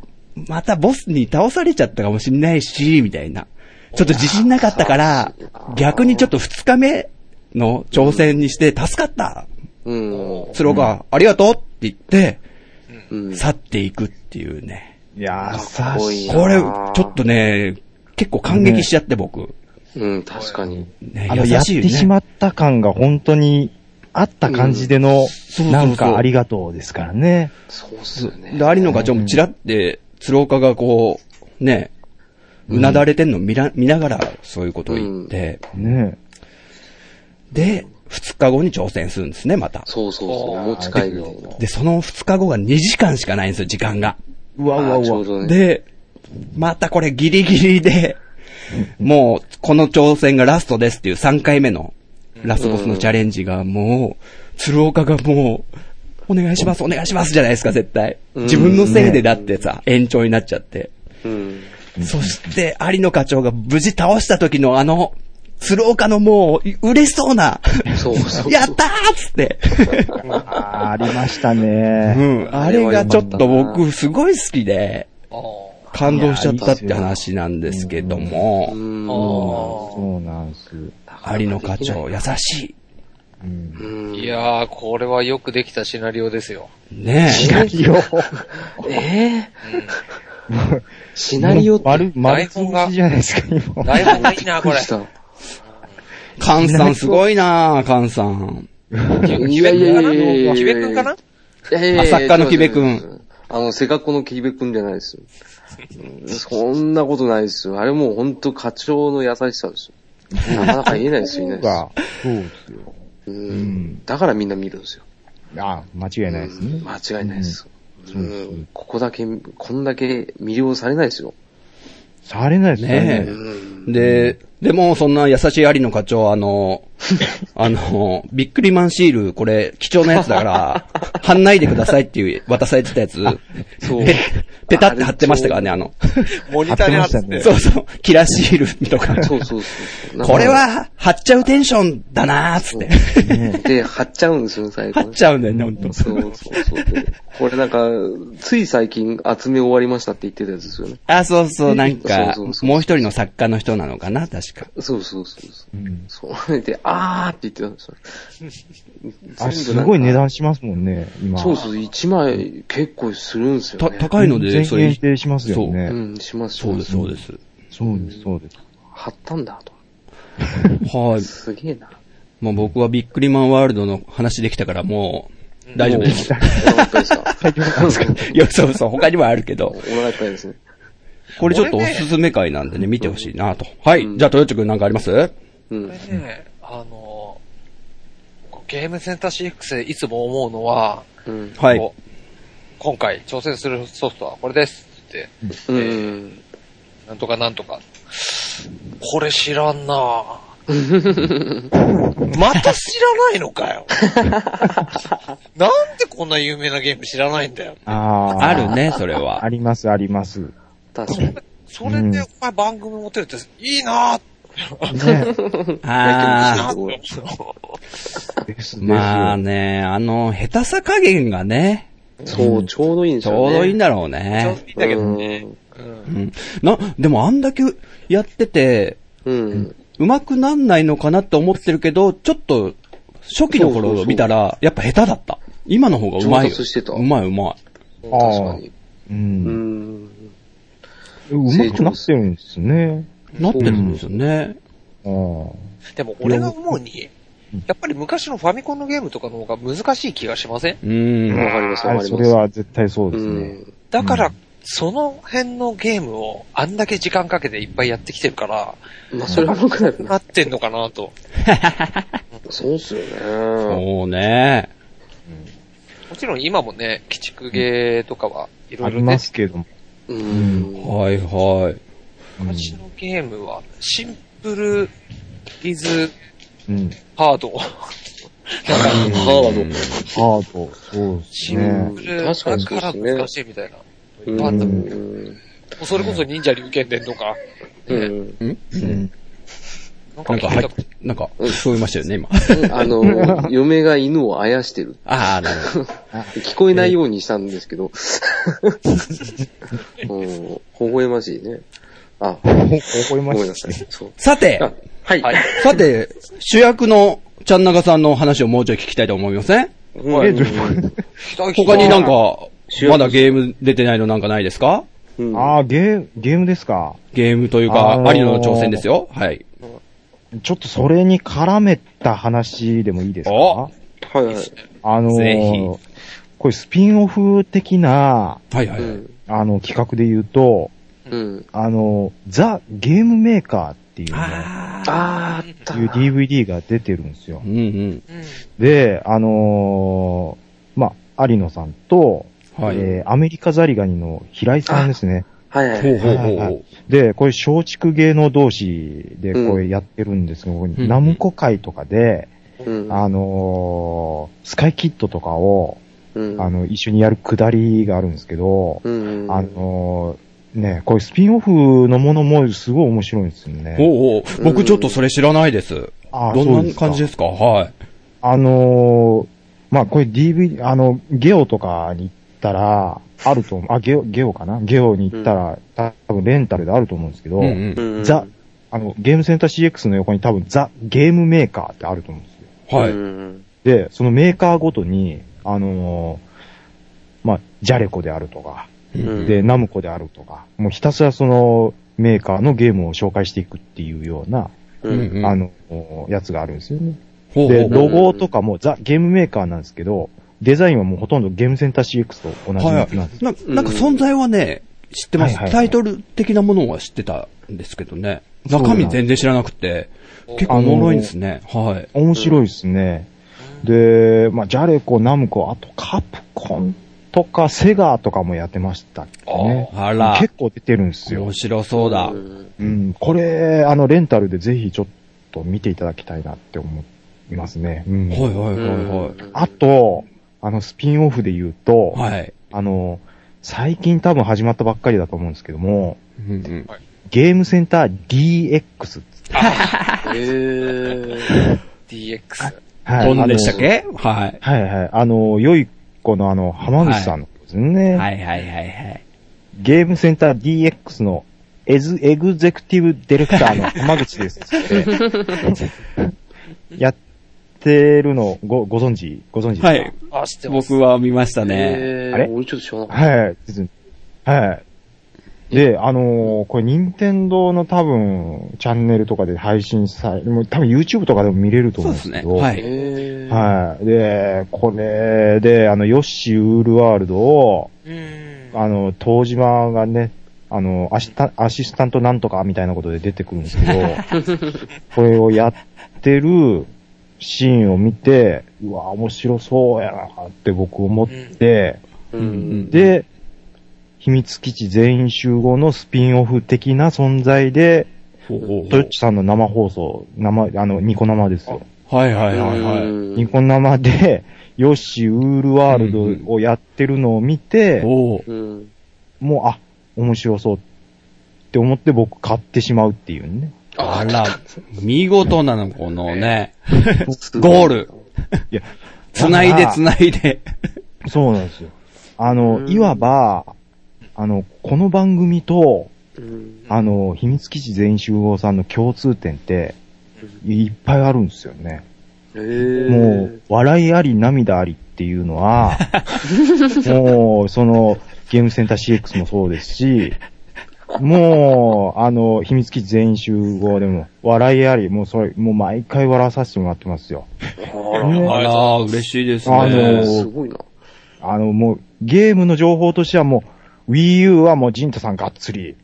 S2: またボスに倒されちゃったかもしれないし、みたいな。ちょっと自信なかったから、逆にちょっと二日目の挑戦にして助かった。
S1: うん。
S2: 鶴岡、ありがとうって言って、
S1: うん。
S2: 去っていくっていうね。
S4: いやー、
S1: っ
S4: 優
S1: こ
S4: し
S1: いい
S4: い。
S1: な
S2: これ、ちょっとね、結構感激しちゃって僕。
S1: うん、確かに。
S2: ね
S4: あの、やってしまった感が本当にあった感じでの、
S2: う
S4: な
S2: そ
S4: ん
S2: うそう
S4: かありがとうですからね。
S1: そうっすよね。
S2: で、有野課長もチラって、鶴岡がこう、ね、うなだれてんの見ら、見ながら、そういうことを言って、
S4: ね
S2: で、二日後に挑戦するんですね、また。
S1: そうそうそう、持ち帰るみたいな。
S2: で、その二日後が2時間しかないんですよ、時間が。
S4: うわうわ
S1: あーちょう
S4: うわ。
S1: どね。
S2: で、またこれギリギリで、もう、この挑戦がラストですっていう3回目の、ラスボスのチャレンジがもう、鶴岡がもう、お願いします、お願いしますじゃないですか、絶対。自分のせいでだってさ、延長になっちゃって。
S1: うん。
S2: そして、有野課長が無事倒した時のあの、鶴岡のもう、嬉しそうな、
S1: そうそう。
S2: やったーっつって。
S4: あーありました
S2: う
S4: ね。
S2: ん。あれがちょっと僕、すごい好きで、
S3: あ。
S2: 感動しちゃったって話なんですけども
S1: う、ん。
S3: あ
S4: そうなんです。
S2: 有野課長、優し
S4: うん。
S1: うん
S3: あ。いやー、これはよくできたシナリオですよ。
S2: い。ね
S4: シナリオ。
S1: えーシナリオって。
S4: 丸、丸通しじゃないですか、今。
S3: だいぶないな、こ
S1: びっく
S3: れ
S1: り。した
S2: え。カンさんすごいなぁ、カンさん。
S1: [LAUGHS] いやいやいやいやいや
S3: キベ君かない
S1: やいやいや
S2: あ作家の木部君。
S1: あの、背格好の木部君じゃないですよ。うんそんなことないですよ。あれもうほんと課長の優しさですよ。なかなか言えないですよ、言えない
S4: が、そうですよ。
S1: ですよ。う。
S4: うんん。
S1: だからみんな見るんですよ。
S4: あー間違いないですね。
S1: 間違いないです。う
S4: うん
S1: ん。ここだけ、こんだけ魅了されないですよ。
S4: されないです
S2: ね
S4: ね。
S2: で、でも、そんな優しい有野課長、あ [LAUGHS] の、あの、ビックリマンシール、これ、貴重なやつだから、貼んないでくださいっていう、渡されてたやつ、
S1: そう
S2: ペペタって貼ってましたからね、あの、
S3: モニ
S4: 貼っ
S3: ターに
S4: て
S3: 貼
S4: ま
S3: っ
S4: した
S3: て
S4: ね。
S2: そうそう、キラシールとか。
S1: そうそうそう。
S2: これは、貼っちゃうテンションだなーっつって。
S1: で、貼っちゃうんですよ、最後。
S2: 貼っちゃうんだよね、ほんと。
S1: そうそうそう。でこれなんか、つい最近集め終わりましたって言ってたやつですよね。
S2: あ、そうそう、なんか
S1: そうそう、そう
S2: もう一人の作家の人なのかな、確か。
S1: そうそうそうそうう。それで、あわーって言ってたんですよ。
S4: [LAUGHS]
S1: 全
S4: あ、
S1: 部
S4: す
S1: なんか
S4: ごい値段しますもんね、今。
S1: そうそう、1枚結構するんですよ
S2: た、
S1: ね。
S2: 高いので、そ
S4: 全限
S2: れ。
S4: 定します
S1: う
S4: よね。
S1: ん、します
S2: そうです、
S1: しま
S2: そうです。
S4: そうです、そうです。
S1: 貼ったんだと。
S2: はい。
S1: すげえな。
S2: まあ僕はビックリマンワールドの話できたからもう、大丈夫です。
S1: 本当ですか
S4: 最強なんですか
S2: [LAUGHS] いや、そうそう、他にもあるけど
S1: お、腹いっぱいですね。
S2: これちょっとおすすめ会なんでね、見てほしいなと。はい。じゃあ、トヨッチョくんなんかあります
S1: うん。
S3: これね、あの、ゲームセンター CX でいつも思うのは、
S1: うん。
S2: はい
S3: こ。う今回挑戦するソフトはこれですって言って、
S1: うん。
S3: なんとかなんとか。これ知らんな [LAUGHS] ぁまた知らないのかよ。なんでこんな有名なゲーム知らないんだよ。
S4: ああ。
S2: ある。ね、それ
S4: あ
S2: は。
S4: ります、あります。
S1: 確かに。
S3: それでお前番組持てるっていいなぁ
S4: ね。
S2: あ
S3: な
S1: す
S3: ん
S1: ごい
S3: て思う
S4: です、
S2: ー。まあ
S4: で
S2: ね、あの、下手さ加減がね、
S1: そう、ちょうどいいんで
S2: ち
S1: すよね。
S2: ょうどいいん
S1: だ
S2: だろうね。
S3: いいんだけどね。
S2: うんな、でもあんだけやってて、
S1: うん。
S2: 上手くなんないのかなって思ってるけど、ちょっと、初期
S1: そうそ
S2: の
S1: うそ
S2: 頃
S1: う
S2: 見たら、やっぱ下手だった。今の方が上手いよ。
S1: 上達してた
S2: うまいうまい。
S1: 確
S4: あー
S1: かに。
S4: すよ。う。
S1: うんん。
S4: うまくなってるんですね。
S2: なってるんですよね。
S4: あー
S3: でも俺が思うに、やっぱり昔のファミコンのゲームとかの方が難しい気がしません
S2: うーん。
S1: わかります、わ
S4: あ
S1: か
S4: ー。
S1: り
S4: そ
S1: ます。
S4: れは絶対そうで
S1: う
S4: すね。
S1: ん。
S3: だから、その辺のゲームをあんだけ時間かけていっぱいやってきてるから、
S1: まあ、それは僕ら
S3: なってんのかなと。
S1: そうっすよね。
S2: そうね。
S3: もちろん今もね、鬼畜ゲーとかはいろ
S4: あ
S3: いろ
S4: り
S3: ね
S4: ま、すけども。
S1: うん。
S2: はいはい。
S4: うん
S3: 昔のゲームはシンプルイズ
S4: うん。
S3: ハード。なんか、
S1: ハー
S4: ハード、そうで
S3: シ
S4: す
S3: ン
S4: ね
S3: プ。ルだから難しいみたいな。
S1: ド。
S3: ハード
S1: うん
S3: もうそれこそ忍者龍剣伝とか、
S1: うん。
S2: ん
S4: うん
S3: なんか
S2: なんか
S3: 聞い
S2: 入
S3: た
S2: っ、なんか、そう言いましたよ
S1: [LAUGHS]
S2: ね、今。
S1: あ
S4: [LAUGHS]
S1: の、嫁が犬をあやしてる。
S2: ああ、なるほど。
S1: 聞こえないようにしたんですけ
S4: [LAUGHS]
S1: ど。うん。微笑ましいね。あ、
S4: ほ微笑
S1: ご
S4: ま
S1: めん
S4: し
S1: なさ
S4: い。
S1: い。そう。
S2: さて、
S1: あ、はい。
S3: はい。
S2: さて、主役のちゃんなかさんの話をもうちょい聞きたいと思いません
S1: はい
S4: えどういう
S2: 他になんか、
S1: 主役
S2: まだゲーム出てないのなんかないですか
S1: うん
S4: ああ、ゲー、ゲームですか。
S2: ゲームという
S4: あ
S2: か、
S4: のー
S2: ありのの挑戦ですよ。はい。
S4: ちょっとそれに絡めた話でもいいですか
S2: お
S1: はいはい。
S4: あのー
S2: ぜ
S4: これスピンオフ的な、
S2: はいはいうはい。
S1: ん。
S4: あの、企画で言うと、
S1: うん。
S4: あの、ザ・ゲームメーカーっていうね、
S2: あ
S1: あーあ
S2: あ。
S1: った
S4: いう DVD が出てるんですよ
S2: う。んうん。
S4: で、あのーまあ、有野さんと、
S2: はい。
S4: えーアメリカザリガニの平井さんですね。
S1: はいは
S2: ほう
S1: い。
S2: ほうほう
S4: はいは
S2: ほ
S4: いで、これ松竹芸能同士でこれやってるんですけど、
S2: ん
S4: ナムコ会とかで、
S1: うん。
S4: あのースカイキッドとかを、
S1: うん
S4: あの、一緒にやるくだりがあるんですけど、
S1: うん。
S4: あのーね、こういうスピンオフのものもすごい面白いんですよ
S2: う。
S4: ね。
S2: ほうほう。僕ちょっとそれ知らないです。
S4: あー
S2: どんな感じ
S4: そ
S2: で
S4: う
S2: すかはい。
S4: すかあのーまあ、これ DVD、あの、ゲオとかに行ったら、あると思う。あ、ゲオ、ゲオかなゲオに行ったら、多分レンタルであると思うんですけど、
S2: うんうん。
S1: うん
S4: ザ、あの、ゲームセンター CX の横に多分ザ・ゲームメーカーってあると思うんですよ。
S2: は
S1: う
S2: い。
S1: ん
S4: で、そのメーカーごとに、あのーまあ、ジャレコであるとか、
S1: うん
S4: で、ナムコであるとか、もうひたすらそのメーカーのゲームを紹介していくっていうような、
S1: う
S2: うん
S1: ん。
S2: うん
S4: あのーやつがあるんですよね。
S2: ほうほ
S4: で、
S2: うほ
S4: ロゴとかもザ・ゲームメーカーなんですけど、デザインはもうほとんどゲームセンター CX と同
S2: う。
S4: じ
S2: は
S4: なん
S2: い。
S4: です
S2: ななんか存在はね、知ってます。
S4: はいはいは
S2: タ
S4: い
S2: イトル的なものは知ってたんですけどね。中身全然知らなくて、結構おもろいんですね。はい。
S4: 面白いですね。で、まあ、ジャレコ、ナムコ、あとカプコンとかセガとかもやってましたっけね。
S2: あら。
S4: 結構出てるんですよ
S2: 面。白そうだ。
S4: うん、これ、あの、レンタルでぜひちょっと見ていただきたいなって思いますね。うん。
S2: はいはいはいはい。
S4: あと、あの、スピンオフで言うと、
S2: はい。
S4: あの、最近多分始まったばっかりだと思うんですけども、
S2: うんうん
S4: ゲームセンター DX。
S1: い。へ
S3: DX。
S4: は
S2: どんでした
S4: あ
S2: っ
S4: の
S2: けはい。
S4: はいはい。あの、良い子のあの、浜口さんの子ですね。
S2: はいはいはいはい。
S4: ゲームセンター DX の
S2: [LAUGHS]
S4: エズ、エグゼクティブディレクターの浜口です。やってるのご、ご存知ご存知ですか
S2: はい。
S3: あ、知ってます。
S2: 僕は見ましたね。
S1: えー、
S4: あれ
S1: 俺ちょっと知らなかっ
S4: はい、ですねはい。で、あのーこれ、任天堂の多分、チャンネルとかで配信され、もう多分 YouTube とかでも見れると思うんですけ
S2: そう
S4: ど。
S2: ですねは
S1: た。えー、
S2: い
S4: はい。で、これで、あの、ヨッシーウールワールドを、
S3: うーん。
S4: あの、東島がね、あの、アシタアシスタントなんとかみたいなことで出てくるんですけど、これをやってるシーンを見て、うわ、面白そうやなって僕思って、
S1: う。
S2: うんん
S4: で、秘密基地全員集合のスピンオフ的な存在で、トヨッチさんの生放送、生、あの、ニコ生ですよ。
S2: はいはいはいはい。
S1: い
S4: ニコ生で、 [LAUGHS] ヨッシーウールワールドをやってるのを見て、
S2: おー
S1: うん。
S4: もう、あ、面白そうって思って僕買ってしまうっていうね。
S2: あら、見事なの、このね、
S1: すごい
S2: ゴール。
S4: いや、
S2: 繋いで
S4: だから
S2: 繋いで。
S4: そうなんですよ。あ
S1: う
S4: の、
S1: ん
S4: いわば、あの、この番組と、
S1: うん。
S4: あの、秘密基地全員集合さんの共通点って、いっぱいあるんですよね。
S1: えー、
S4: もう、笑いあり、涙ありっていうのは、もう、その、ゲームセンター CX もそうですし、もう、あの、秘密基地全員集合でも、笑いあり、もうそれ、もう毎回笑わさせてもらってますよ。
S1: あら、
S4: ね
S2: あら、嬉しいです
S4: あの
S2: ね。
S1: すごいな。
S4: あの、もう、ゲームの情報としてはもう、Wii U はもうジンタさんがっつり、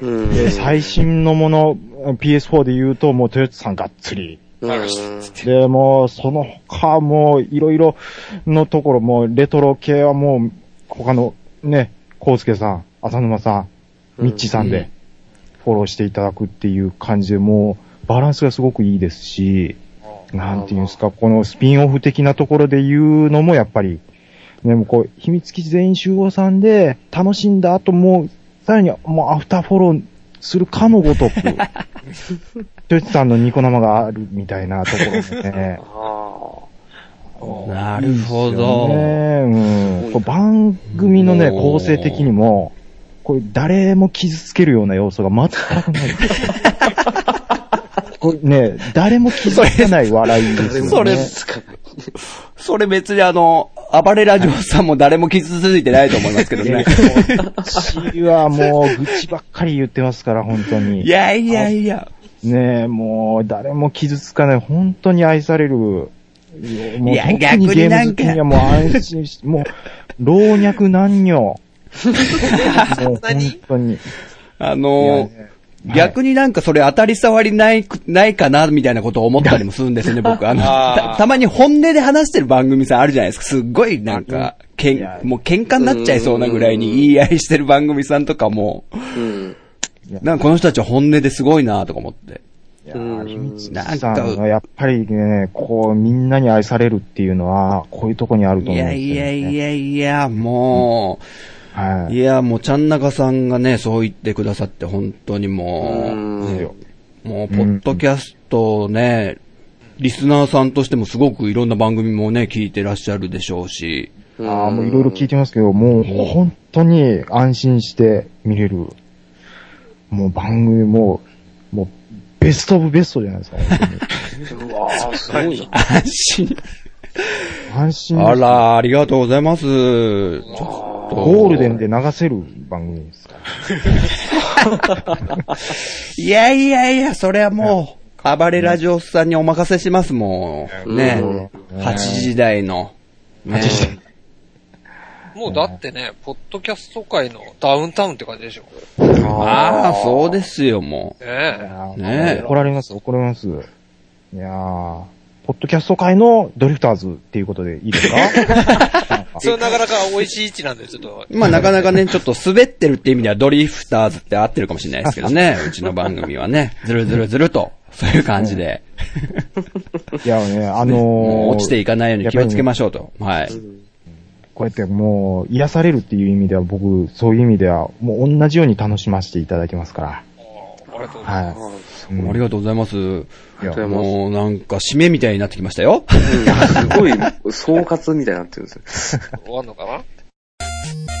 S1: うん
S4: で最新のもの、PS4 で言うともうトヨタさんがっつり、
S1: うん
S4: で、もう、その他、もう、いろいろのところ、もう、レトロ系はもう、他の、ね、コウスケさん、浅沼さん、ミッチーさん
S2: うん
S4: で、フォローしていただくっていう感じで、もう、バランスがすごくいいですし、なんていうんですか、このスピンオフ的なところで言うのも、やっぱり、ね、もうこう、秘密基地全員集合さんで、楽しんだ後、もう、さらに、もう、アフターフォローするかのごとく、トヨッチさんのニコ生があるみたいなところもね。
S1: あ
S2: なるほ
S4: いいですよ
S2: ど。
S4: ねうん、こう番組のね、
S2: おー
S4: 構成的にも、これ誰も傷つけるような要素が全
S2: [LAUGHS]
S4: くない。こうね、誰も傷つかない笑いですよね。
S2: それそれ別にあの、暴れラジオさんも誰も傷ついてないと思いますけどね。
S4: 私はもう愚痴ばっかり言ってますから、本当 [LAUGHS]
S2: い
S4: に。
S2: やいやいや。
S4: ねもう誰も傷つかない、本当に愛される。もう
S2: いや
S4: 特に
S2: 逆に
S4: ゲー
S2: な
S4: ム好
S2: んか
S4: きにはもう安心し、もう老若
S2: [LAUGHS]
S4: 男女。もう本当に。
S2: あ
S4: いや
S2: の
S4: ねはい
S2: 逆になんかそれ当たり障りないく、ないかな、みたいなことを思ったりもするんですよね、僕。あの、
S3: あー
S2: たたまに本音で話してる番組さんあるじゃないですか。すっごいなんか、けん
S4: いや、
S2: もう喧嘩になっちゃいそうなぐらいに言い合いしてる番組さんとかも、
S1: あ。うん。
S2: なんかこの人たちは本音ですごいなとか思って。
S4: いやー秘密基
S2: なん
S4: 地
S2: か
S4: さんのやっぱりね、こう、みんなに愛されるっていうのは、こういうとこにあると
S2: い
S4: 思うん
S2: や
S4: です
S2: い
S4: よ、
S2: や
S4: ね。
S2: いやいや、も
S4: は
S2: う、
S4: い。
S2: いや、もう、ちゃんなかさんがね、そう言ってくださって、本当に
S1: う
S2: も
S1: ん。
S4: ですよ
S2: う、もう、ポッドキャストね、リスナーさんとしてもすごくいろんな番組もね、聞いてらっしゃるでしょうし、
S4: ああ、もういろいろ聞いてますけど、もう本当に安心して見れる。もう番組も、もう、ベストオブベストじゃな
S2: [LAUGHS]
S4: いですか、本当に
S1: うわーすごいな。
S2: 安心。
S4: 安心
S2: あら、ありがとうございます。ちょっと
S4: ゴールデンで流せる番組ですから。
S2: いやいやいや、それはもう、暴れラジオスさんにお任せします、もう。ね。8時台の。ね、
S3: もうだってね、ポッドキャスト界のダウンタウンって感じでしょ。
S2: ああ、そうですよ、もう。
S4: い
S3: ね
S4: やー
S2: ねえ
S4: 怒られます、怒られます。いやーポッドキャスト界のドリフターズっていうことでい
S2: [LAUGHS]
S4: いですか
S3: え。それなかなか美味しい位置なんで、ちょっと。
S2: まあなかなかね、ちょっと滑ってるって意味ではドリフターズって合ってるかもしれないですけど [LAUGHS] ね。うちの番組はね、ずるずるずると、そういう感じで、
S4: いやね、
S2: も
S4: あのー、
S2: う落ちていかないように気をつけま
S4: し
S2: しょうと。はい。
S4: こうやってもう、癒されるっていう意味では僕、そういう意味では、もう同じように楽しませていただきますから。
S3: ありがとうございます。
S4: はい。うん
S2: ありがとうございます。
S4: いや
S1: とうございます
S2: もうなんか締めみたいになってきましたよ。
S1: うんすごい、総括みたいになってるんですよ。
S3: 終わんのかな